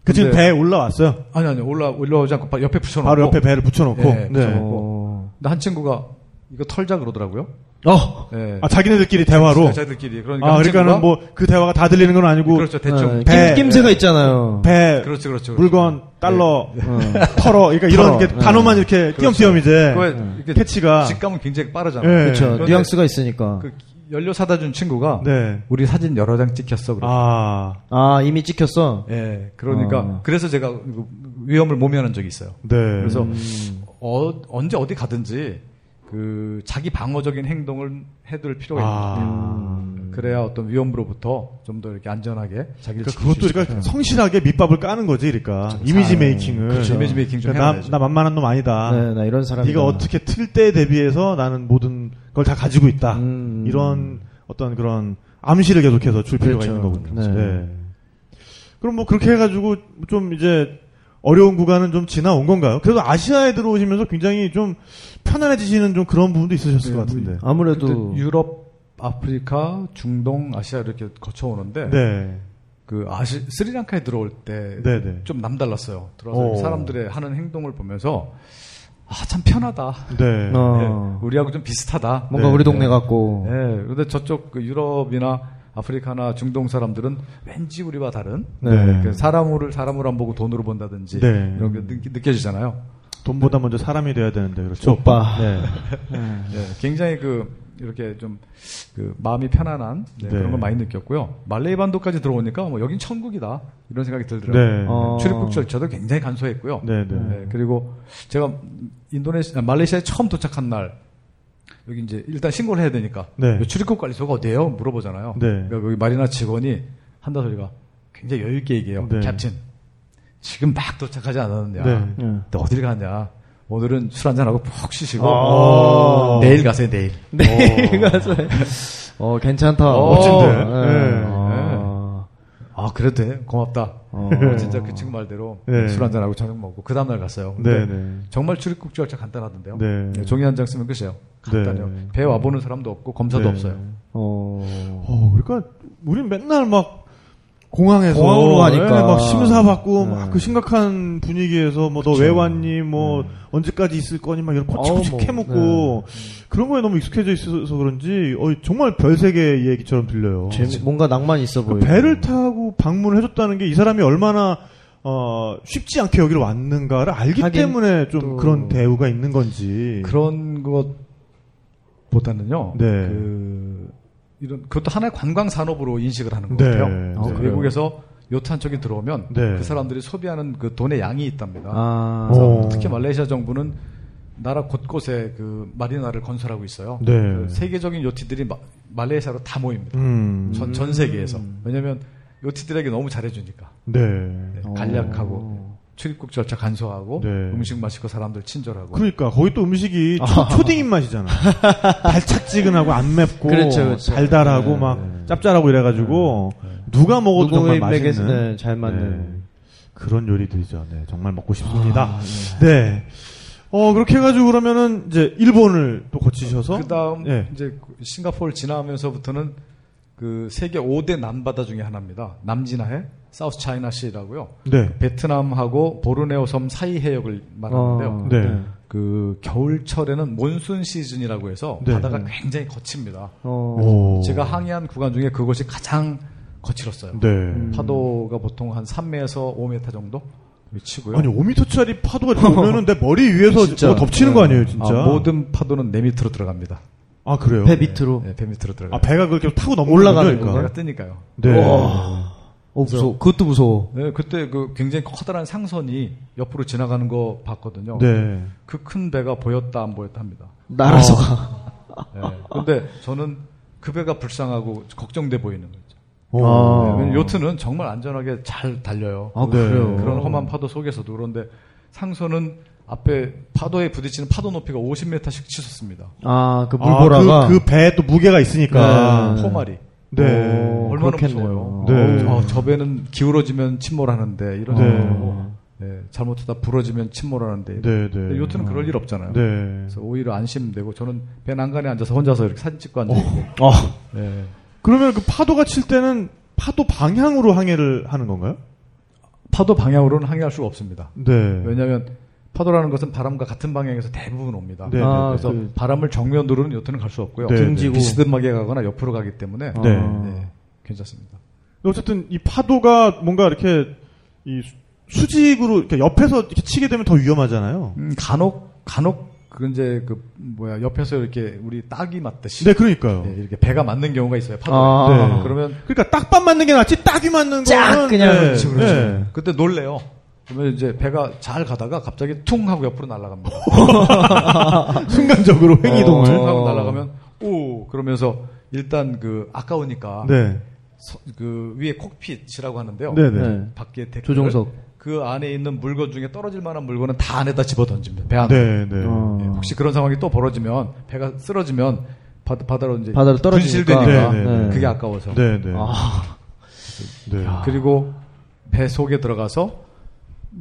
A: 그 지금
C: 근데-
A: 배에 올라왔어요.
C: 아니 아니 올라 올라오지 않고 바- 옆에 붙여놓고
A: 바로 옆에 배를 붙여놓고.
C: 네,
A: 네.
B: 어.
C: 근데 한 친구가 이거 털자 그러더라고요.
B: 어.
C: 예.
A: 아 자기네들끼리 대화로.
C: 자기들끼리 그러니까
A: 아
C: 한 친구가
A: 그러니까는 뭐 그 대화가 다 들리는 건 아니고
C: 그렇죠 대충
B: 네,
A: 배.
B: 낌, 새가 있잖아요.
A: 배
C: 그렇죠 그렇죠 네.
A: 물건 달러
B: 어.
A: 털어 그러니까
B: 털어.
A: 이런 게
B: 네.
A: 단어만 이렇게 띄엄띄엄 이제
C: 그렇죠.
A: 네.
C: 그거 이렇게
A: 캐치가
C: 직감은 굉장히 빠르잖아요.
A: 예.
B: 그렇죠.
C: 그런데
B: 뉘앙스가 있으니까.
C: 그 연료 사다 준 친구가
A: 네.
C: 우리 사진 여러 장 찍혔어. 그래.
A: 아.
B: 아, 이미 찍혔어.
C: 예, 그러니까
B: 아.
C: 그래서 제가 그 위험을 모면한 적이 있어요.
A: 네.
C: 그래서
B: 음.
C: 어- 언제 어디 가든지 그 자기 방어적인 행동을 해둘 필요가 있는 것 같아요.
A: 아.
C: 그래야 어떤 위험으로부터 좀 더 이렇게 안전하게 자기를
A: 그러니까
C: 지킬 수
A: 그것도
C: 있어요.
A: 그러니까 성실하게 밑밥을 까는 거지, 그러니까 이미지 메이킹을.
C: 그렇죠. 이미지 메이킹 좀
A: 그러니까
C: 해놔야죠.
A: 나, 나 만만한 놈 아니다.
B: 네, 나 이런 사람이.
A: 네가 어떻게 틀 때에 대비해서 나는 모든 걸 다 가지고 있다.
B: 음.
A: 이런 어떤 그런 암시를 계속해서 줄 필요가
B: 그렇죠.
A: 있는 거군요. 예.
B: 네.
A: 그럼 뭐 그렇게 해가지고 좀 이제 어려운 구간은 좀 지나온 건가요? 그래도 아시아에 들어오시면서 굉장히 좀 편안해지시는 좀 그런 부분도 있으셨을
B: 네,
A: 것
B: 뭐,
A: 같은데.
B: 아무래도
C: 유럽, 아프리카, 중동, 아시아 이렇게 거쳐오는데
A: 네.
C: 그 아시 스리랑카에 들어올 때
A: 네,
C: 좀
A: 네.
C: 남달랐어요. 들어서
A: 오.
C: 사람들의 하는 행동을 보면서 아 참 편하다.
A: 네.
B: 어.
C: 예, 우리하고 좀 비슷하다.
B: 뭔가
A: 네,
B: 우리
A: 네.
B: 동네 같고.
C: 예, 그런데 저쪽 그 유럽이나 아프리카나 중동 사람들은 왠지 우리와 다른
A: 네.
C: 그 사람으로 사람으로 안 보고 돈으로 본다든지
A: 네.
C: 이런 게 느- 느껴지잖아요.
A: 돈보다 먼저 사람이 돼야 되는데 그렇죠.
B: 오빠.
A: 네.
C: 예, 굉장히 그 이렇게 좀 그 마음이 편안한 네,
A: 네.
C: 그런 걸 많이 느꼈고요. 말레이 반도까지 들어오니까 뭐 여긴 천국이다 이런 생각이 들더라고요.
A: 네.
B: 어.
C: 출입국 절차도 굉장히 간소했고요.
A: 네, 네.
C: 예, 그리고 제가 인도네시아 말레이시아에 처음 도착한 날 여기 이제 일단 신고를 해야 되니까
A: 네.
C: 여기 출입국 관리소가 어디예요? 물어보잖아요.
A: 네.
C: 그러니까 여기 마리나 직원이 한다 소리가 굉장히 여유 있게 얘기해요.
A: 네.
C: 캡틴 지금 막 도착하지 아, 않았느냐?
A: 네.
B: 예.
C: 너 어딜 가냐? 오늘은 술 한잔하고 푹 쉬시고
A: 아.
C: 내일 가세요 내일
B: 네, 가서. 어, 괜찮다.
C: 어,
A: 멋진데.
B: 예.
A: 네.
B: 어.
C: 아 그래도 돼 고맙다
B: 어.
C: 진짜 그 친구 말대로
A: 네.
C: 술 한잔하고 저녁 먹고 그 다음날 갔어요
A: 네,
C: 근데
A: 네.
C: 정말 출입국 절차 간단하던데요
A: 네.
C: 네, 종이 한 장 쓰면 끝이에요 간단해요
A: 네.
C: 배 와보는 사람도 없고 검사도
A: 네.
C: 없어요
B: 어.
A: 어, 그러니까 우린 맨날 막 공항에서
B: 공항으로 가니까.
A: 예, 막 심사 받고
B: 네.
A: 막 그 심각한 분위기에서 뭐 너 왜 왔니 뭐 언제까지 있을 거니 막 이런
B: 어우,
A: 꼬치꼬치
B: 네. 뭐, 네.
A: 해먹고 그런 거에 너무 익숙해져 있어서 그런지 어, 정말 별세계 얘기처럼 들려요. 그러니까
B: 재미, 뭔가 낭만 있어 보여.
A: 어, 그 배를 타고 방문을 해줬다는 게 이 사람이 얼마나 어, 쉽지 않게 여기로 왔는가를 알기
B: 하긴
A: 때문에 좀
B: 또-
A: 그런 대우가 있는 건지.
C: 그런 것보다는요
A: 네.
C: 그 이런 그것도 하나의 관광 산업으로 인식을 하는 것
A: 네.
C: 같아요
A: 어,
C: 그래서
B: 그래요?
C: 외국에서 요트 한 쪽에 들어오면
A: 네.
C: 그 사람들이 소비하는 그 돈의 양이 있답니다
B: 아.
A: 어.
C: 그래서 특히 말레이시아 정부는 나라 곳곳에 그 마리나를 건설하고 있어요.
A: 네.
C: 그 세계적인 요티들이 마- 말레이시아로 다 모입니다.
A: 음.
C: 전, 전 세계에서. 왜냐하면 요티들에게 너무 잘해주니까
A: 네.
C: 네,
B: 어.
C: 간략하고 출입국 절차 간소하고
A: 네.
C: 음식 맛있고 사람들 친절하고.
A: 그러니까 거기 또 음식이 초, 딩 입맛이잖아. 달짝지근하고 안 맵고
B: 그렇죠, 그렇죠.
A: 달달하고
B: 네,
A: 막 짭짤하고 이래가지고 누가 먹어도 정말
B: 누구의 맥에서
A: 맛있는
B: 네, 잘
A: 네.
B: 맞는. 아,
A: 그런 요리들이죠. 네, 정말 먹고 싶습니다. 네. 어 그렇게 해가지고 그러면은 이제 일본을 또 거치셔서
C: 그다음
A: 예.
C: 이제 싱가포르 지나면서부터는 그 세계 5대 남바다 중에 하나입니다. 남진해해 사우스 차이나시라고요.
A: 네.
C: 베트남하고 보르네오 섬 사이 해역을 말하는데요.
B: 어,
A: 네.
C: 그 겨울철에는 몬순 시즌이라고 해서
A: 네.
C: 바다가 굉장히 거칩니다.
B: 어.
A: 오.
C: 제가 항해한 구간 중에 그것이 가장 거칠었어요.
A: 네.
C: 파도가 보통 한 3m에서 5m 정도 치고요.
A: 아니 5m짜리 파도가 들어오면은 내 머리 위에서
B: 진짜. 네.
A: 뭐 덮치는 거 아니에요, 진짜?
C: 아, 모든 파도는 내 밑으로 들어갑니다.
A: 아, 그래요?
B: 배 밑으로.
C: 네, 배 밑으로 들어가요.
A: 아 배가 그렇게 타고 넘어
B: 올라가는
C: 배가
A: 거니까. 그러니까.
C: 뜨니까요.
A: 네.
B: 와. 어, 무서워. 그것도 무서워.
C: 네, 그때 그 굉장히 커다란 상선이 옆으로 지나가는 거 봤거든요.
A: 네.
C: 그 큰 배가 보였다 안 보였다 합니다.
B: 날아서
A: 어.
B: 가.
C: 네. 근데 저는 그 배가 불쌍하고 걱정돼 보이는 거죠.
A: 오.
B: 아.
C: 네, 왜냐면 요트는 정말 안전하게 잘 달려요.
B: 아,
A: 네.
B: 그래요.
C: 그런 험한 파도 속에서도 그런데 상선은 앞에 파도에 부딪히는 파도 높이가 50m씩 치솟습니다.
B: 아, 그
A: 아,
B: 물보라가.
A: 그, 그 배에 또 무게가 있으니까.
B: 네.
C: 포말이
A: 네.
B: 오,
C: 얼마나
B: 그렇겠네요.
C: 무서워요.
A: 네.
C: 어, 저 배는 기울어지면 침몰하는데 이런
A: 네.
C: 식으로 네, 잘못하다 부러지면 침몰하는데
A: 네,
C: 근데
A: 네.
C: 요트는 그럴 일 없잖아요.
A: 네.
C: 그래서 오히려 안심되고 저는 배 난간에 앉아서 혼자서 이렇게 사진 찍고 앉아 있고
A: 그,
B: 어.
C: 네.
A: 그러면 그 파도가 칠 때는 파도 방향으로 항해를 하는 건가요?
C: 파도 방향으로는 항해할 수가 없습니다.
A: 네.
C: 왜냐하면 파도라는 것은 바람과 같은 방향에서 대부분 옵니다.
A: 네,
B: 아,
A: 네,
C: 그래서
B: 그
C: 바람을 정면으로는 요트는 갈 수 없고요.
A: 네,
B: 등지고.
C: 비스듬하게 가거나 옆으로 가기 때문에
B: 아.
A: 네.
C: 네, 괜찮습니다.
A: 어쨌든 이 파도가 뭔가 이렇게 이 수- 수직으로 이렇게 옆에서 이렇게 치게 되면 더 위험하잖아요.
C: 음, 간혹 간혹 그 이제 그 뭐야 옆에서 이렇게 우리 딱이 맞듯이
A: 네, 그러니까요.
C: 네, 이렇게 배가 맞는 경우가 있어요. 파도.
B: 아.
A: 네.
C: 그러면
A: 그러니까 딱밥 맞는 게 낫지 딱이 맞는
B: 쫙
A: 거는
B: 그냥
A: 네,
B: 그렇죠,
C: 그렇죠.
A: 네.
C: 그때 놀래요. 그러면 이제 배가 잘 가다가 갑자기 퉁 하고 옆으로 날아갑니다.
A: 순간적으로 횡이동을
C: 퉁 하고 어. 날아가면 오 그러면서 일단 그 아까우니까
A: 네.
C: 서- 그 위에 콕핏이라고 하는데요.
A: 네, 네.
B: 네.
C: 밖에 데크를
B: 조종석.
C: 그 안에 있는 물건 중에 떨어질 만한 물건은 다 안에다 집어 던집니다. 배 안에.
A: 네, 네.
B: 어.
C: 예, 혹시 그런 상황이 또 벌어지면 배가 쓰러지면 바, 바다로 이제
B: 바다로 떨어지니까.
C: 분실되니까
A: 네, 네, 네.
C: 그게 아까워서. 아.
A: 네, 네.
B: 아,
A: 네.
C: 그리고 배 속에 들어가서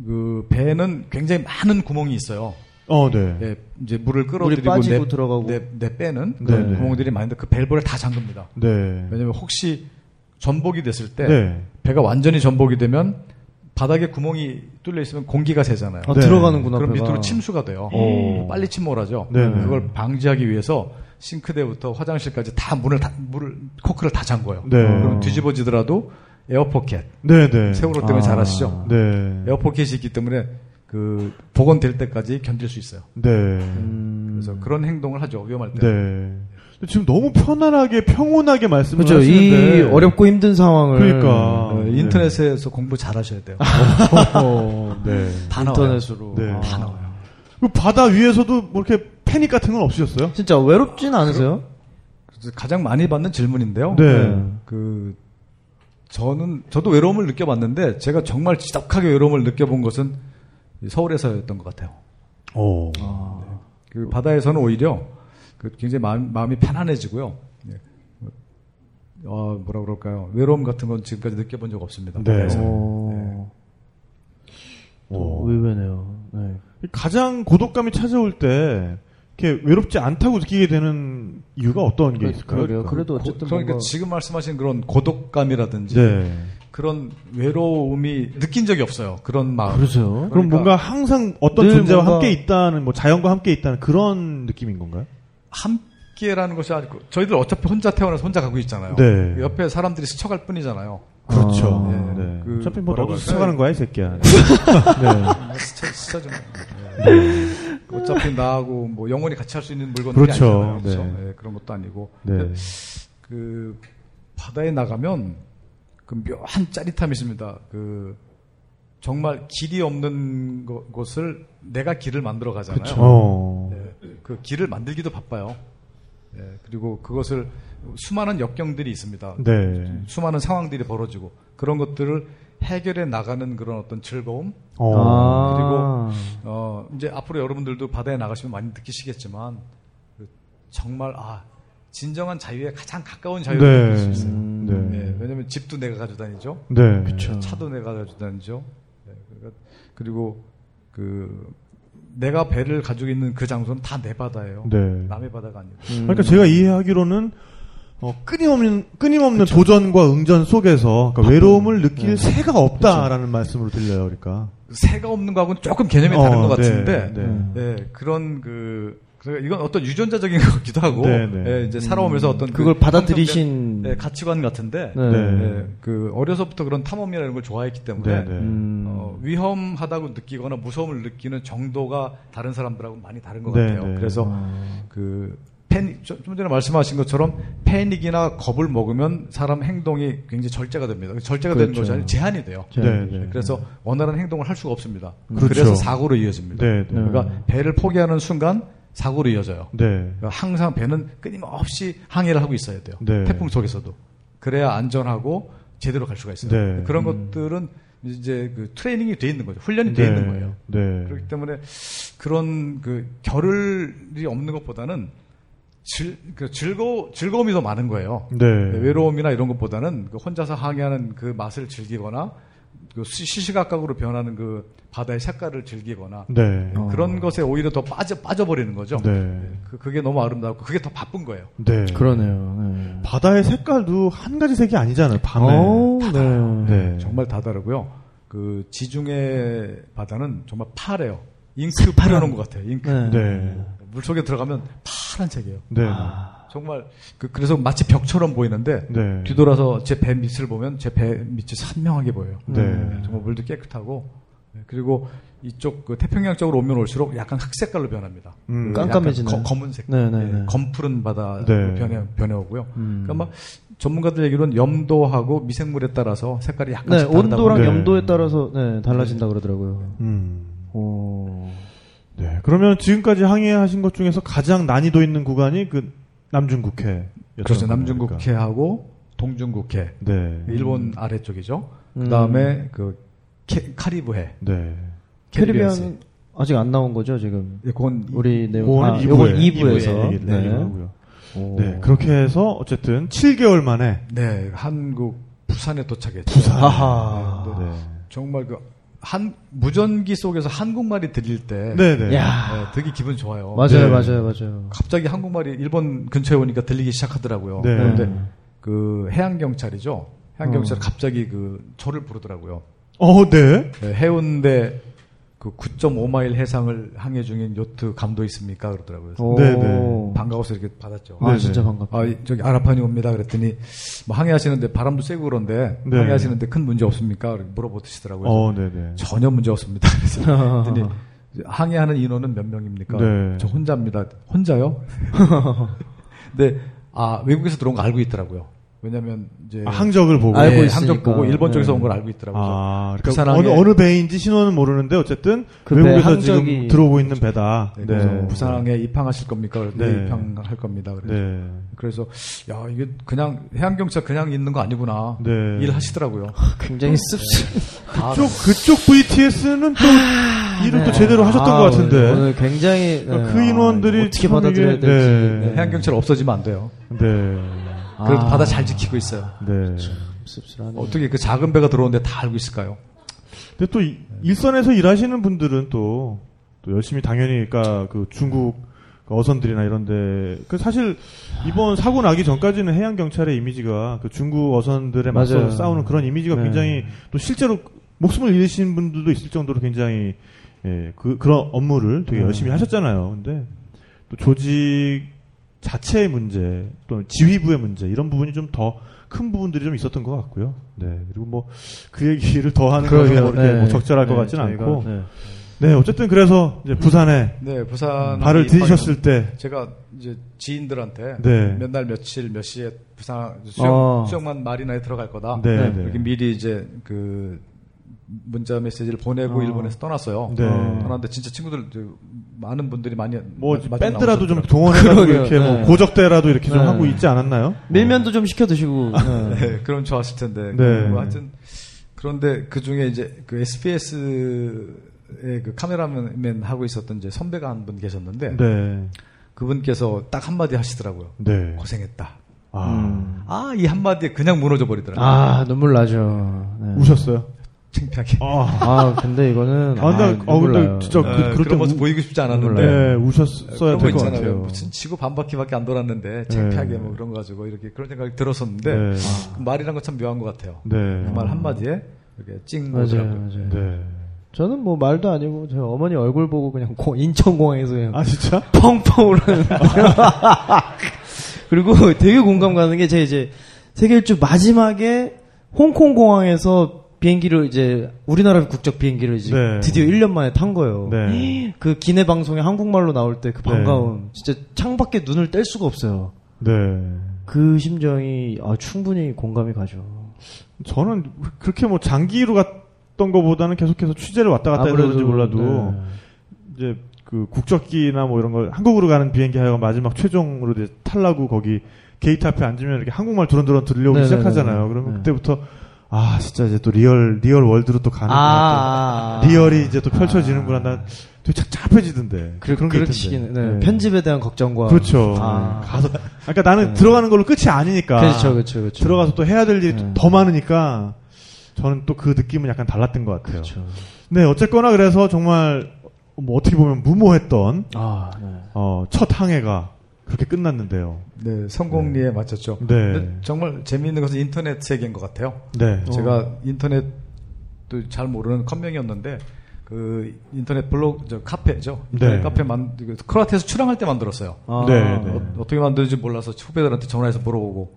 C: 그 배에는 굉장히 많은 구멍이 있어요.
A: 어, 네.
C: 예, 이제 물을
B: 물이
C: 끌어들이고
B: 빠지고
C: 내,
B: 들어가고.
C: 내, 내 빼는
A: 네,
C: 그런
A: 네.
C: 구멍들이 많은데 그 벨브를 다 잠깁니다.
A: 네.
C: 왜냐면 혹시 전복이 됐을 때
A: 네.
C: 배가 완전히 전복이 되면 바닥에 구멍이 뚫려 있으면 공기가 새잖아요.
B: 아,
A: 네.
B: 들어가는구나.
C: 그럼
B: 배가. 어.
C: 밑으로 침수가 돼요.
A: 오.
C: 빨리 침몰하죠.
A: 네네.
C: 그걸 방지하기 위해서 싱크대부터 화장실까지 다 문을 다, 물을 코크를 다 잠궈요.
A: 네.
C: 그럼 뒤집어지더라도 에어포켓
A: 네, 네.
C: 세월호 때문에
B: 아.
C: 잘 아시죠?
A: 네.
C: 에어포켓이 있기 때문에 그 복원될 때까지 견딜 수 있어요.
A: 네.
B: 음.
C: 그래서 그런 행동을 하죠. 위험할 때.
A: 네. 근데 지금 너무 편안하게 평온하게 말씀을
B: 그렇죠.
A: 하시는데
B: 이 어렵고 힘든 상황을.
A: 그러니까
B: 아,
C: 어,
B: 네.
C: 인터넷에서 공부 잘 하셔야 돼요.
A: 어, 네.
C: 다 나와요.
B: 인터넷으로. 아.
A: 네.
C: 다 나와요.
A: 그 바다 위에서도 뭐 이렇게 패닉 같은 건 없으셨어요?
B: 진짜 외롭진 않으세요?
C: 그래서 가장 많이 받는 질문인데요.
A: 네.
C: 그 저는 저도 외로움을 느껴봤는데 제가 정말 지독하게 외로움을 느껴본 것은 서울에서였던 것 같아요.
B: 어.
A: 오.
B: 아.
C: 그 바다에서는 오히려 그 굉장히 마음, 마음이 편안해지고요. 예. 어, 뭐라 그럴까요? 외로움 같은 건 지금까지 느껴본 적 없습니다.
A: 네.
C: 바다에서.
B: 어, 오.
A: 오.
B: 의외네요. 네.
A: 가장 고독감이 찾아올 때 이렇게 외롭지 않다고 느끼게 되는 이유가 어떤 게 있을까요?
B: 그러게요. 그래도
C: 고-
B: 어쨌든
C: 그러니까
B: 뭔가
C: 지금 말씀하신 그런 고독감이라든지
A: 네.
C: 그런 외로움이 느낀 적이 없어요. 그런 마음.
B: 아, 그러세요.
A: 그럼
C: 그러니까-
A: 뭔가 항상 어떤
B: 늘
A: 존재와
B: 뭔가-
A: 함께 있다는 뭐 자연과 함께 있다는 그런 느낌인 건가요?
C: 함께라는 것이 아니고 저희들 어차피 혼자 태어나서 혼자 가고 있잖아요.
A: 네.
C: 옆에 사람들이 스쳐갈 뿐이잖아요.
A: 그렇죠.
C: 아,
A: 네.
C: 네. 그
A: 어차피 뭐 너도
C: 뭐라고 할까요?
A: 스쳐가는 거야 이 새끼야. 네.
C: 아, 스쳐 스쳐 좀. 어차피 나하고 뭐 영원히 같이 할 수 있는 물건이
A: 그렇죠.
C: 아니잖아요. 그렇죠.
A: 네.
C: 예, 그런 것도 아니고
A: 네.
C: 그 바다에 나가면 그 묘한 짜릿함이 있습니다. 그 정말 길이 없는 거- 곳을 내가 길을 만들어 가잖아요.
A: 어.
C: 예, 그 길을 만들기도 바빠요. 예, 그리고 그것을 수많은 역경들이 있습니다.
A: 네.
C: 예, 수많은 상황들이 벌어지고 그런 것들을 해결해 나가는 그런 어떤 즐거움.
A: 어.
B: 아.
C: 어, 이제 앞으로 여러분들도 바다에 나가시면 많이 느끼시겠지만 그 정말 아 진정한 자유에 가장 가까운 자유를
A: 네.
C: 느낄 수 있어요.
A: 네.
C: 예, 왜냐하면 집도 내가 가져다니죠.
A: 네.
C: 차도 내가 가져다니죠. 네, 그러니까 그리고 그 내가 배를 가지고 있는 그 장소는 다 내 바다예요.
A: 네.
C: 남의 바다가 아니고.
B: 음.
A: 그러니까 제가 이해하기로는 어, 끊임없는 끊임없는 도전과 응전 속에서 그러니까 외로움을 느낄 새가 없다라는 말씀으로 들려요, 그러니까.
C: 새가 없는 거하고는 조금 개념이 다른
A: 어,
C: 것
A: 네,
C: 같은데,
A: 네.
C: 예, 그런 그, 그러니까 이건 어떤 유전자적인 것 같기도 하고,
A: 네, 네.
C: 예, 이제 살아오면서 어떤 그
B: 그걸
C: 형성된,
B: 받아들이신.
C: 예, 가치관 같은데,
B: 네.
A: 네.
C: 예, 그 어려서부터 그런 탐험이라는 걸 좋아했기 때문에
A: 네, 네.
B: 음.
C: 어, 위험하다고 느끼거나 무서움을 느끼는 정도가 다른 사람들하고 많이 다른 것
A: 네,
C: 같아요.
A: 네.
C: 그래서 그 패닉, 좀- 좀 전에 말씀하신 것처럼 패닉이나 겁을 먹으면 사람 행동이 굉장히 절제가 됩니다. 절제가 되는
B: 그렇죠.
C: 것이 아니라 제한이 돼요.
A: 네, 네.
C: 그래서 원활한 행동을 할 수가 없습니다.
A: 그렇죠.
C: 그래서 사고로 이어집니다.
A: 네, 네.
C: 그러니까 배를 포기하는 순간 사고로 이어져요.
A: 네.
C: 그러니까 항상 배는 끊임없이 항해를 하고 있어야 돼요.
A: 네.
C: 태풍 속에서도 그래야 안전하고 제대로 갈 수가 있어요.
A: 네.
C: 그런 것들은 이제 그 트레이닝이 돼 있는 거죠.
A: 네.
C: 훈련이 돼 있는 거예요.
A: 네.
C: 그렇기 때문에 그런 그 결을이 없는 것보다는 즐, 그 즐거, 즐거움이 더 많은 거예요.
A: 네.
C: 외로움이나 이런 것보다는 그 혼자서 항해하는 그 맛을 즐기거나 그 시- 시시각각으로 변하는 그 바다의 색깔을 즐기거나
A: 네.
B: 어.
C: 그런 것에 오히려 더 빠져 빠져버리는 거죠.
A: 네.
C: 그, 그게 너무 아름답고 그게 더 바쁜 거예요.
A: 네.
B: 그러네요. 네.
A: 바다의 색깔도 한 가지 색이 아니잖아요. 밤에.
B: 오, 네.
A: 네.
C: 정말 다다르고요. 그 지중해 바다는 정말 파래요. 잉크 뿌려놓은 것 같아요. 잉크
B: 네.
A: 네.
C: 물 속에 들어가면 파란색이에요.
A: 네.
B: 아.
C: 정말 그, 그래서 마치 벽처럼 보이는데
A: 네.
C: 뒤돌아서 제 배 밑을 보면 제 배 밑이 선명하게 보여요.
A: 네.
C: 정말 물도 깨끗하고 네, 그리고 이쪽 그 태평양 쪽으로 오면 올수록 약간 흑색깔로 변합니다.
A: 음.
C: 그 약간
B: 깜깜해지네요.
C: 거- 검은색,
B: 네, 네, 네.
C: 검푸른 바다
A: 네.
C: 변해 변해오고요.
B: 음.
C: 그러니까 막 전문가들 얘기로는 염도하고 미생물에 따라서 색깔이
B: 네,
C: 약간씩 다르다고
B: 온도랑
A: 네.
B: 염도에 따라서 네, 달라진다 그러더라고요.
A: 음.
B: 오.
A: 네. 그러면 지금까지 항해하신 것 중에서 가장 난이도 있는 구간이 그 남중국해.
C: 그렇죠.
B: 그러니까.
C: 남중국해하고 동중국해,
A: 네.
C: 일본 아래쪽이죠.
B: 음.
C: 그다음에 그 캐- 카리브해,
A: 네.
C: 캐리비안스.
B: 캐리비안 아직 안 나온 거죠 지금?
C: 예, 그건 이-
B: 우리 내용
A: 그거는
B: 아,
A: 이부에-
B: 요건
A: 이부에
B: 2부에서
A: 얘기를 해드리고
B: 네.
A: 하고요.
B: 오.
A: 네. 그렇게 해서 어쨌든 7개월 만에
C: 네, 한국 부산에 도착했죠.
B: 아하.
C: 네, 근데
A: 네.
C: 정말 그, 한, 무전기 속에서 한국말이 들릴 때.
A: 네, 네.
B: 야.
C: 네, 되게 기분 좋아요.
A: 네.
B: 맞아요, 맞아요, 맞아요.
C: 갑자기 한국말이 일본 근처에 오니까 들리기 시작하더라고요.
A: 네.
B: 음.
C: 그런데 그 해양경찰이죠. 해양경찰
B: 어.
C: 갑자기 그 저를 부르더라고요.
A: 어, 네.
C: 네, 해운대 그 9.5마일 해상을 항해 중인 요트 감도 있습니까? 그러더라고요.
B: 오.
A: 네, 네.
C: 반가워서 이렇게 받았죠.
B: 아
A: 네네.
B: 진짜 반갑다.
C: 어. 아, 이- 저기 아라판이 옵니다. 그랬더니 뭐 항해하시는데 바람도 세고 그런데
A: 네.
C: 항해하시는데 큰 문제 없습니까? 이렇게 물어보시더라고요.
A: 어, 네, 네.
C: 전혀 문제 없습니다. 그래서
A: 아,
C: 그랬더니 항해하는 인원은 몇 명입니까?
A: 네.
C: 저 혼자입니다. 혼자요? 근데 아 외국에서 들어온 거 알고 있더라고요. 왜냐하면 이제
A: 아, 항적을 보고.
B: 알고
C: 예,
B: 있으니까.
C: 항적 보고 일본 쪽에서
B: 네.
C: 온 걸 알고 있더라고요.
A: 아,
C: 그
A: 그러니까
C: 사람의-
A: 어느, 어느 배인지 신호는 모르는데 어쨌든
B: 그
A: 외국에서
B: 배 항적이-
A: 지금 들어오고 있는 배다. 네.
C: 네, 그래서 부산항에 입항하실 겁니까? 그랬더니
A: 네.
C: 입항할 겁니다. 그래서
A: 네.
C: 그래서 야 이게 그냥 해양경찰 그냥 있는 거 아니구나
A: 네. 아,
C: 일하시더라고요. 아,
B: 굉장히 씁쓸.
C: 네.
A: 그쪽 그쪽 VTS는 또 일을 또 제대로 하셨던
B: 아,
A: 것 같은데.
B: 오늘, 오늘 굉장히
A: 그러니까
B: 네,
A: 그
B: 아,
A: 인원들이
B: 어떻게
A: 참
B: 받아들여야
A: 이게-
B: 될지.
A: 네.
C: 네, 해양경찰 없어지면 안 돼요.
A: 네.
C: 그래도
B: 아.
C: 바다 잘 지키고 있어요.
A: 네.
C: 그렇죠.
B: 씁쓸하네.
C: 어떻게 그 작은 배가 들어오는데 다 알고 있을까요?
A: 근데 또 이- 일선에서 일하시는 분들은 또, 또 열심히 당연히 그러니까 그 중국 그 어선들이나 이런데 그 사실 이번 사고 나기 전까지는 해양 경찰의 이미지가 그 중국 어선들에 맞서
B: 맞아요.
A: 싸우는 그런 이미지가
B: 네.
A: 굉장히 또 실제로 목숨을 잃으신 분들도 있을 정도로 굉장히 예, 그 그런 업무를
B: 네.
A: 되게 열심히 하셨잖아요. 근데 또 조직 자체의 문제 또는 지휘부의 문제 이런 부분이 좀 더 큰 부분들이 좀 있었던 것 같고요. 네 그리고 뭐 그 얘기를 더 하는 건
B: 그러게요.
A: 뭐 이렇게
B: 네.
A: 뭐 적절할 것
B: 네,
A: 같지는
B: 저희가,
A: 않고
B: 네.
A: 네 어쨌든 그래서 이제 부산에
C: 네, 부산
A: 발을 디디셨을 때
C: 제가 이제 지인들한테
A: 네.
C: 몇 날 며칠 몇 시에 부산 수영,
B: 어.
C: 수영만 마리나에 들어갈 거다.
A: 네,
B: 네.
C: 이렇게
A: 네.
C: 아, 미리 이제 그 문자 메시지를 보내고
B: 어.
C: 일본에서 떠났어요.
A: 아. 네.
C: 떠났는데 진짜 친구들 이제 많은 분들이 많이
A: 뭐
C: 마- 마중
A: 밴드라도 좀
C: 나오셨더라고요.
A: 동원해가지고
B: 그러게요.
A: 이렇게 뭐
B: 네.
A: 고적대라도 이렇게 좀
B: 네.
A: 하고 있지 않았나요?
B: 밀면도 좀 시켜 드시고.
C: 네, 그럼 좋았을 텐데.
A: 네.
C: 뭐 하여튼 그런데 그 중에 이제 그 SBS의 그 카메라맨 하고 있었던 이제 선배가 한 분 계셨는데
A: 네.
C: 그분께서 딱 한마디 하시더라고요.
A: 네.
C: 고생했다.
A: 아
C: 아 이 한마디에 그냥 무너져 버리더라고요.
B: 아 눈물 나죠. 네.
A: 우셨어요?
C: 창피하게.
A: 아,
B: 아 근데 이거는
A: 아, 근데, 아,
B: 눈물
A: 근데
B: 나요. 네.
A: 진짜 그,
C: 그,
A: 그럴 때
C: 런 모습
A: 우-
C: 보이고 싶지 않았는데.
A: 네,
C: 네,
A: 우셨어야
C: 그런 거
A: 될 것
C: 있잖아요.
A: 같아요.
C: 무슨 지구 반 바퀴밖에 안 돌았는데 창피하게
A: 네.
C: 뭐 그런 거 가지고 이렇게 그런 생각이 들었었는데
A: 네.
C: 그 말이란 건 참 묘한 것 같아요.
A: 네.
C: 그 말 한마디에 이렇게 찡
B: 맞아요,
C: 오더라고요.
B: 맞아요.
A: 네.
B: 저는 뭐 말도 아니고 제 어머니 얼굴 보고 그냥 고- 인천공항에서 그냥
C: 네.
A: 아, 진짜?
B: 펑펑 울었는데요. 그리고 되게 공감 가는 게 제 이제 세계 일주 마지막에 홍콩 공항에서 비행기를 이제 우리나라 국적 비행기를 이제
A: 네.
B: 드디어 1년 만에 탄 거예요.
A: 네.
B: 그 기내 방송에 한국말로 나올 때 그 반가움 진짜 창밖에 눈을 뗄 수가 없어요.
A: 네.
B: 그 심정이 아, 충분히 공감이 가죠.
A: 저는 그렇게 뭐 장기로 갔던 것보다는 계속해서 취재를 왔다 갔다 해서 그런지 몰라도
B: 아, 네.
A: 이제 그 국적기나 뭐 이런 걸 한국으로 가는 비행기 하여간 마지막 최종으로 이제 탈라고 거기 게이트 앞에 앉으면 이렇게 한국말 두런두런 들려오기
B: 네네네네.
A: 시작하잖아요. 그러면
B: 네.
A: 그때부터 아 진짜 이제 또 리얼 리얼 월드로 또 가는 아,
B: 아, 아.
A: 리얼이 이제 또 펼쳐지는구나. 난 되게 착잡해지던데.
B: 그,
A: 그런 게
B: 그렇긴
A: 있던데.
B: 네.
A: 네.
B: 편집에 대한 걱정과
A: 그렇죠.
B: 아.
A: 네. 가서 그러니까 나는 들어가는 걸로 끝이 아니니까.
B: 그렇죠, 그렇죠, 그렇죠.
A: 들어가서 또 해야 될 일이
B: 네.
A: 더 많으니까 저는 또 그 느낌은 약간 달랐던 것 같아요.
B: 그렇죠.
A: 네, 어쨌거나 그래서 정말 뭐 어떻게 보면 무모했던
B: 아, 네.
A: 어, 첫 항해가 그렇게 끝났는데요.
C: 네, 성공리에 맞췄죠.
A: 네.
C: 근데 정말 재미있는 것은 인터넷 세계인 것 같아요.
A: 네.
C: 제가 인터넷도 잘 모르는 컴맹이었는데 그 인터넷 블로그 저 카페죠. 인터넷
A: 네.
C: 카페 만 그 크로아티아에서 출항할 때 만들었어요.
B: 아.
A: 네, 네.
C: 어, 떻게 만드는지 몰라서 후배들한테 전화해서 물어보고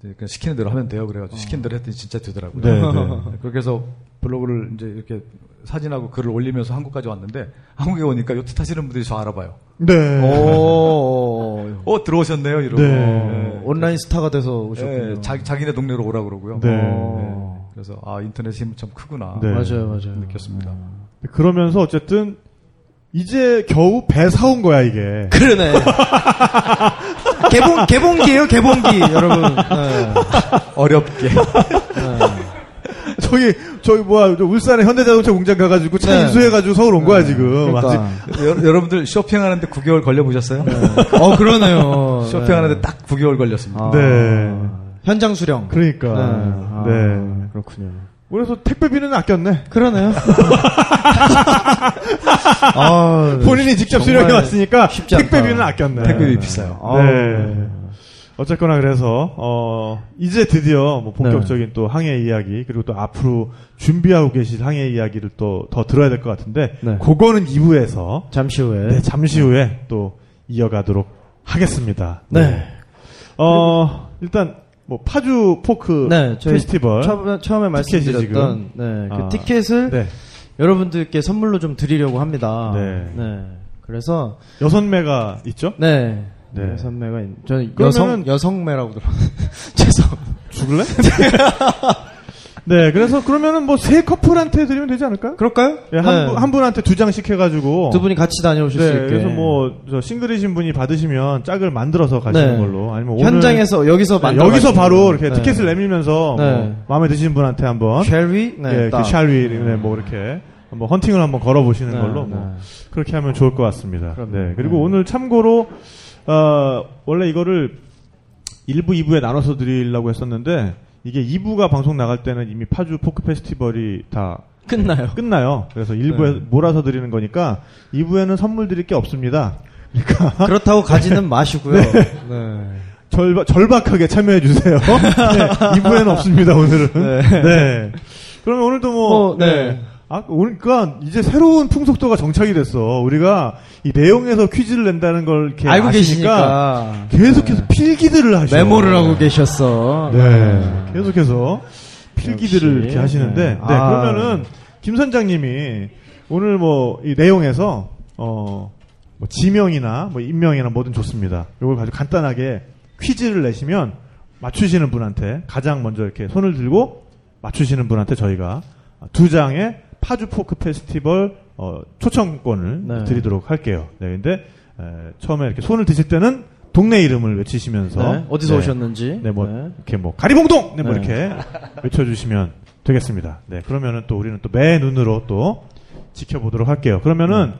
C: 이제 그냥 시키는 대로 하면 돼요. 그래가지고 시키는 대로 했더니 진짜 되더라고요.
A: 어. 네, 네.
C: 그렇게 해서 블로그를 이제 이렇게 사진하고 글을 올리면서 한국까지 왔는데 한국에 오니까 요트 타시는 분들이 저 알아봐요.
A: 네.
B: 오,
C: 어 들어오셨네요 이러고.
A: 네.
C: 네.
B: 온라인 스타가 돼서 오셨군요.
C: 예, 자, 자기네 동네로 오라 그러고요.
A: 네.
C: 네. 그래서 아 인터넷 힘이 참 크구나
A: 네.
B: 맞아요, 맞아요.
C: 느꼈습니다.
A: 음. 그러면서 어쨌든 이제 겨우 배 사온 거야 이게.
B: 그러네. 개봉 개봉기예요, 개봉기 여러분. 네.
C: 어렵게
A: 저기 저기 뭐야 저 울산에 현대자동차 공장 가가지고 차
B: 네.
A: 인수해가지고 서울 온 거야 지금.
B: 그러니까.
A: 아직-
C: 여- 여러분들 쇼핑하는데 9개월 걸려 보셨어요?
B: 어 그러네요.
C: 쇼핑하는데 딱 9개월 걸렸습니다.
B: 아,
A: 네.
B: 현장 수령.
A: 그러니까.
B: 아,
A: 네.
B: 그렇군요.
A: 그래서 택배비는 아꼈네.
B: 그러네요. 아, 네.
A: 본인이 직접
B: 정말
A: 수령해 왔으니까
B: 쉽지 않다.
A: 택배비는 아꼈네.
C: 택배비 비싸요.
B: 아,
A: 네. 어쨌거나 그래서 어 이제 드디어
B: 네.
A: 뭐 본격적인 또 항해 이야기 그리고 또 앞으로 준비하고 계실 항해 이야기를 또 더 들어야 될 것 같은데
B: 네.
A: 그거는 2부에서
B: 잠시 후에.
A: 네, 잠시 후에 또 이어가도록 하겠습니다.
B: 네.
A: 어 일단 뭐 파주 포크
B: 네, 저희
A: 페스티벌
B: 처음, 처음에 말씀드렸던 네, 그
A: 아,
B: 티켓을
A: 네.
B: 여러분들께 선물로 좀 드리려고 합니다.
A: 네.
B: 그래서
A: 여섯 매가 있죠?
B: 네.
A: 네.
B: 여성매가 있- 저는
A: 그러면은-
B: 여성 여성매라고 들었어요. 죄송.
A: 죽을래? 네, 그래서 그러면은 뭐 세 커플한테 드리면 되지 않을까요?
B: 그럴까요? 네.
A: 예, 한, 분, 한테두 장씩 해가지고
B: 두 분이 같이 다녀오실
A: 어. 네,
B: 수 있게.
A: 그래서 뭐저 싱글이신 분이 받으시면 짝을 만들어서 가시는
B: 네.
A: 걸로 아니면 오늘
B: 현장에서 여기서
A: 네,
B: 만
A: 여기서 바로 이렇게 티켓을 내밀면서
B: 네.
A: 뭐 마음에 드시는 분한테 한번
B: 쉘리 네.
A: 예,
B: 딱.
A: 그 샬위 네, 뭐 이렇게 한번 헌팅을 한번 걸어보시는
B: 네,
A: 걸로
B: 네.
A: 뭐 그렇게 하면 좋을 것 같습니다.
B: 그럼요.
A: 네, 그리고
B: 네.
A: 오늘 참고로 어, 원래 이거를 1부, 2부에 나눠서 드리려고 했었는데 이게 2부가 방송 나갈 때는 이미 파주 포크 페스티벌이 다
B: 끝나요.
A: 끝나요. 그래서 1부에
B: 네.
A: 몰아서 드리는 거니까 2부에는 선물 드릴 게 없습니다. 그러니까
B: 그렇다고 가지는 마시고요. 네.
A: 절박, 절박하게 참여해 주세요. 네, 2부에는 없습니다, 오늘은. 네. 그러면 오늘도 뭐,
B: 뭐, 네.
A: 아, 그러니까 이제 새로운 풍속도가 정착이 됐어. 우리가 이 내용에서 퀴즈를 낸다는 걸 이렇게
B: 알고
A: 아시니까
B: 계시니까 네.
A: 계속해서 필기들을 하셔.
B: 메모를 하고 계셨어.
A: 네. 계속해서 필기들을
B: 역시.
A: 이렇게 하시는데,
B: 네.
A: 네.
B: 아.
A: 그러면은 김 선장님이 오늘 뭐 이 내용에서 어, 뭐 지명이나 뭐 인명이나 뭐든 좋습니다. 요걸 아주 간단하게 퀴즈를 내시면 맞추시는 분한테 가장 먼저 이렇게 손을 들고 맞추시는 분한테 저희가 두 장의 파주 포크 페스티벌 어, 초청권을
B: 네.
A: 드리도록 할게요. 네, 근데 에, 처음에 이렇게 손을 드실 때는 동네 이름을 외치시면서
B: 네. 어디서
A: 네.
B: 오셨는지.
A: 네, 뭐
B: 네.
A: 이렇게 뭐 가리봉동, 네, 뭐
B: 네.
A: 이렇게 외쳐주시면 되겠습니다. 네, 그러면은 또 우리는 또 매 눈으로 또 지켜보도록 할게요. 그러면은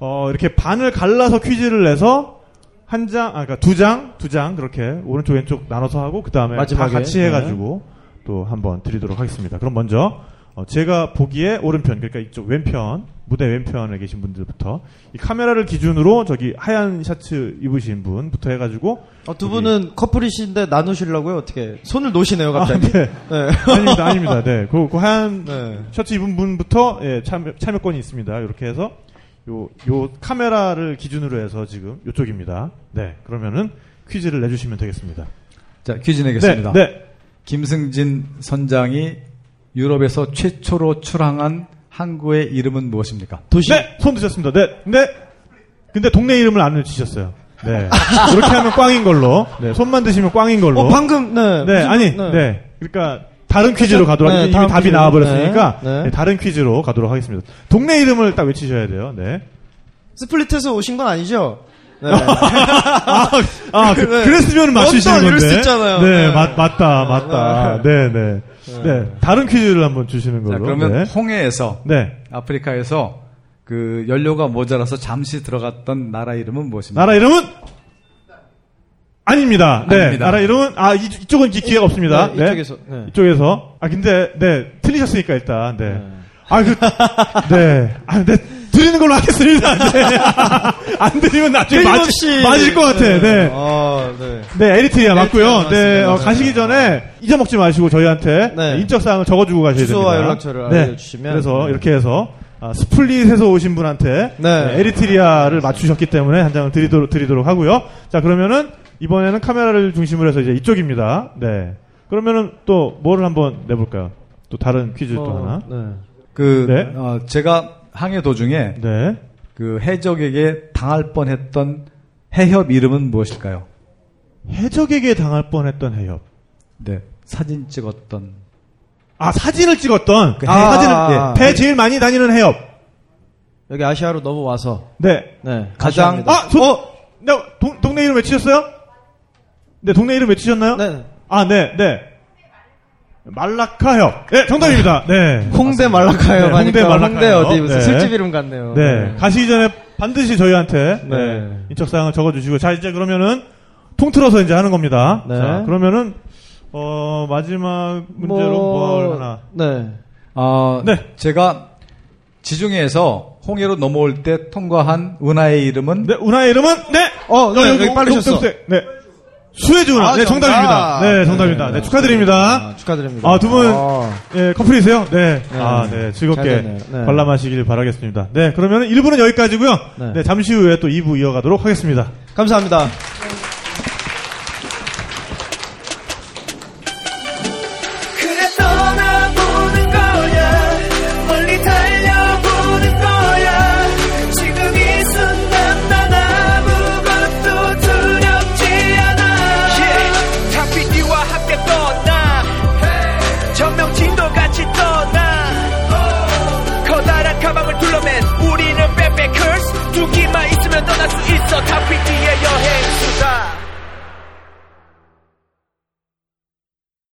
A: 어 이렇게 반을 갈라서 퀴즈를 내서 한 장, 아, 그러니까 두 장, 두 장 그렇게 오른쪽 왼쪽 나눠서 하고 그 다음에 다
B: 마지막에,
A: 같이
B: 네.
A: 해가지고 또 한번 드리도록 하겠습니다. 그럼 먼저 어, 제가 보기에 오른편, 그러니까 이쪽 왼편 무대 왼편에 계신 분들부터 이 카메라를 기준으로 저기 하얀 셔츠 입으신 분부터 해가지고
B: 어, 두 분은 커플이신데 나누시려고요? 어떻게? 손을 놓으시네요, 갑자기.
A: 아, 네.
B: 네.
A: 아닙니다, 아닙니다. 네, 그, 그 하얀
B: 네.
A: 셔츠 입은 분부터 예, 참여, 참여권이 있습니다. 이렇게 해서 요, 요 카메라를 기준으로 해서 지금 요쪽입니다. 네, 그러면은 퀴즈를 내주시면 되겠습니다.
C: 자 퀴즈 내겠습니다.
A: 네, 네.
C: 김승진 선장이 유럽에서 최초로 출항한 항구의 이름은 무엇입니까?
B: 도시.
A: 네, 손 드셨습니다. 네, 네. 근데 동네 이름을 안 외치셨어요. 네. 이렇게 하면 꽝인 걸로. 네, 손만 드시면 꽝인 걸로.
B: 어, 방금, 네.
A: 네,
B: 무슨-
A: 아니, 네. 그러니까 다른 퀴즈로 가도록
B: 네,
A: 하겠습니다. 이미
B: 다음
A: 답이
B: 퀴즈로.
A: 나와버렸으니까
B: 네, 네.
A: 네, 다른 퀴즈로 가도록 하겠습니다. 동네 이름을 딱 외치셔야 돼요. 네.
B: 스플릿에서 오신 건 아니죠?
A: 아, 그,
B: 네.
A: 랬으면 맞추시는
B: 언더
A: 건데.
B: 이럴 수 있잖아요.
A: 네,
B: 네. 아,
A: 맞, 맞다, 맞다. 네, 네. 네, 다른 퀴즈를 한번 주시는 걸로.
C: 자, 그러면
A: 네.
C: 홍해에서
A: 네.
C: 아프리카에서 그 연료가 모자라서 잠시 들어갔던 나라 이름은 무엇입니까?
A: 나라 이름은? 아닙니다. 네.
C: 아닙니다.
A: 나라 이름은? 아, 이, 이쪽은 기- 기회가 없습니다.
B: 네, 이쪽에서, 네.
A: 이쪽에서. 아, 근데, 네. 틀리셨으니까 일단, 네. 아, 그, 네. 아, 네. 드리는 걸로 하겠습니다. 네. 안 드리면 나중에 맞,
B: 끊임없이-
A: 맞을 것 같아. 네.
B: 아, 네.
A: 네, 에리트리아 맞고요.
B: 에리트리아
A: 네,
B: 맞습니다.
A: 어, 가시기 전에 잊어먹지 마시고 저희한테
B: 네.
A: 인적사항을 적어주고 가셔야 됩니다.
B: 주소와 연락처를 알려주시면.
A: 그래서
B: 네.
A: 이렇게 해서 아, 스플릿에서 오신 분한테
B: 네.
A: 네, 에리트리아를 맞추셨기 때문에 한 장을 드리도록, 드리도록 하고요. 자, 그러면은 이번에는 카메라를 중심으로 해서 이제 이쪽입니다. 네. 그러면은 또 뭐를 한번 내볼까요? 또 다른 퀴즈 또 하나.
B: 네.
C: 그
A: 네.
C: 어, 제가 항해 도중에
A: 네.
C: 그 해적에게 당할 뻔했던 해협 이름은 무엇일까요?
A: 해적에게 당할 뻔했던 해협.
C: 네, 사진 찍었던
A: 아, 사진을 찍었던.
C: 그
A: 아,
C: 해-
A: 사진을.
B: 아,
A: 예. 배 제일 많이 다니는 해협.
B: 여기 아시아로 넘어와서.
A: 네.
B: 네.
C: 가장-
B: 감사합니다. 어?
A: 아, 저, 나 동, 동네 이름 외치셨어요? 네, 동네 이름 외치셨나요?
B: 네.
A: 아, 네, 네. 말라카협. 네, 정답입니다. 네.
B: 홍대 말라카요.
A: 네,
B: 네, 홍대
A: 홍대 말라카요.
B: 홍대 어디 무슨
A: 네.
B: 술집 이름 같네요.
A: 네. 가시기 전에 반드시 저희한테
B: 네.
A: 네, 인적사항을 적어주시고. 자, 이제 그러면은 통틀어서 이제 하는 겁니다.
B: 네.
A: 자, 그러면은, 어, 마지막 문제로
B: 뭐-
A: 뭘 하나.
B: 네.
C: 아,
A: 네.
C: 제가 지중해에서 홍해로 넘어올 때 통과한 은하의 이름은
A: 네, 운하의 이름은? 네!
B: 어, 네, 여기
A: 동-
B: 빠르셨어.
A: 동색. 네. 수에즈 운하.
B: 아,
A: 네,
B: 정답.
A: 정답입니다. 네, 정답입니다. 네, 축하드립니다.
B: 아, 축하드립니다.
A: 아, 두 분,
B: 어.
A: 예, 커플이세요? 네.
B: 네.
A: 아, 네.
B: 잘
A: 즐겁게
B: 됐네요. 네.
A: 관람하시길 바라겠습니다. 네. 그러면 1부는 여기까지고요
B: 네.
A: 네. 잠시 후에 또 2부 이어가도록 하겠습니다.
B: 감사합니다.